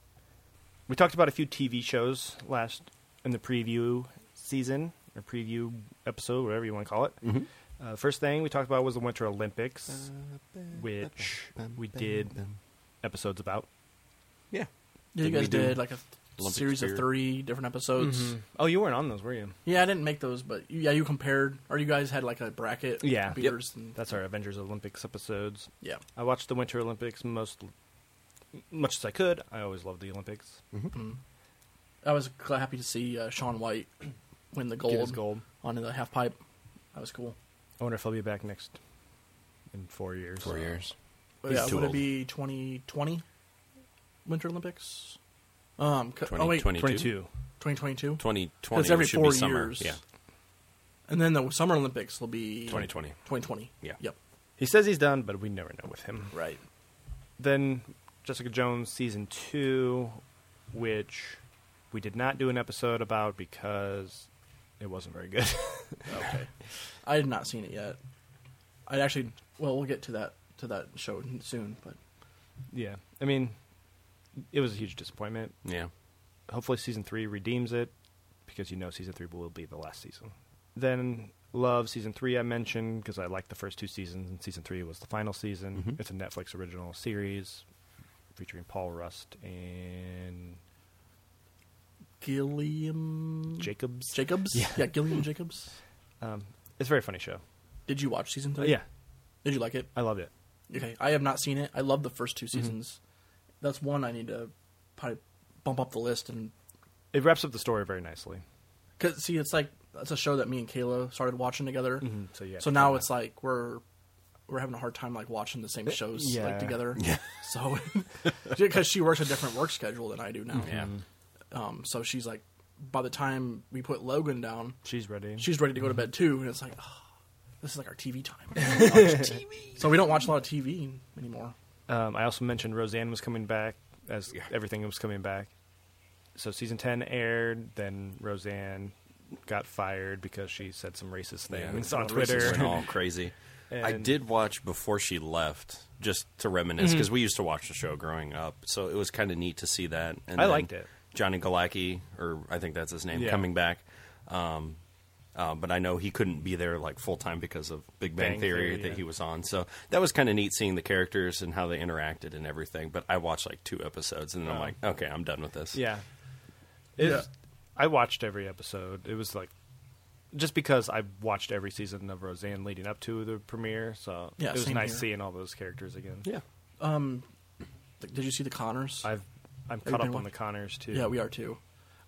Speaker 1: We talked about a few TV shows last in the preview season or preview episode, whatever you want to call it.
Speaker 3: Mm-hmm.
Speaker 1: Uh, first thing we talked about was the Winter Olympics, which we did episodes about.
Speaker 3: Yeah.
Speaker 2: Yeah, you
Speaker 3: Did we
Speaker 2: guys
Speaker 3: do
Speaker 2: did like a th-
Speaker 3: Olympic
Speaker 2: series
Speaker 3: beer?
Speaker 2: of three different episodes.
Speaker 1: Oh, you weren't on those, were you?
Speaker 2: Yeah, I didn't make those, but you- yeah, you compared, or you guys had like a bracket.
Speaker 1: Yeah. Yep.
Speaker 2: beers and
Speaker 1: That's our Avengers Olympics episodes.
Speaker 2: yeah.
Speaker 1: I watched the Winter Olympics most much as I could. I always loved the Olympics.
Speaker 2: I was gl- happy to see uh, Sean White win the
Speaker 1: Get his
Speaker 2: gold,
Speaker 1: gold.
Speaker 2: on the half pipe. That was cool.
Speaker 1: I wonder if he'll be back next in four years.
Speaker 3: Four years.
Speaker 2: But
Speaker 3: He's
Speaker 2: yeah,
Speaker 3: too
Speaker 2: would
Speaker 3: old.
Speaker 2: it be 2020 Winter Olympics? Um, c- oh wait,
Speaker 1: 22.
Speaker 2: 2022.
Speaker 3: 2020.
Speaker 2: Because every
Speaker 3: should
Speaker 2: four
Speaker 3: be summer.
Speaker 2: years.
Speaker 3: Yeah.
Speaker 2: And then the Summer Olympics will be
Speaker 3: 2020.
Speaker 2: 2020.
Speaker 3: Yeah.
Speaker 2: Yep.
Speaker 1: He says he's done, but we never know with him.
Speaker 2: Right.
Speaker 1: Then Jessica Jones season two, which we did not do an episode about because it wasn't very good.
Speaker 2: Okay. I had not seen it yet. I actually, well, we'll get to that to that show soon, but
Speaker 1: yeah, I mean, it was a huge disappointment.
Speaker 3: Yeah.
Speaker 1: Hopefully, season three redeems it because you know season three will be the last season. Then Love season three I mentioned because I liked the first two seasons, and season three was the final season.
Speaker 3: Mhm.
Speaker 1: It's a Netflix original series featuring Paul Rust and
Speaker 2: Gilliam
Speaker 1: Jacobs.
Speaker 2: Jacobs.
Speaker 1: Yeah.
Speaker 2: Gilliam Jacobs.
Speaker 1: Um, it's a very funny show.
Speaker 2: Did you watch season
Speaker 1: Uh,
Speaker 2: three?
Speaker 1: yeah,
Speaker 2: Did you like it?
Speaker 1: I loved it.
Speaker 2: Okay, I have not seen it. I love the first
Speaker 3: Mm-hmm.
Speaker 2: two seasons. That's one I need to probably bump up the list and
Speaker 1: It wraps up the story very nicely.
Speaker 2: cause see, it's like that's a show that me and Kayla started watching together.
Speaker 1: Mm-hmm. So yeah.
Speaker 2: So now it's like we're we're having a hard time like watching the same shows
Speaker 1: Eh, yeah.
Speaker 2: like together. Yeah. So because she works a different work schedule than I do now.
Speaker 3: Yeah.
Speaker 1: Mm-hmm.
Speaker 2: Um. So she's like, by the time we put Logan down,
Speaker 1: she's ready.
Speaker 2: she's ready to go to bed too, and it's like, oh, this is like our TV time. TV. So we don't watch a lot of TV anymore.
Speaker 1: Um, I also mentioned Roseanne was coming back as
Speaker 3: Yeah.
Speaker 1: everything was coming back. So season ten aired. Then Roseanne got fired because she said some racist things
Speaker 3: Yeah.
Speaker 1: on
Speaker 2: Racist
Speaker 1: Twitter.
Speaker 3: It's all crazy. I
Speaker 1: And- Mhm.
Speaker 3: did watch before she left, just to reminisce, because we used to watch the show growing up. So it was kind of neat to see that. And
Speaker 1: I
Speaker 3: then
Speaker 1: liked it.
Speaker 3: Johnny Galecki, or I think that's his name,
Speaker 1: Yeah.
Speaker 3: coming back. Um, uh, but I know he couldn't be there like full time because of Big Bang,
Speaker 1: Bang
Speaker 3: Theory,
Speaker 1: Theory,
Speaker 3: that
Speaker 1: yeah.
Speaker 3: he was on. So that was kind of neat seeing the characters and how they interacted and everything. But I watched like two episodes and then I'm
Speaker 1: Oh.
Speaker 3: like, okay, I'm done with this.
Speaker 1: Yeah. It was- I watched every episode. It was like just because I watched every season of Roseanne leading up to the premiere, so
Speaker 2: Yeah,
Speaker 1: it was
Speaker 2: same
Speaker 1: nice
Speaker 2: here.
Speaker 1: seeing all those characters again.
Speaker 3: Yeah.
Speaker 2: Like, Did you see the Connors?
Speaker 1: I've I'm
Speaker 2: you
Speaker 1: caught up
Speaker 2: been
Speaker 1: on
Speaker 2: watch-
Speaker 1: the Connors too.
Speaker 2: yeah, we are too.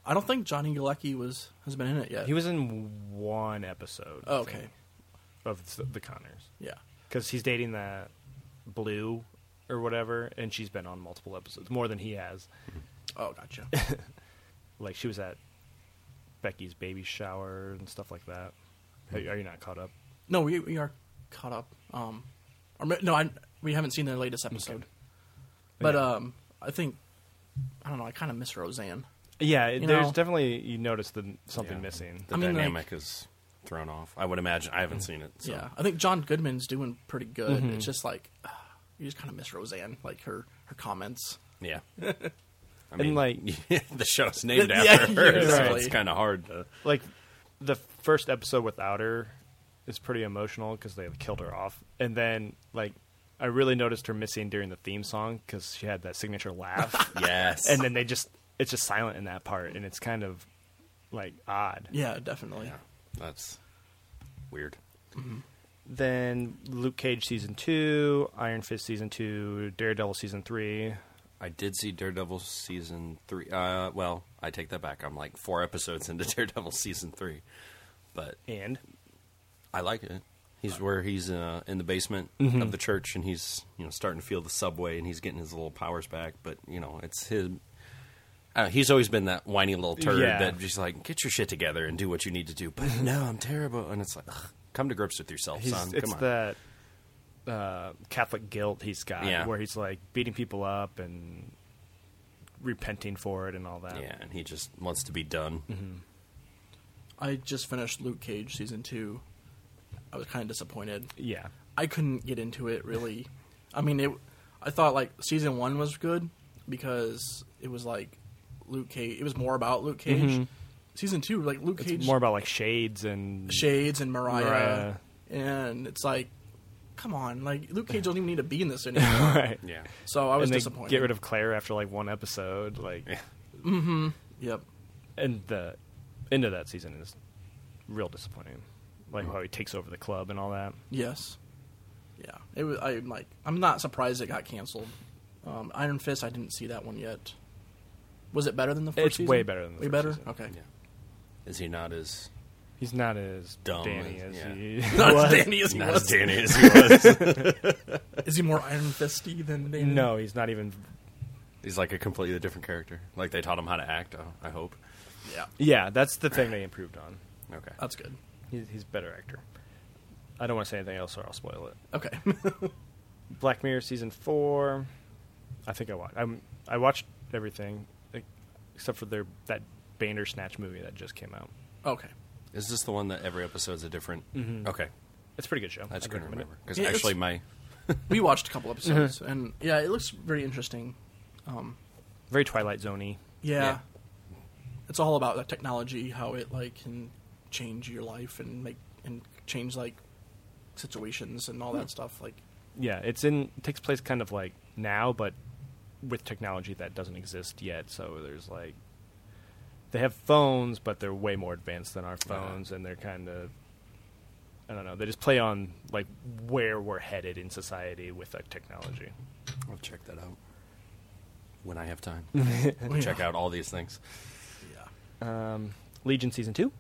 Speaker 2: I don't think Johnny Galecki was has been in it yet.
Speaker 1: He was in one episode. I
Speaker 2: Oh,
Speaker 1: think,
Speaker 2: okay.
Speaker 1: of s- the Connors
Speaker 2: Yeah.
Speaker 1: because he's dating that Blue or whatever, and she's been on multiple episodes more than he has.
Speaker 2: Oh, gotcha.
Speaker 1: Like she was at Becky's baby shower and stuff like that. Are you, are you not caught up?
Speaker 2: no, we we are caught up. Um, or, ma- no, I we haven't seen the latest episode, but
Speaker 1: Yeah.
Speaker 2: um, I think I don't know. I kind of miss Roseanne.
Speaker 1: Yeah, it-
Speaker 2: You
Speaker 1: there's
Speaker 2: know-
Speaker 1: definitely you notice the something
Speaker 3: Yeah.
Speaker 1: missing.
Speaker 3: The
Speaker 2: I mean, like-
Speaker 3: dynamic is thrown off. I would imagine. I haven't seen it. So.
Speaker 2: Yeah, I think John Goodman's doing pretty good. It's just like ah, you just kind of miss Roseanne, like her her comments.
Speaker 3: Yeah. I mean,
Speaker 1: like-
Speaker 3: the show's named
Speaker 2: Yeah,
Speaker 3: after
Speaker 2: yeah,
Speaker 3: her, so
Speaker 2: exactly.
Speaker 3: it's kind of hard to.
Speaker 1: Like the first episode without her is pretty emotional because they killed her off, and then like I really noticed her missing during the theme song because she had that signature laugh.
Speaker 3: Yes,
Speaker 1: and then they just it's just silent in that part and it's kind of like odd
Speaker 2: Yeah, definitely.
Speaker 3: yeah, that's weird.
Speaker 1: then luke cage season 2 iron fist season 2 daredevil season 3
Speaker 3: I did see Daredevil season three. Uh, well, I take that back. I'm like four episodes into Daredevil season three, but
Speaker 1: and
Speaker 3: I like it. He's where he's uh, in the basement of the church, and he's you know starting to feel the subway, and he's getting his little powers back. But you know, it's his. Uh, he's always been that whiny little turd
Speaker 1: Yeah.
Speaker 3: that just like get your shit together and do what you need to do. But no, I'm terrible, and it's like ugh, come to grips with yourself,
Speaker 1: he's,
Speaker 3: son.
Speaker 1: it's
Speaker 3: come on.
Speaker 1: that uh, Catholic guilt he's got,
Speaker 3: Yeah.
Speaker 1: where he's like beating people up and repenting for it and all that.
Speaker 3: Yeah, and he just wants to be done.
Speaker 2: I just finished Luke Cage season two. I was kind of disappointed.
Speaker 1: Yeah.
Speaker 2: I couldn't get into it really. I mean, it. I thought like season one was good because it was like Luke Cage. It was more about Luke Cage. Season two, like Luke
Speaker 1: Mm-hmm. It's
Speaker 2: Cage,
Speaker 1: more about like shades and
Speaker 2: Shades and Mariah,
Speaker 1: Mariah.
Speaker 2: and it's like, come on, like Luke Cage don't even need to be in this anymore.
Speaker 1: right.
Speaker 3: Yeah.
Speaker 2: So I was
Speaker 1: and they
Speaker 2: disappointed.
Speaker 1: get rid of Claire after like one episode, like
Speaker 2: Yep.
Speaker 1: and the end of that season is real disappointing. Like how he takes over the club and all that.
Speaker 2: Yes. Yeah. It was. I'm like. I'm not surprised it got canceled. Um, Iron Fist. I didn't see that one yet. Was it better than the first?
Speaker 1: It's
Speaker 2: season?
Speaker 1: way better than the
Speaker 2: way
Speaker 1: first
Speaker 2: better.
Speaker 1: season.
Speaker 2: Okay.
Speaker 3: Yeah. Is he not as
Speaker 1: He's not as
Speaker 3: Dumb
Speaker 1: Danny
Speaker 3: as-
Speaker 1: as,
Speaker 3: yeah.
Speaker 1: he
Speaker 2: Not
Speaker 1: was.
Speaker 2: as Danny as he
Speaker 3: not
Speaker 2: was.
Speaker 3: as Danny as he was?
Speaker 2: Is he more Iron Fisty than Danny?
Speaker 1: No, he's not even.
Speaker 3: He's like a completely different character. Like they taught him how to act. oh, I hope.
Speaker 2: Yeah.
Speaker 1: Yeah, that's the thing they improved on.
Speaker 3: Okay.
Speaker 2: That's good.
Speaker 1: He's, he's a better actor. I don't want to say anything else, or I'll spoil it.
Speaker 2: Okay.
Speaker 1: Black Mirror season four. I think I watched. I'm, I watched everything like, except for their that Bandersnatch movie that just came out.
Speaker 2: okay.
Speaker 3: Is this the one that every episode's a different? Okay,
Speaker 1: It's a pretty good show.
Speaker 3: I just
Speaker 1: I'd
Speaker 3: couldn't
Speaker 1: recommend it.
Speaker 3: remember because
Speaker 2: Yeah, it's-
Speaker 3: actually my
Speaker 2: We watched a couple episodes,
Speaker 3: Mm-hmm.
Speaker 2: and yeah, it looks very interesting. Um,
Speaker 1: Very Twilight Zoney.
Speaker 2: yeah.
Speaker 3: Yeah.
Speaker 2: It's all about the technology, how it like can change your life and make and change like situations and all
Speaker 3: Hmm.
Speaker 2: that stuff. Like
Speaker 1: Yeah, it's in it takes place kind of like now, but with technology that doesn't exist yet. So there's like they have phones, but they're way more advanced than our phones, and they're kind of I don't know. They just play on like where we're headed in society with like, technology.
Speaker 3: I'll check that out when I have time.
Speaker 2: yeah.
Speaker 3: check out all these things.
Speaker 2: Yeah.
Speaker 1: Legion season two.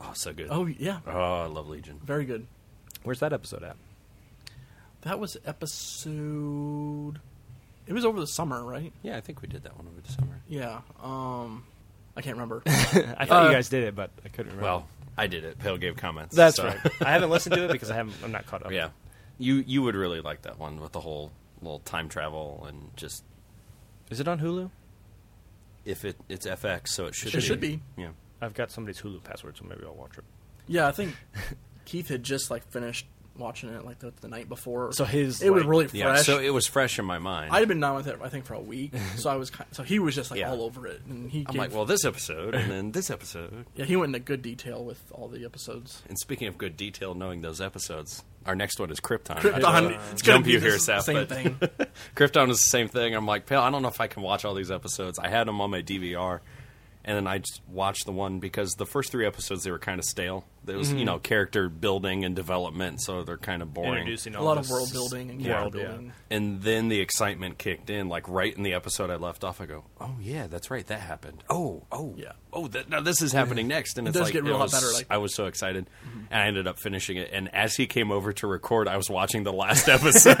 Speaker 3: Oh, so good.
Speaker 2: Oh yeah.
Speaker 3: Oh, I love Legion.
Speaker 2: Very good.
Speaker 1: Where's that episode at?
Speaker 2: That was episode. It was over the summer, right?
Speaker 3: Yeah, I think we did that one over the summer.
Speaker 2: Yeah. Um, I can't remember.
Speaker 1: I thought
Speaker 2: Uh,
Speaker 1: you guys did it, but I couldn't remember.
Speaker 3: Well, I did it. Pale gave comments.
Speaker 1: that's
Speaker 3: so-
Speaker 1: right. I haven't listened to it because I haven't. I'm not caught up.
Speaker 3: yeah, you you would really like that one with the whole little time travel and just
Speaker 1: Is it on Hulu?
Speaker 3: if it it's FX, so it should
Speaker 2: It should be.
Speaker 3: Yeah,
Speaker 1: I've got somebody's Hulu password, so maybe I'll watch it.
Speaker 2: yeah, I think Keith had just like finished watching it like the, the night before.
Speaker 1: So his,
Speaker 2: it was
Speaker 1: like-
Speaker 2: really fresh.
Speaker 3: yeah. So it was fresh in my mind.
Speaker 2: I had been down with it I think for a week, so I was kind so he was just like
Speaker 3: Yeah.
Speaker 2: all over it, and he
Speaker 3: I'm
Speaker 2: gave,
Speaker 3: like, well, this episode and then this episode.
Speaker 2: yeah he went into good detail with all the episodes.
Speaker 3: And speaking of good detail, knowing those episodes, our next one is Krypton.
Speaker 2: Krypton, it's gonna
Speaker 3: uh, jump
Speaker 2: be
Speaker 3: you
Speaker 2: the
Speaker 3: here,
Speaker 2: s-
Speaker 3: Seth,
Speaker 2: same
Speaker 3: but-
Speaker 2: thing.
Speaker 3: Krypton is the same thing. I'm like, pal, I don't know if I can watch all these episodes. I had them on my DVR, and then I just watched the one because the first three episodes they were kind of stale. There was you
Speaker 2: Mm-hmm.
Speaker 3: know character building and development, so they're kind of boring.
Speaker 1: Introducing
Speaker 2: a
Speaker 1: all
Speaker 2: lot of
Speaker 1: this-
Speaker 2: world building and
Speaker 1: Yeah.
Speaker 2: world
Speaker 1: Yeah.
Speaker 2: building.
Speaker 3: And then the excitement kicked in, like right in the episode I left off. I go, oh yeah, that's right, that happened. Oh, oh,
Speaker 2: Yeah.
Speaker 3: oh, that, now this is happening next, and it's
Speaker 2: does
Speaker 3: like
Speaker 2: get
Speaker 3: it
Speaker 2: a lot
Speaker 3: was-
Speaker 2: better, like- Mm-hmm.
Speaker 3: I was so excited, and I ended up finishing it. And as he came over to record, I was watching the last episode,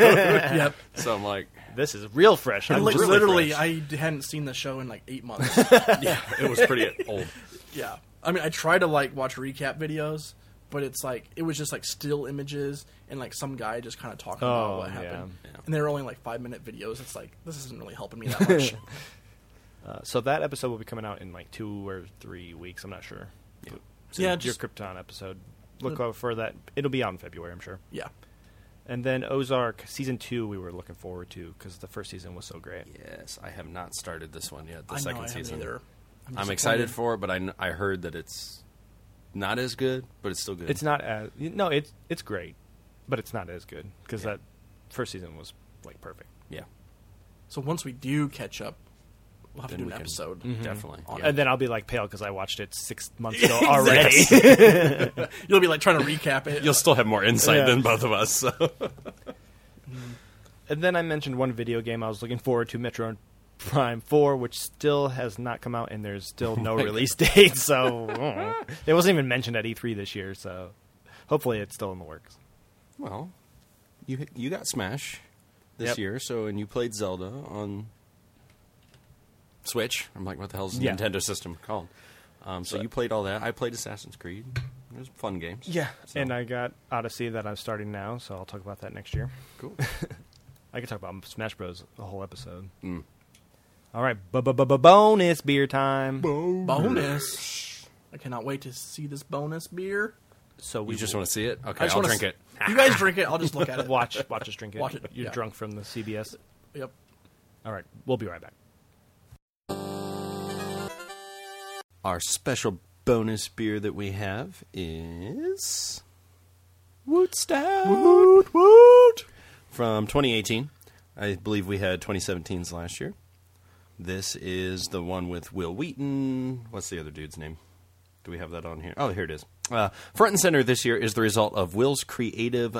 Speaker 2: Yep.
Speaker 3: so I'm like,
Speaker 1: This is real fresh. I'm
Speaker 2: Like,
Speaker 1: really
Speaker 2: literally,
Speaker 1: fresh.
Speaker 2: I hadn't seen the show in like eight months.
Speaker 3: yeah, it was pretty old.
Speaker 2: Yeah. I mean, I try to like watch recap videos, but it's like it was just like still images and like some guy just kind of talking about
Speaker 1: Oh,
Speaker 2: what
Speaker 1: yeah.
Speaker 2: happened.
Speaker 3: Yeah.
Speaker 2: And they were only like 5 minute videos. It's like this isn't really helping me that much.
Speaker 1: Uh, so that episode will be coming out in like two or three weeks. I'm not sure. But- so
Speaker 2: Yeah,
Speaker 1: your
Speaker 2: just-
Speaker 1: Krypton episode. Look out for that. It'll be out in February, I'm sure.
Speaker 2: yeah.
Speaker 1: And then Ozark season two, we were looking forward to because the first season was so great.
Speaker 3: Yes, I have not started this one yet. The
Speaker 2: I know
Speaker 3: second
Speaker 2: I haven't
Speaker 3: season.
Speaker 2: either.
Speaker 3: I'm
Speaker 2: disappointed.
Speaker 3: excited for it, but I, kn- I heard that it's not as good, but it's still good.
Speaker 1: It's not as no, it's it's great, but it's not as good because
Speaker 3: Yeah.
Speaker 1: that first season was like perfect.
Speaker 3: Yeah,
Speaker 2: So once we do catch up, we'll have
Speaker 3: Then
Speaker 2: to do
Speaker 3: we
Speaker 2: an
Speaker 3: can- Mm-hmm.
Speaker 2: episode.
Speaker 3: definitely.
Speaker 2: On
Speaker 3: Yeah.
Speaker 1: And then I'll be like pale because I watched it six months ago already.
Speaker 2: You'll be like trying to recap it.
Speaker 3: You'll still have more insight
Speaker 1: Yeah.
Speaker 3: than both of us. So.
Speaker 1: And then I mentioned one video game I was looking forward to, Metro Prime 4, which still has not come out and there's still no release date. So mm. it wasn't even mentioned at E3 this year. So hopefully it's still in the works.
Speaker 3: Well, you you got Smash this
Speaker 1: Yep.
Speaker 3: year, so and you played Zelda on Switch. I'm like, what the hell's the
Speaker 1: Yeah.
Speaker 3: Nintendo system called? Um, so, you played all that. I played Assassin's Creed. There's fun games.
Speaker 1: Yeah.
Speaker 3: So-
Speaker 1: And I got Odyssey that I'm starting now, so I'll talk about that next year.
Speaker 3: Cool.
Speaker 1: I could talk about Smash Bros. a whole episode.
Speaker 3: Mm.
Speaker 1: All right, bu- bu- bu- bu- bonus beer time.
Speaker 2: Bonus. I cannot wait to see this bonus beer.
Speaker 1: So we
Speaker 3: You just
Speaker 1: will-
Speaker 3: want to see it? Okay,
Speaker 2: I just
Speaker 3: I'll
Speaker 2: wanna
Speaker 3: drink
Speaker 2: s-
Speaker 3: it.
Speaker 2: You guys drink it. I'll just look at it.
Speaker 1: watch watch us drink it.
Speaker 2: Watch it,
Speaker 1: You're
Speaker 2: yeah.
Speaker 1: drunk from the CBS.
Speaker 2: Yep.
Speaker 1: All right, we'll be right back.
Speaker 3: Our special bonus beer that we have is Woot Stout. Woot Woot from 2018. I believe we had 2017s last year. This is the one with Will Wheaton. What's the other dude's name? Do we have that on here? Oh, here it is. Uh, front and center this year is the result of Will's creative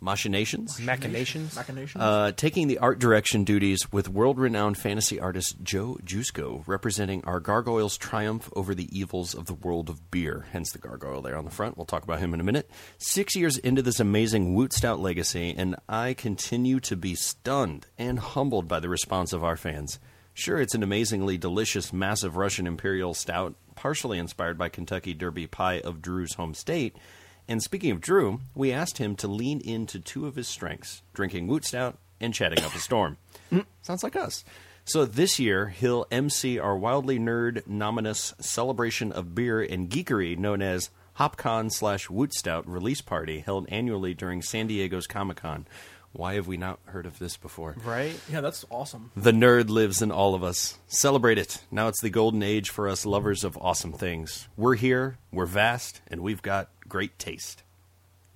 Speaker 3: machinations.
Speaker 1: Machinations.
Speaker 2: Machinations.
Speaker 3: Uh, taking the art direction duties with world renowned fantasy artist Joe Jusko, representing our gargoyle's triumph over the evils of the world of beer, hence the gargoyle there on the front. We'll talk about him in a minute. Six years into this amazing Woot Stout legacy, and I continue to be stunned and humbled by the response of our fans. Sure, it's an amazingly delicious, massive Russian Imperial Stout, partially inspired by Kentucky Derby Pie of Drew's home state. And speaking of Drew, we asked him to lean into two of his strengths drinking Woot Stout and chatting up a storm. Sounds like us. So this year, he'll MC our wildly nerd nominous celebration of beer and geekery known as HopCon slash Woot Stout release party held annually during San Diego's Comic Con. Why have we not heard of this before?
Speaker 1: Right.
Speaker 2: yeah, that's awesome.
Speaker 3: The nerd lives in all of us. Celebrate it. Now it's the golden age for us lovers of awesome things. We're here, we're vast, and we've got great taste.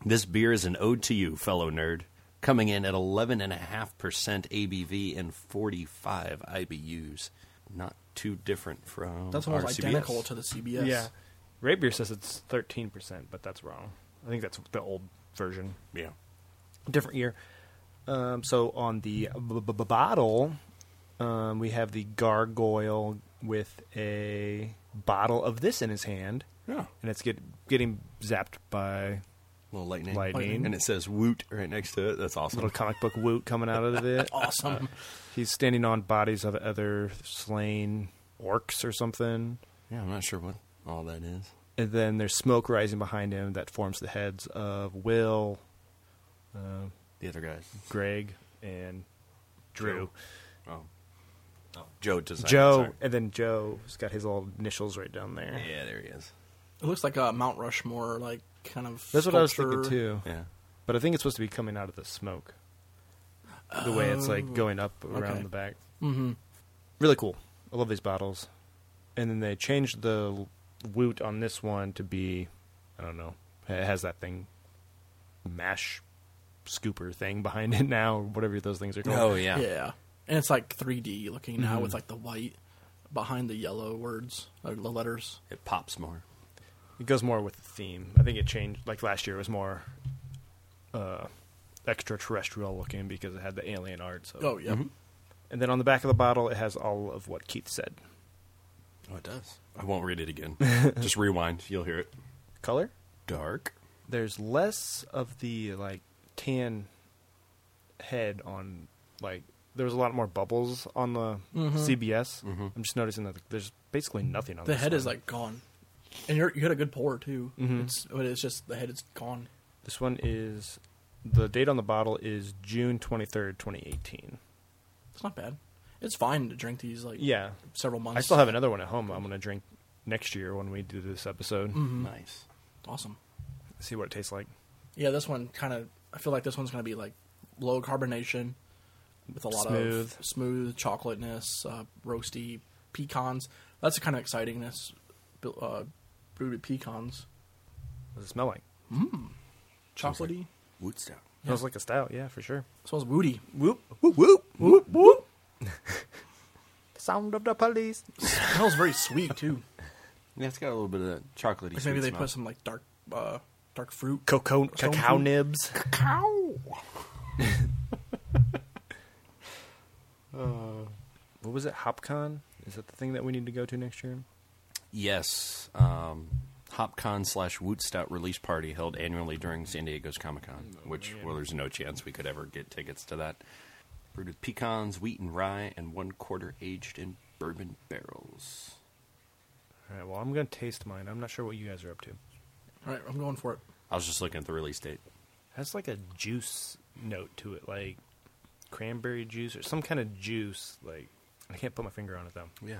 Speaker 3: This beer is an ode to you, fellow nerd. Coming in at 11.5% ABV and 45 IBUs. Not too different from
Speaker 2: That's almost
Speaker 3: our CBS.
Speaker 2: identical to the CBS.
Speaker 1: Yeah. Rapier says it's 13%, but that's wrong. I think that's the old version.
Speaker 3: Yeah.
Speaker 1: Different year. Um, so on the b- b- b- bottle, um, we have the gargoyle with a bottle of this in his hand.
Speaker 3: Yeah.
Speaker 1: And it's get, getting zapped by
Speaker 3: little lightning.
Speaker 1: Lightning.
Speaker 3: And it says Woot right next to it. That's
Speaker 1: a
Speaker 3: awesome.
Speaker 1: little comic book woot coming out of it.
Speaker 2: Awesome.
Speaker 1: He's standing on bodies of other slain orcs or something.
Speaker 3: yeah, I'm not sure what all that is.
Speaker 1: And then there's smoke rising behind him that forms the heads of Will,
Speaker 3: The other guys.
Speaker 1: Greg, and Drew.
Speaker 3: Oh. oh. Joe decided.
Speaker 1: Joe,
Speaker 3: sorry.
Speaker 1: and then Joe's got his little initials right down there.
Speaker 3: Yeah, there he is.
Speaker 2: It looks like a Mount Rushmore, like kind of.
Speaker 1: That's what I was
Speaker 2: sculpture.
Speaker 1: thinking too.
Speaker 3: Yeah.
Speaker 1: But I think it's supposed to be coming out of the smoke, the way it's like going up around
Speaker 2: okay.
Speaker 1: the back.
Speaker 2: Mhm.
Speaker 1: Really cool. I love these bottles. And then they changed the woot on this one to be, I don't know, it has that thing, mash scooper thing behind it now, or whatever those things are called.
Speaker 3: Oh
Speaker 2: Yeah.
Speaker 3: yeah.
Speaker 2: and it's like 3D looking now
Speaker 1: Mm-hmm.
Speaker 2: with like the white behind the yellow words, or the letters.
Speaker 3: It pops more.
Speaker 1: It goes more with the theme. I think it changed. Like last year, it was more uh, extraterrestrial looking because it had the alien art. So.
Speaker 2: Oh yeah,
Speaker 1: And then on the back of the bottle, it has all of what Keith said.
Speaker 3: Oh, it does. I won't read it again. Just rewind. You'll hear it.
Speaker 1: Color.
Speaker 3: Dark.
Speaker 1: There's less of the like tan head on like. There was a lot more bubbles on the CBS. I'm just noticing that there's basically nothing on
Speaker 2: Mm-hmm. the
Speaker 1: this
Speaker 2: head is
Speaker 1: one.
Speaker 2: like gone, and you're, you had a good pour too.
Speaker 1: Mm-hmm.
Speaker 2: It's but it's just the head is gone.
Speaker 1: This one is the date on the bottle is June 23rd, 2018.
Speaker 2: It's not bad. It's fine to drink these like
Speaker 1: Yeah,
Speaker 2: several months.
Speaker 1: I still have another one at home. I'm going to drink next year when we do this episode.
Speaker 3: Nice.
Speaker 2: Mm-hmm. awesome.
Speaker 1: See what it tastes like.
Speaker 2: Yeah, this one kind of. I feel like this one's going to be like low carbonation with a lot
Speaker 1: Smooth.
Speaker 2: of smooth chocolateness, uh, roasty pecans. That's kind of excitingness. bu- Uh, brewed with pecans,
Speaker 1: What does it smell like?
Speaker 2: chocolatey.
Speaker 3: Wood stout.
Speaker 1: Smells like a stout, yeah, for sure.
Speaker 2: Smells woody.
Speaker 1: Whoop, whoop, whoop, whoop, whoop. Sound of the police.
Speaker 2: smells very sweet too.
Speaker 3: Yeah, it's got a little bit of that chocolatey.
Speaker 2: Like
Speaker 3: sweet
Speaker 2: maybe they
Speaker 3: smell.
Speaker 2: put some like dark, uh, dark fruit.
Speaker 1: Cocoa,
Speaker 2: Stone
Speaker 1: cacao
Speaker 2: fruit.
Speaker 1: nibs.
Speaker 2: Cow.
Speaker 1: Uh, What was it? HopCon? Is that the thing that we need to go to next year?
Speaker 3: Yes. Um, HopCon slash Woot Stout release party held annually during San Diego's Comic Con,
Speaker 2: Mm,
Speaker 3: which, well, there's no chance we could ever get tickets to that. Brewed with pecans, wheat, and rye, and one quarter aged in bourbon barrels.
Speaker 1: All right. Well, I'm going to taste mine. I'm not sure what you guys are up to.
Speaker 2: All right, I'm going for it.
Speaker 3: I was just looking at the release date.
Speaker 1: Has like a juice note to it, like cranberry juice or some kind of juice. Like I can't put my finger on it though.
Speaker 3: Yeah.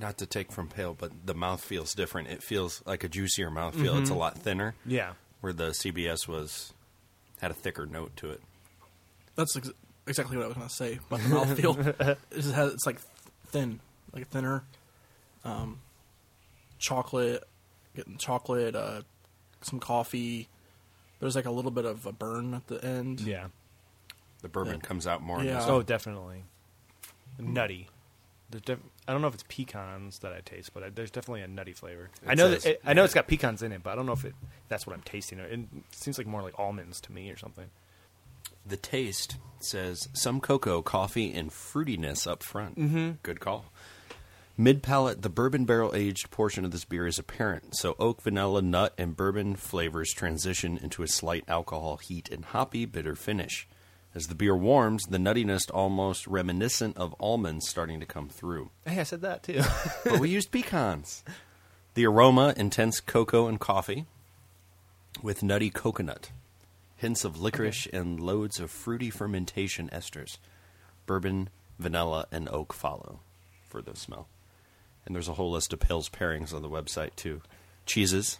Speaker 3: Not to take from pale, but the mouth feels different. It feels like a juicier mouthfeel. feel. It's a lot thinner.
Speaker 1: Yeah,
Speaker 3: Where the CBS was had a thicker note to it.
Speaker 2: That's ex- exactly what I was going to say about the mouthfeel. it just has, it's like thin, like thinner. Um, chocolate, getting chocolate, uh, some coffee. There's like a little bit of a burn at the end.
Speaker 1: yeah.
Speaker 3: The bourbon
Speaker 2: Yeah.
Speaker 3: comes out more. in
Speaker 2: Yeah.
Speaker 3: this.
Speaker 2: Uh,
Speaker 1: oh, definitely nutty. There's def- I don't know if it's pecans that I taste, but I, there's definitely a nutty flavor. I
Speaker 3: It
Speaker 1: know
Speaker 3: says-
Speaker 1: that it, I know it's got pecans in it, but I don't know if it that's what I'm tasting. It seems like more like almonds to me or something.
Speaker 3: The taste says some cocoa, coffee, and fruitiness up front. Mm-hmm. Good call. Mid palate, the bourbon barrel aged portion of this beer is apparent, so oak, vanilla, nut, and bourbon flavors transition into a slight alcohol heat and hoppy, bitter finish. As the beer warms, the nuttiness almost reminiscent of almonds starting to come through.
Speaker 1: Hey, I said that too.
Speaker 3: but we used pecans. The aroma, intense cocoa and coffee, with nutty coconut, hints of licorice, and loads of fruity fermentation esters. Bourbon, vanilla, and oak follow for the smell. And there's a whole list of Pale's pairings on the website, too. Cheeses,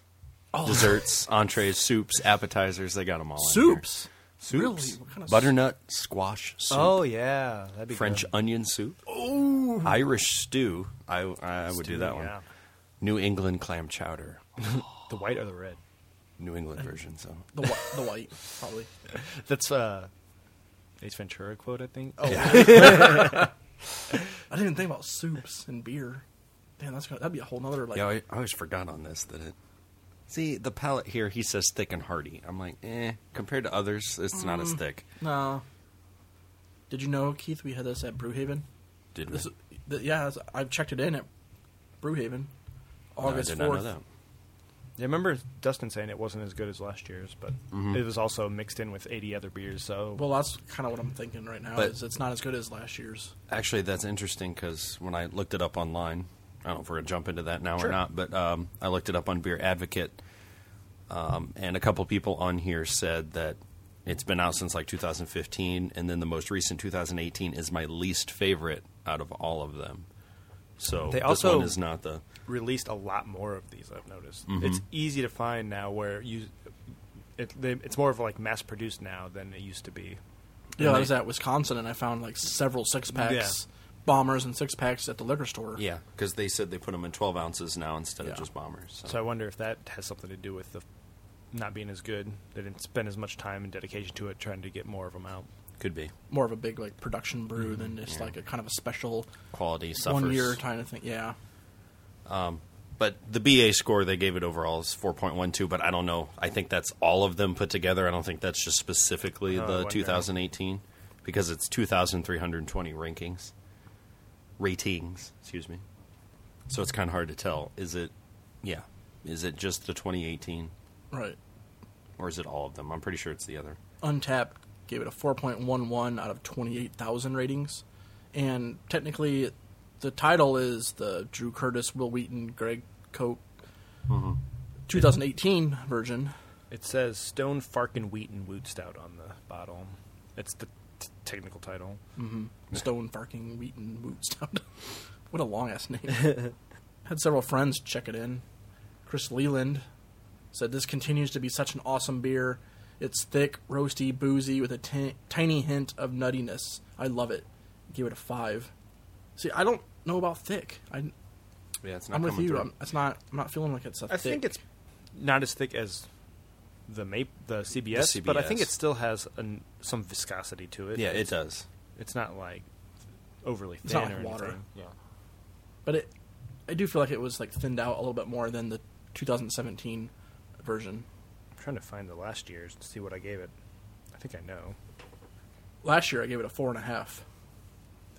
Speaker 2: Oh.
Speaker 3: desserts, entrees, soups, appetizers. They got them all. on here.
Speaker 2: Soups.
Speaker 3: Soups.
Speaker 2: Really? What kind of Oh,
Speaker 3: Butternut, squash, soup.
Speaker 1: Oh, yeah, that'd be
Speaker 3: French onion soup. Oh, Irish stew. I I would do
Speaker 1: Stew,
Speaker 3: that one.
Speaker 1: yeah.
Speaker 3: New England clam chowder.
Speaker 1: The white or the red?
Speaker 3: New England version. So
Speaker 2: The, whi- the white, probably.
Speaker 1: That's uh, Ace Ventura quote, I think. Oh,
Speaker 2: I didn't even think about soups and beer. Damn, that's gonna, that'd be a whole nother like.
Speaker 3: yeah, I, I always forgot on this that it. See the palate here. He says thick and hearty. I'm like, eh. Compared to others, it's not as thick.
Speaker 2: no. Did you know, Keith? We had this at Brewhaven.
Speaker 3: Did we?
Speaker 2: This, th- yeah, this- I've checked it in at Brewhaven,
Speaker 3: No, I
Speaker 2: August
Speaker 3: did not know
Speaker 2: fourth.
Speaker 3: that.
Speaker 1: Yeah, I remember Dustin saying it wasn't as good as last year's, but it was also mixed in with 80 other beers. So
Speaker 2: Well, that's kind of what I'm thinking right now.
Speaker 3: But-
Speaker 2: is it's not as good as last year's.
Speaker 3: Actually, that's interesting because when I looked it up online, I don't know if we're going to jump into that now
Speaker 1: Sure.
Speaker 3: or not, but um, I looked it up on Beer Advocate, um, and a couple people on here said that it's been out since like 2015, and then the most recent 2018 is my least favorite out of all of them. So
Speaker 1: They
Speaker 3: this
Speaker 1: also-
Speaker 3: one is not the
Speaker 1: released a lot more of these. I've noticed
Speaker 3: Mm-hmm.
Speaker 1: it's easy to find now where you. It, they, it's more of like mass produced now than it used to be.
Speaker 2: Yeah,
Speaker 3: And
Speaker 2: I
Speaker 3: they-
Speaker 2: was at Wisconsin and I found like several six packs,
Speaker 1: Yeah.
Speaker 2: bombers and six packs at the liquor store.
Speaker 3: yeah because they said they put them in 12 ounces now instead
Speaker 2: Yeah.
Speaker 3: of just bombers. So.
Speaker 1: So I wonder if that has something to do with the not being as good. They didn't spend as much time and dedication to it, trying to get more of them out.
Speaker 3: could be
Speaker 2: more of a big like production brew than just like a kind of a special
Speaker 3: quality Mm-hmm. suffers.
Speaker 2: one year kind of thing. Yeah,
Speaker 3: But the BA score they gave it overall is 4.12, but I don't know. I think that's all of them put together. I don't think that's just specifically
Speaker 1: Oh, I
Speaker 3: the
Speaker 1: wonder.
Speaker 3: 2018 because it's 2,320 rankings. Ratings, excuse me. So it's kind of hard to tell. Is it, yeah, is it just the 2018
Speaker 2: right.
Speaker 3: or is it all of them? I'm pretty sure it's the other.
Speaker 2: Untapped gave it a 4.11 out of 28,000 ratings, and technically, the title is the Drew Curtis, Will Wheaton, Greg Koch, 2018 version.
Speaker 1: It says Stone Farkin Wheat and Woot Stout on the bottle. It's the t- technical title.
Speaker 2: Stone Farking Wheaton Woot Stout. what a long ass name. Had several friends check it in. Chris Leland said this continues to be such an awesome beer. It's thick, roasty, boozy with a ti- tiny hint of nuttiness. I love it. Give it a five. See, I don't know about thick. I,
Speaker 3: Yeah, it's not
Speaker 2: I'm with
Speaker 3: coming
Speaker 2: you.
Speaker 3: through.
Speaker 2: I'm, it's not. I'm not feeling like it's a
Speaker 1: I
Speaker 2: thick.
Speaker 1: think it's not as thick as the mape, the CBS,
Speaker 3: The
Speaker 1: but I think
Speaker 3: CBS.
Speaker 1: it still has an, some viscosity to it.
Speaker 3: yeah, it
Speaker 1: it's,
Speaker 3: does.
Speaker 1: it's not like overly thin
Speaker 2: It's not
Speaker 1: or
Speaker 2: like water.
Speaker 1: anything. Yeah,
Speaker 2: but it. I do feel like it was like thinned out a little bit more than the 2017 version.
Speaker 1: I'm trying to find the last year's to see what I gave it. I think I know.
Speaker 2: Last year, I gave it a four and a half.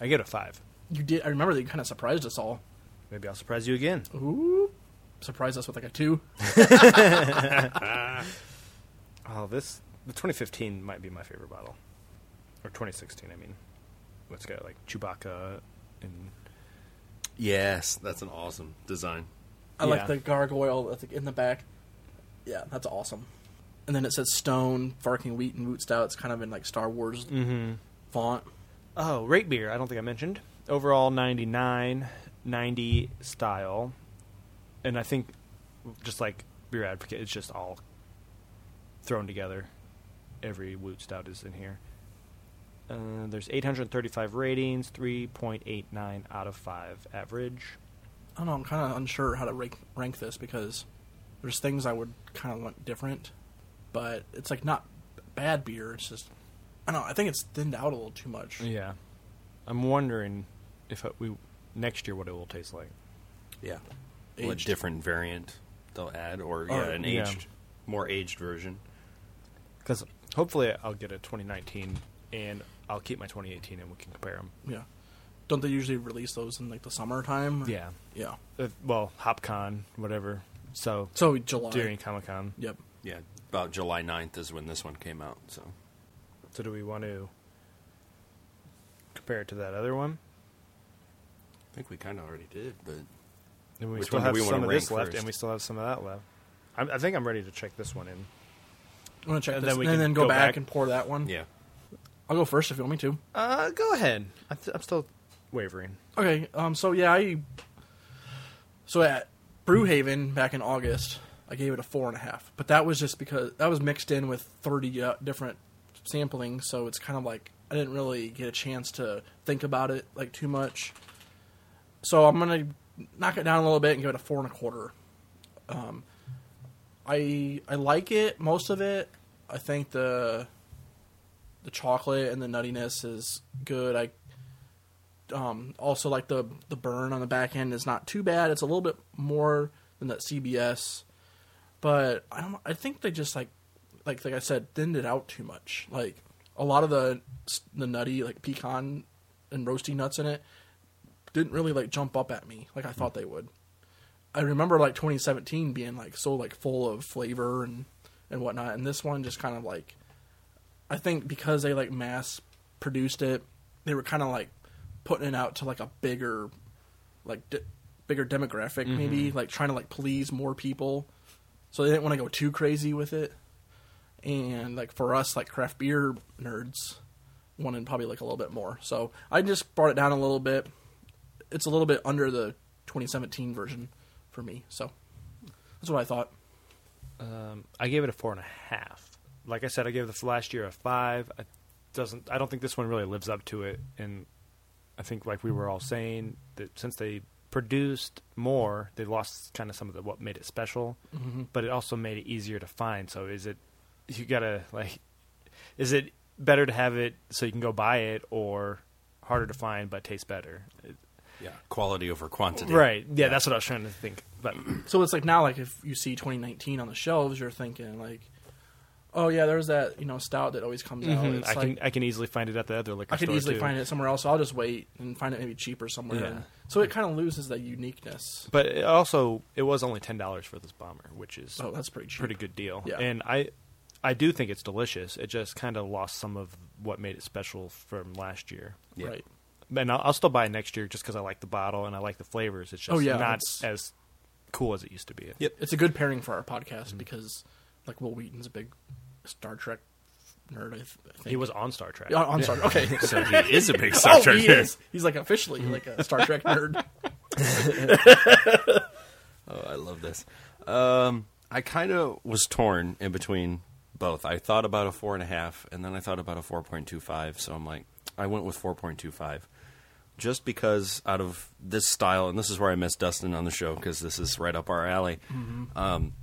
Speaker 1: I gave it a five.
Speaker 2: You did. I remember that you kind of surprised us all.
Speaker 1: Maybe I'll surprise you again.
Speaker 2: Oh. Ooh, surprised us with like a two.
Speaker 1: Oh, this the 2015 might be my favorite bottle, or 2016. I mean, what's got like Chewbacca and
Speaker 3: Yes, that's an awesome design.
Speaker 2: I
Speaker 1: Yeah.
Speaker 2: like the gargoyle that's like in the back. Yeah, that's awesome. And then it says Stone, Farking Wheat, and Woot Stout. It's kind of in like Star Wars
Speaker 1: Mm-hmm.
Speaker 2: font.
Speaker 1: Oh, rate beer. I don't think I mentioned. Overall 99, 90 style. And I think just like beer advocate, it's just all thrown together. Every Woot Stout is in here. Uh, there's 835 ratings, 3.89 out of 5 average.
Speaker 2: I don't know. I'm kind of unsure how to rank, rank this because there's things I would kind of want different, but it's like not bad beer. It's just I don't know. I think it's thinned out a little too much.
Speaker 1: Yeah. I'm wondering if it- we next year what it will taste like.
Speaker 2: Yeah.
Speaker 3: Well, a
Speaker 2: Aged.
Speaker 3: different variant they'll add, or
Speaker 2: Oh,
Speaker 3: yeah, an
Speaker 1: yeah.
Speaker 3: aged, more aged version.
Speaker 1: Because hopefully I'll get a 2019 and I'll keep my 2018 and we can compare them.
Speaker 2: Yeah. Don't they usually release those in like the summertime?
Speaker 1: Yeah.
Speaker 2: Yeah.
Speaker 1: Uh, well, HopCon, whatever. So
Speaker 2: So July.
Speaker 1: during Comic Con.
Speaker 2: Yep.
Speaker 3: Yeah, about July 9th is when this one came out. So
Speaker 1: So do we want to compare it to that other one?
Speaker 3: I think we kind of already did, but
Speaker 1: And we
Speaker 3: Which
Speaker 1: still
Speaker 3: one do
Speaker 1: have
Speaker 3: we wanna
Speaker 1: some of this
Speaker 3: rank
Speaker 1: left,
Speaker 3: first?
Speaker 1: and we still have some of that left. I'm, I think I'm ready to check this one in.
Speaker 2: I'm gonna check
Speaker 1: And
Speaker 2: this
Speaker 1: then we
Speaker 2: and
Speaker 1: can
Speaker 2: then go,
Speaker 1: go
Speaker 2: back,
Speaker 1: back.
Speaker 2: and pour that one.
Speaker 3: yeah,
Speaker 2: I'll go first if you want me to.
Speaker 1: Uh, go ahead. I th- I'm still wavering.
Speaker 2: Okay. Um. So yeah, I. So at Brewhaven back in August, I gave it a four and a half, but that was just because that was mixed in with thirty uh, different sampling, so it's kind of like I didn't really get a chance to think about it like too much. So I'm gonna knock it down a little bit and give it a four and a quarter. Um, I I like it most of it. I think the the chocolate and the nuttiness is good. I um, also like the the burn on the back end is not too bad. It's a little bit more than that CBS, but I don't. I think they just like like like I said thinned it out too much. Like a lot of the the nutty like pecan and roasty nuts in it didn't really like jump up at me like I thought they would. I remember like 2017 being like so like full of flavor and and whatnot, and this one just kind of like I think because they like mass produced it, they were kind of like putting it out to like a bigger, like de- bigger demographic, maybe like trying to like please more people. So they didn't want to go too crazy with it. And like for us, like craft beer nerds, wanted probably like a little bit more. So I just brought it down a little bit. It's a little bit under the 2017 version for me. So that's what I thought.
Speaker 1: Um, I gave it a four and a half. Like I said, I gave the last year a five. I doesn't. I don't think this one really lives up to it. And I think, like we were all saying, that since they produced more, they lost kind of some of the what made it special.
Speaker 2: Mm-hmm.
Speaker 1: But it also made it easier to find. So is it? You gotta like. Is it better to have it so you can go buy it, or harder to find but tastes better?
Speaker 3: yeah, quality over quantity.
Speaker 1: Right. Yeah, that's what I was trying to think. But
Speaker 2: So it's like now, like if you see 2019 on the shelves, you're thinking like, oh yeah, there's that you know stout that always comes out.
Speaker 1: Mhm,
Speaker 2: Mm-hmm. It's
Speaker 1: I
Speaker 2: like,
Speaker 1: can I can easily find it at the other liquor
Speaker 2: I could
Speaker 1: store,
Speaker 2: easily
Speaker 1: too.
Speaker 2: find it somewhere else. So I'll just wait and find it maybe cheaper somewhere.
Speaker 3: Yeah.
Speaker 2: So it kind of loses that uniqueness.
Speaker 1: But it also, it was only ten dollars for this bomber, which is
Speaker 2: Oh, that's pretty cheap.
Speaker 1: pretty good deal.
Speaker 2: Yeah.
Speaker 1: And I, I do think it's delicious. It just kind of lost some of what made it special from last year.
Speaker 3: Yeah.
Speaker 2: right?
Speaker 1: And I'll, I'll still buy it next year just because I like the bottle and I like the flavors. It's just
Speaker 2: Oh, yeah,
Speaker 1: not
Speaker 2: it's-
Speaker 1: as cool as it used to be.
Speaker 3: Yep.
Speaker 2: It's a good pairing for our podcast because like Will Wheaton's a big Star Trek nerd. I, th- I think
Speaker 1: He was on Star Trek.
Speaker 2: Yeah, on Star Trek. Okay.
Speaker 3: So he is a big Star Trek
Speaker 2: oh, he
Speaker 3: nerd.
Speaker 2: is. He's like officially like a Star Trek nerd.
Speaker 3: Oh, I love this. Um, I kind of was torn in between both. I thought about a four and a half, and then I thought about a four point two five. So I'm like, I went with four point two five, just because out of this style, and this is where I miss Dustin on the show because this is right up our alley. Um,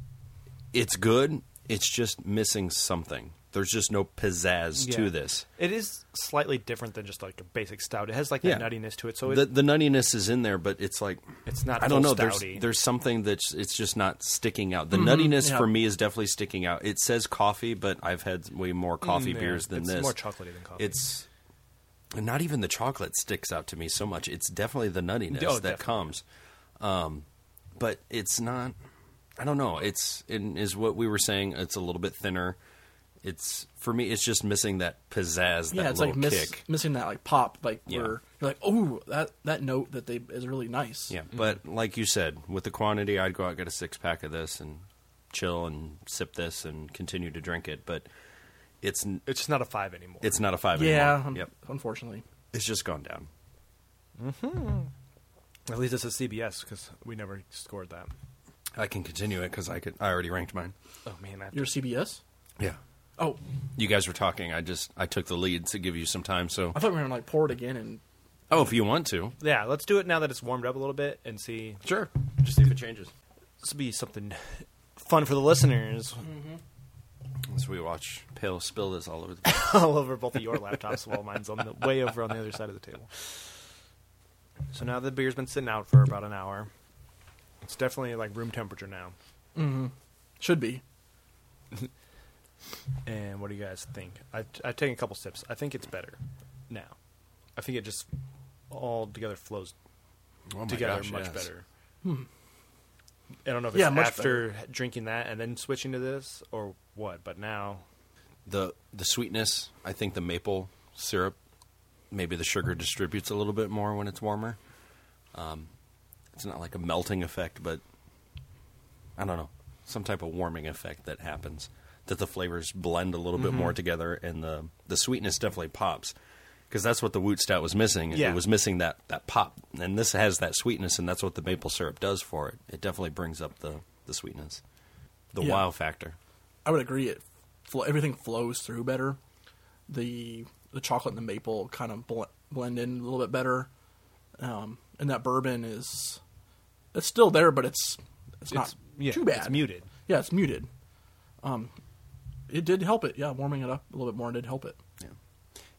Speaker 3: it's good. It's just missing something. There's just no pizzazz
Speaker 1: Yeah.
Speaker 3: to this.
Speaker 1: It is slightly different than just like a basic stout. It has like that
Speaker 3: Yeah.
Speaker 1: nuttiness to it, so it,
Speaker 3: the, the nuttiness is in there, but it's like
Speaker 1: It's not
Speaker 3: I don't
Speaker 1: full
Speaker 3: know. There's
Speaker 1: stouty. Mm-hmm.
Speaker 3: there's something that's it's just not sticking out. The nuttiness
Speaker 2: yeah.
Speaker 3: for me is definitely sticking out. It says coffee, but I've had way more coffee
Speaker 1: Mm, yeah,
Speaker 3: beers than
Speaker 1: it's
Speaker 3: this.
Speaker 1: more chocolatey than coffee.
Speaker 3: It's and not even the chocolate sticks out to me so much. It's definitely the nuttiness
Speaker 1: Oh,
Speaker 3: that
Speaker 1: definitely.
Speaker 3: comes. Um, but it's not. I don't know. It's it is what we were saying. It's a little bit thinner. It's for me. It's just missing that pizzazz.
Speaker 2: yeah,
Speaker 3: that
Speaker 2: it's
Speaker 3: little
Speaker 2: like miss,
Speaker 3: kick.
Speaker 2: missing that like pop, like
Speaker 3: Yeah.
Speaker 2: where you're like, oh, that that note that they is really nice.
Speaker 3: Yeah, but like you said, with the quantity, I'd go out and get a six pack of this and chill and sip this and continue to drink it, but it's n-
Speaker 1: It's just not a five anymore.
Speaker 3: it's not a five
Speaker 2: yeah,
Speaker 3: anymore.
Speaker 2: un-
Speaker 3: Yep,
Speaker 2: unfortunately.
Speaker 3: it's just gone down.
Speaker 1: at least it's a CBS because we never scored that.
Speaker 3: I can continue it because I could. I already ranked mine.
Speaker 1: Oh man, I have
Speaker 2: Your CBS?
Speaker 3: Yeah,
Speaker 2: Oh,
Speaker 3: you guys were talking. I just I took the lead to give you some time. So
Speaker 2: I thought we were gonna like pour it again and
Speaker 3: oh, if you want to,
Speaker 1: to- yeah, let's do it now that it's warmed up a little bit and see.
Speaker 3: sure. Just see if it changes.
Speaker 1: This will be something fun for the listeners
Speaker 3: As we watch Pale spill this all over the place.
Speaker 1: all over both of your laptops while mine's on the way over on the other side of the table. So now the beer's been sitting out for about an hour. It's definitely like room temperature now.
Speaker 2: should be.
Speaker 1: And what do you guys think? I I taken a couple sips. I think it's better now. I think it just all together flows
Speaker 3: Oh my
Speaker 1: together
Speaker 3: gosh,
Speaker 1: much
Speaker 3: yes.
Speaker 1: better. I don't know if
Speaker 2: Hmm. Yeah,
Speaker 1: it's
Speaker 2: much
Speaker 1: after drinking that and then switching to this or what, but now
Speaker 3: The the sweetness. I think the maple syrup. Maybe the sugar distributes a little bit more when it's warmer. Um, it's not like a melting effect, but I don't know some type of warming effect that happens that the flavors blend a little bit more together and the the sweetness definitely pops because that's what the Woot Stout was missing.
Speaker 1: Yeah.
Speaker 3: It was missing that that pop, and this has that sweetness, and that's what the maple syrup does for it. It definitely brings up the the sweetness, the
Speaker 2: Yeah.
Speaker 3: wow factor.
Speaker 2: I would agree. It flo- everything flows through better. The the chocolate and the maple kind of bl- blend in a little bit better. Um, and that bourbon is it's still there, but it's it's, not
Speaker 1: yeah,
Speaker 2: too bad.
Speaker 1: It's muted.
Speaker 2: Yeah, it's muted. Um, it did help it. Yeah, warming it up a little bit more did help it.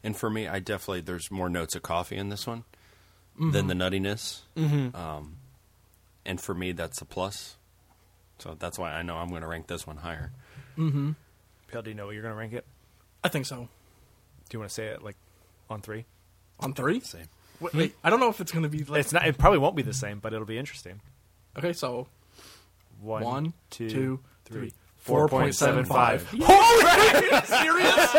Speaker 3: And for me, I definitely there's more notes of coffee in this one than the nuttiness. Mm-hmm. Um, and for me, that's a plus. So that's why I know I'm going to rank this one higher.
Speaker 1: Pale, do you know what you're gonna rank it?
Speaker 2: I think so.
Speaker 1: Do you want to say it like on three?
Speaker 2: On three,
Speaker 3: Same.
Speaker 2: wait, wait, I don't know if it's going to be like
Speaker 1: It's not. It probably won't be the same, but it'll be interesting.
Speaker 2: okay. So
Speaker 1: One,
Speaker 2: one,
Speaker 1: two,
Speaker 2: two,
Speaker 1: three.
Speaker 2: three, four point seven five.
Speaker 3: 4.75.
Speaker 2: serious?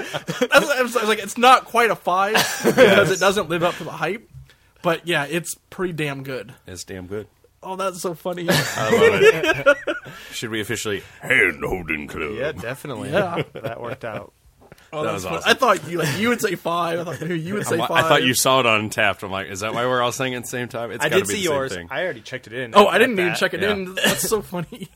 Speaker 2: That's what I, was, I was like, it's not quite a five because it doesn't live up to the hype. But yeah, it's pretty damn good.
Speaker 3: It's damn good.
Speaker 2: Oh, that's so funny.
Speaker 3: I love it. Should we officially hand holding club?
Speaker 1: Yeah, definitely.
Speaker 2: Yeah.
Speaker 1: that worked out.
Speaker 2: Oh, that's
Speaker 3: That was
Speaker 2: funny.
Speaker 3: awesome.
Speaker 2: I thought you like you would say five. I thought you would say
Speaker 3: I'm-
Speaker 2: five.
Speaker 3: I thought you saw it on Taft. I'm like, is that why we're all singing at the same time? It's
Speaker 1: I
Speaker 3: gotta
Speaker 1: did
Speaker 3: be
Speaker 1: see
Speaker 3: the same
Speaker 1: yours.
Speaker 3: thing.
Speaker 1: I already checked it in.
Speaker 2: Oh, I
Speaker 1: at
Speaker 2: didn't even
Speaker 1: that.
Speaker 2: check it
Speaker 3: yeah.
Speaker 2: in. That's so funny.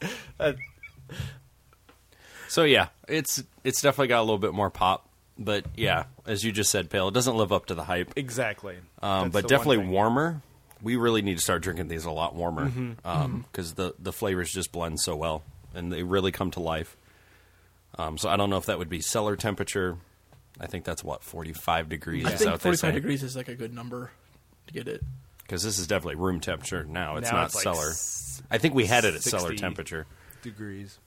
Speaker 3: So yeah, it's it's definitely got a little bit more pop. But yeah, as you just said, pale, it doesn't live up to the hype.
Speaker 1: Exactly. That's
Speaker 3: Um,
Speaker 1: the
Speaker 3: but
Speaker 1: one
Speaker 3: definitely
Speaker 1: thing.
Speaker 3: warmer. We really need to start drinking these a lot warmer because
Speaker 1: Mm-hmm.
Speaker 3: the the flavors just blend so well and they really come to life. Um, so I don't know if that would be cellar temperature. I think that's what 45 degrees.
Speaker 2: I
Speaker 3: is
Speaker 2: think
Speaker 3: out there
Speaker 2: forty-five degrees is like a good number to get it.
Speaker 3: because this is definitely room temperature now. It's
Speaker 1: Now
Speaker 3: not
Speaker 1: it's like
Speaker 3: cellar.
Speaker 1: s-
Speaker 3: I think we had it at cellar
Speaker 1: 60.
Speaker 3: temperature.
Speaker 1: degrees.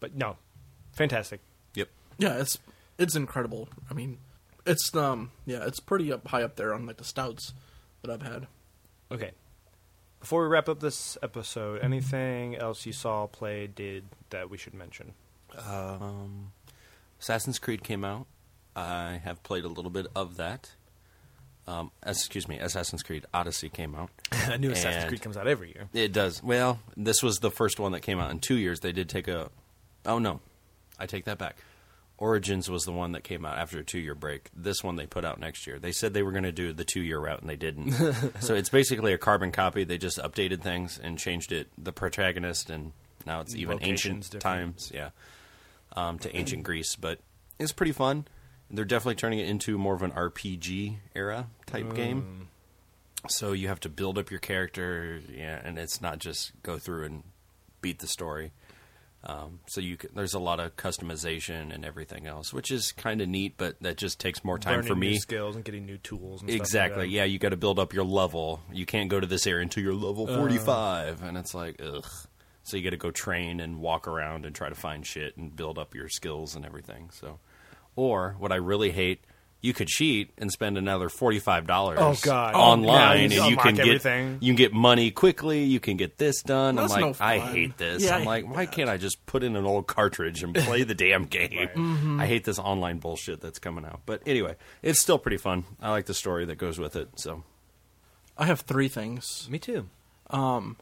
Speaker 1: But no, fantastic.
Speaker 3: Yep.
Speaker 2: Yeah, it's it's incredible. I mean, it's um yeah, it's pretty up high up there on like the stouts that I've had.
Speaker 1: Okay. Before we wrap up this episode, anything else you saw, played, did that we should mention?
Speaker 3: Um, Assassin's Creed came out. I have played a little bit of that. Um, excuse me, Assassin's Creed Odyssey came out.
Speaker 1: I knew Assassin's
Speaker 3: And-
Speaker 1: Creed comes out every year.
Speaker 3: It does. Well, this was the first one that came out in two years. They did take a. Oh no, I take that back. Origins was the one that came out after a two-year break. This one they put out next year. They said they were going to do the two-year route, and they didn't. so it's basically a carbon copy. They just updated things and changed it. The protagonist, and now it's even ancient
Speaker 1: Location's different.
Speaker 3: times. Yeah, um, to ancient Greece, but it's pretty fun. They're definitely turning it into more of an RPG era type
Speaker 1: Mm.
Speaker 3: game. So you have to build up your character, yeah, and it's not just go through and beat the story. Um, so you c there's a lot of customization and everything else, which is kind of neat, but that just takes more time
Speaker 1: Learning
Speaker 3: for me.
Speaker 1: new skills and getting new tools. And
Speaker 3: Exactly.
Speaker 1: Stuff like
Speaker 3: yeah, you got to build up your level. You can't go to this area until you're level
Speaker 1: Uh.
Speaker 3: 45, and it's like ugh. So you got to go train and walk around and try to find shit and build up your skills and everything. So, or what I really hate, you could cheat and spend another forty five dollars.
Speaker 1: Oh, God. Yeah, you
Speaker 3: Online, and you
Speaker 1: unlock
Speaker 3: can get
Speaker 1: everything.
Speaker 3: you can get money quickly. You can get this done.
Speaker 2: That's
Speaker 3: I'm
Speaker 2: no
Speaker 3: like, I
Speaker 2: fun.
Speaker 3: hate this.
Speaker 2: Yeah, I
Speaker 3: I'm like,
Speaker 2: hate
Speaker 3: why can't I just put in an old cartridge and play the damn game?
Speaker 2: Mm-hmm.
Speaker 3: I hate this online bullshit that's coming out. But anyway, it's still pretty fun. I like the story that goes with it. So
Speaker 2: I have three things.
Speaker 1: Me too.
Speaker 2: Um,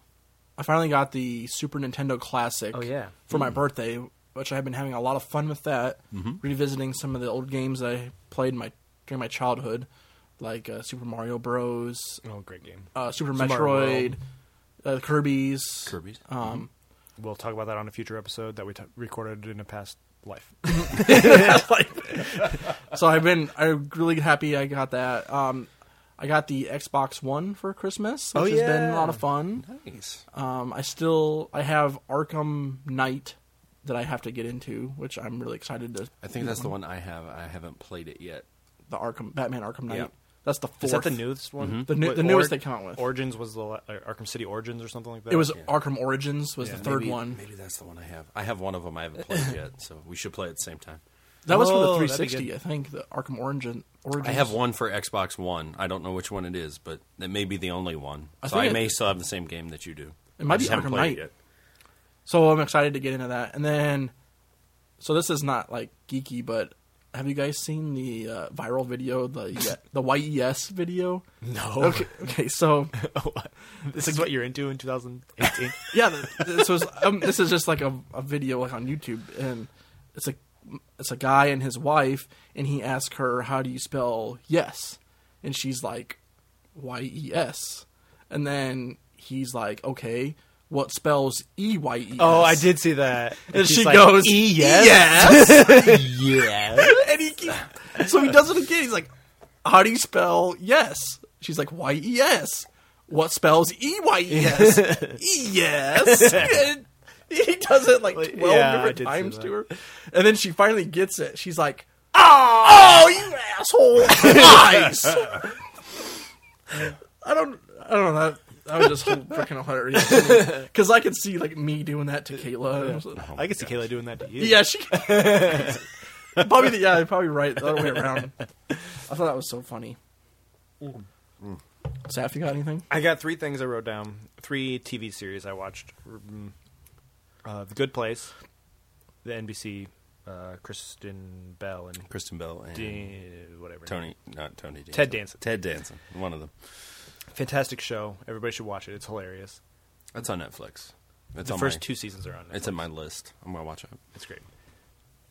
Speaker 2: I finally got the Super Nintendo Classic.
Speaker 1: Oh, yeah.
Speaker 2: for my birthday, which I've been having a lot of fun with that.
Speaker 1: Mm-hmm.
Speaker 2: Revisiting some of the old games that I played in my during my childhood, like uh, Super Mario Bros,
Speaker 1: Oh, great game.
Speaker 2: uh, Super
Speaker 1: Super Mario Mm-hmm.
Speaker 2: Metroid, uh, Kirby's.
Speaker 3: Kirby's.
Speaker 2: Um,
Speaker 1: We'll talk about that on a future episode that we t- recorded in a past life.
Speaker 2: so I've been I'm really happy I got that. Um, I got the Xbox One for Christmas, which
Speaker 1: Oh,
Speaker 2: has been a
Speaker 1: yeah.
Speaker 2: lot of fun.
Speaker 3: Nice.
Speaker 2: Um, I still I have Arkham Knight that I have to get into, which I'm really excited to.
Speaker 3: I think that's the one I have. I haven't played it yet.
Speaker 2: The Arkham Batman Arkham Knight.
Speaker 3: Yeah.
Speaker 2: That's the fourth.
Speaker 1: Is that the newest one?
Speaker 3: Mm-hmm.
Speaker 2: The new-
Speaker 1: Wait,
Speaker 2: the newest they come out with.
Speaker 1: Origins was the la- or Arkham City Origins or something like that.
Speaker 2: It was
Speaker 3: Yeah.
Speaker 2: Arkham Origins was
Speaker 1: Yeah.
Speaker 2: the third
Speaker 3: Maybe-
Speaker 2: one.
Speaker 3: Maybe that's the one I have. I have one of them I haven't played yet, so we should play at the same time.
Speaker 2: That was for the
Speaker 1: Whoa, Oh, that'd be
Speaker 2: 360,
Speaker 1: good.
Speaker 2: I think. The Arkham Origin. Origins.
Speaker 3: I have one for Xbox One. I don't know which one it is, but that may be the only one.
Speaker 2: I
Speaker 3: so I
Speaker 2: think it-
Speaker 3: may still have the same game that you do.
Speaker 2: It might
Speaker 3: I just
Speaker 2: be
Speaker 3: haven't
Speaker 2: Arkham
Speaker 3: played
Speaker 2: Knight.
Speaker 3: it yet.
Speaker 2: So I'm excited to get into that. And then, so this is not like geeky, but have you guys seen the uh, viral video, the Ye- the YES video?
Speaker 1: no.
Speaker 2: Okay, okay. So
Speaker 1: this is what you're into in 2018.
Speaker 2: yeah, th- this was um, this is just like a, a video like on YouTube, and it's a it's a guy and his wife, and he asks her, "How do you spell yes?" And she's like, "Y E S," and then he's like, "Okay, what spells E Y E?"
Speaker 1: oh, I did see that.
Speaker 2: And,
Speaker 1: she's
Speaker 2: she
Speaker 1: like,
Speaker 2: goes,
Speaker 1: "E, yes."
Speaker 3: yeah.
Speaker 2: and he keeps, so he does it again. He's like, "How do you spell yes?" She's like, "Y E S." What spells E Y E S? E yes. And He does it like
Speaker 1: Like,
Speaker 2: twelve
Speaker 1: yeah, I
Speaker 2: different
Speaker 1: did see
Speaker 2: times to
Speaker 1: that.
Speaker 2: her, and then she finally gets it. She's like,
Speaker 1: Ah!
Speaker 2: "Oh, you asshole! Nice." I don't. I don't know. That, that was just freaking hilarious because I could see like me doing that to Kayla. and I was like,
Speaker 1: I can see Kayla doing that to you.
Speaker 2: yeah, she. probably the, yeah, probably right the other way around. I thought that was so funny. Mm. Saf, you got anything?
Speaker 1: I got three things I wrote down. Three TV series I watched: Mm, uh, The Good Place, the NBC, uh, Kristen Bell, and
Speaker 3: Kristen Bell and
Speaker 1: D- whatever
Speaker 3: Tony, not Tony. Danza.
Speaker 1: Ted Danson.
Speaker 3: Ted Danson, one of them.
Speaker 1: Fantastic show. Everybody should watch it. It's hilarious.
Speaker 3: That's on Netflix. It's
Speaker 1: the
Speaker 3: on
Speaker 1: first
Speaker 3: my,
Speaker 1: two seasons are on. Netflix.
Speaker 3: It's in my list. I'm gonna watch it.
Speaker 1: It's great.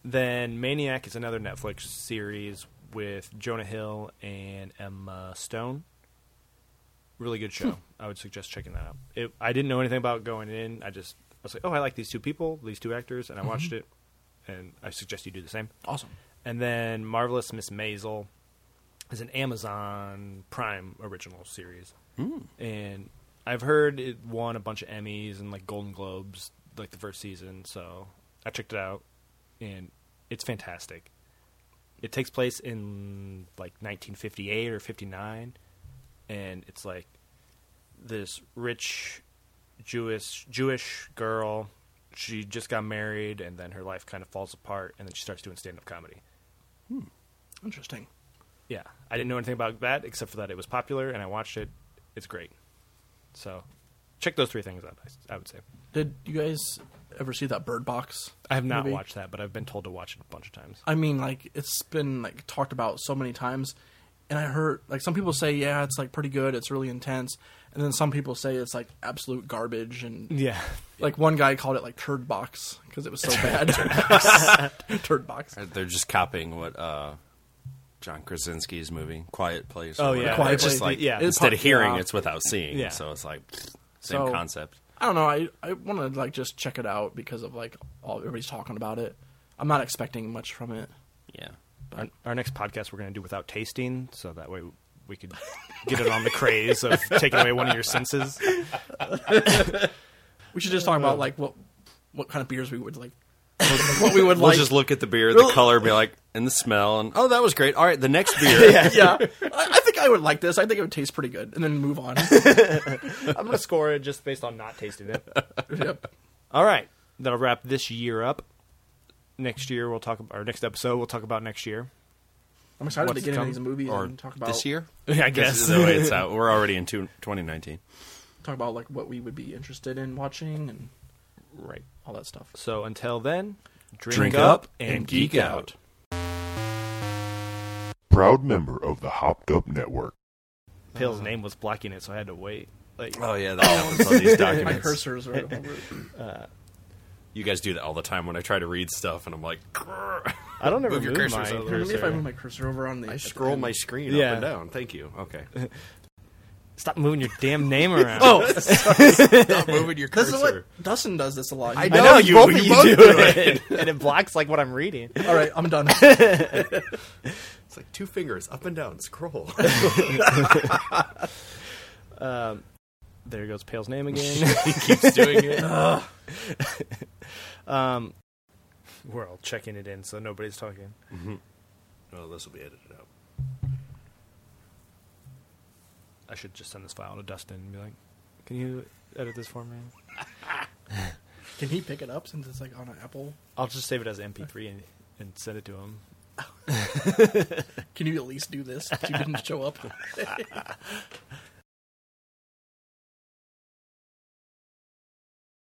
Speaker 1: Then Maniac is another Netflix series with Jonah Hill and Emma Stone. Really good show.
Speaker 3: Hmm.
Speaker 1: I would suggest checking that out. It, I didn't know anything about going in. I just I was like, oh, I like these two people, these two actors,
Speaker 3: Mm-hmm.
Speaker 1: and I watched it. And I suggest you do the same.
Speaker 2: Awesome.
Speaker 1: And then Marvelous Miss Maisel is an Amazon Prime original series, and I've heard it won a bunch of Emmys and like Golden Globes like the first season. So I checked it out, and it's fantastic. It takes place in like 1958 or 59, and it's like this rich Jewish Jewish girl. She just got married, and then her life kind of falls apart, and then she starts doing stand up comedy.
Speaker 2: Interesting.
Speaker 1: Yeah, I didn't know anything about that except for that it was popular, and I watched it. It's great. So, check those three things out. I s- I would say
Speaker 2: Did you guys ever see that Bird Box?
Speaker 1: I have not
Speaker 2: movie?
Speaker 1: watched that, but I've been told to watch it a bunch of times.
Speaker 2: I mean, like it's been like talked about so many times, and I heard like some people say, yeah, it's like pretty good, it's really intense, and then some people say it's like absolute garbage, and
Speaker 1: Yeah,
Speaker 2: like one guy called it like turd box because it was so bad. turd box.
Speaker 3: Uh, They're just copying what uh, John Krasinski's movie, Quiet Place.
Speaker 1: Oh,
Speaker 3: or whatever.
Speaker 1: yeah.
Speaker 2: Quiet
Speaker 3: it's just
Speaker 2: Place,
Speaker 3: like
Speaker 1: yeah.
Speaker 3: instead of
Speaker 2: Yeah.
Speaker 3: hearing, it's without seeing.
Speaker 1: Yeah.
Speaker 3: So it's like pfft, same
Speaker 2: So-
Speaker 3: concept.
Speaker 2: I don't know. I I want to like just check it out because of like all everybody's talking about it. I'm not expecting much from it.
Speaker 3: Yeah.
Speaker 1: our, our next podcast we're going to do without tasting, so that way we could get it on the craze of taking away one of your senses.
Speaker 2: We should just talk about like what what kind of beers we would like, what we would
Speaker 3: We'll
Speaker 2: like.
Speaker 3: just look at the beer, the
Speaker 2: Really?
Speaker 3: color, be like, and the smell, and oh, that was great. All right, the next beer. yeah.
Speaker 2: yeah, I, I think I would like this. I think it would taste pretty good, and then move on.
Speaker 1: I'm going to score it just based on not tasting it.
Speaker 2: yep.
Speaker 1: All right, that'll wrap this year up. Next year we'll talk. Our next episode we'll talk about next year.
Speaker 2: I'm excited
Speaker 1: What's
Speaker 2: to get
Speaker 1: come-
Speaker 2: into these movies
Speaker 3: Or
Speaker 2: and talk about
Speaker 3: this year?
Speaker 1: I
Speaker 3: This is the way it's out. We're already in two, 2019.
Speaker 2: Talk about like what we would be interested in watching and
Speaker 1: right.
Speaker 2: all that stuff.
Speaker 1: So until then, drink,
Speaker 3: Drink
Speaker 1: up
Speaker 3: up and geek out.
Speaker 4: Proud member of the Hopped Up Network.
Speaker 1: Uh-huh. Pill's name was blocking it, so I had to wait. Like,
Speaker 3: Oh yeah, that happens on these
Speaker 2: My
Speaker 3: documents.
Speaker 2: cursors right over it.
Speaker 3: You guys do that all the time when I try to read stuff, and I'm like, "Grr."
Speaker 1: I don't ever move,
Speaker 3: Move your cursors
Speaker 1: my
Speaker 3: out of the way.
Speaker 2: Maybe if I move
Speaker 1: cursor.
Speaker 2: my cursor over on the.
Speaker 3: I scroll my screen up
Speaker 1: Yeah.
Speaker 3: and down. Thank you. Okay,
Speaker 1: Stop moving your damn name around.
Speaker 2: Oh,
Speaker 3: stop moving your
Speaker 2: this
Speaker 3: cursor.
Speaker 2: is what Dustin does this a lot.
Speaker 3: I
Speaker 1: I know
Speaker 3: No,
Speaker 1: you,
Speaker 3: you-
Speaker 1: both
Speaker 3: you
Speaker 1: of you
Speaker 3: both
Speaker 1: do,
Speaker 3: do
Speaker 1: it, and it blocks like what I'm reading.
Speaker 2: All right, I'm done.
Speaker 3: It's like two fingers up and down. Scroll.
Speaker 1: There goes Pale's name again.
Speaker 3: he keeps doing it.
Speaker 1: um, we're all checking it in, so nobody's talking.
Speaker 3: Mm-hmm. Well, this will be edited out.
Speaker 1: I should just send this file to Dustin and be like, "Can you edit this for me?"
Speaker 2: Can he pick it up since it's like on an Apple?
Speaker 1: I'll just save it as MP3 and, and send it to him.
Speaker 2: Can you at least do this? If you didn't show up.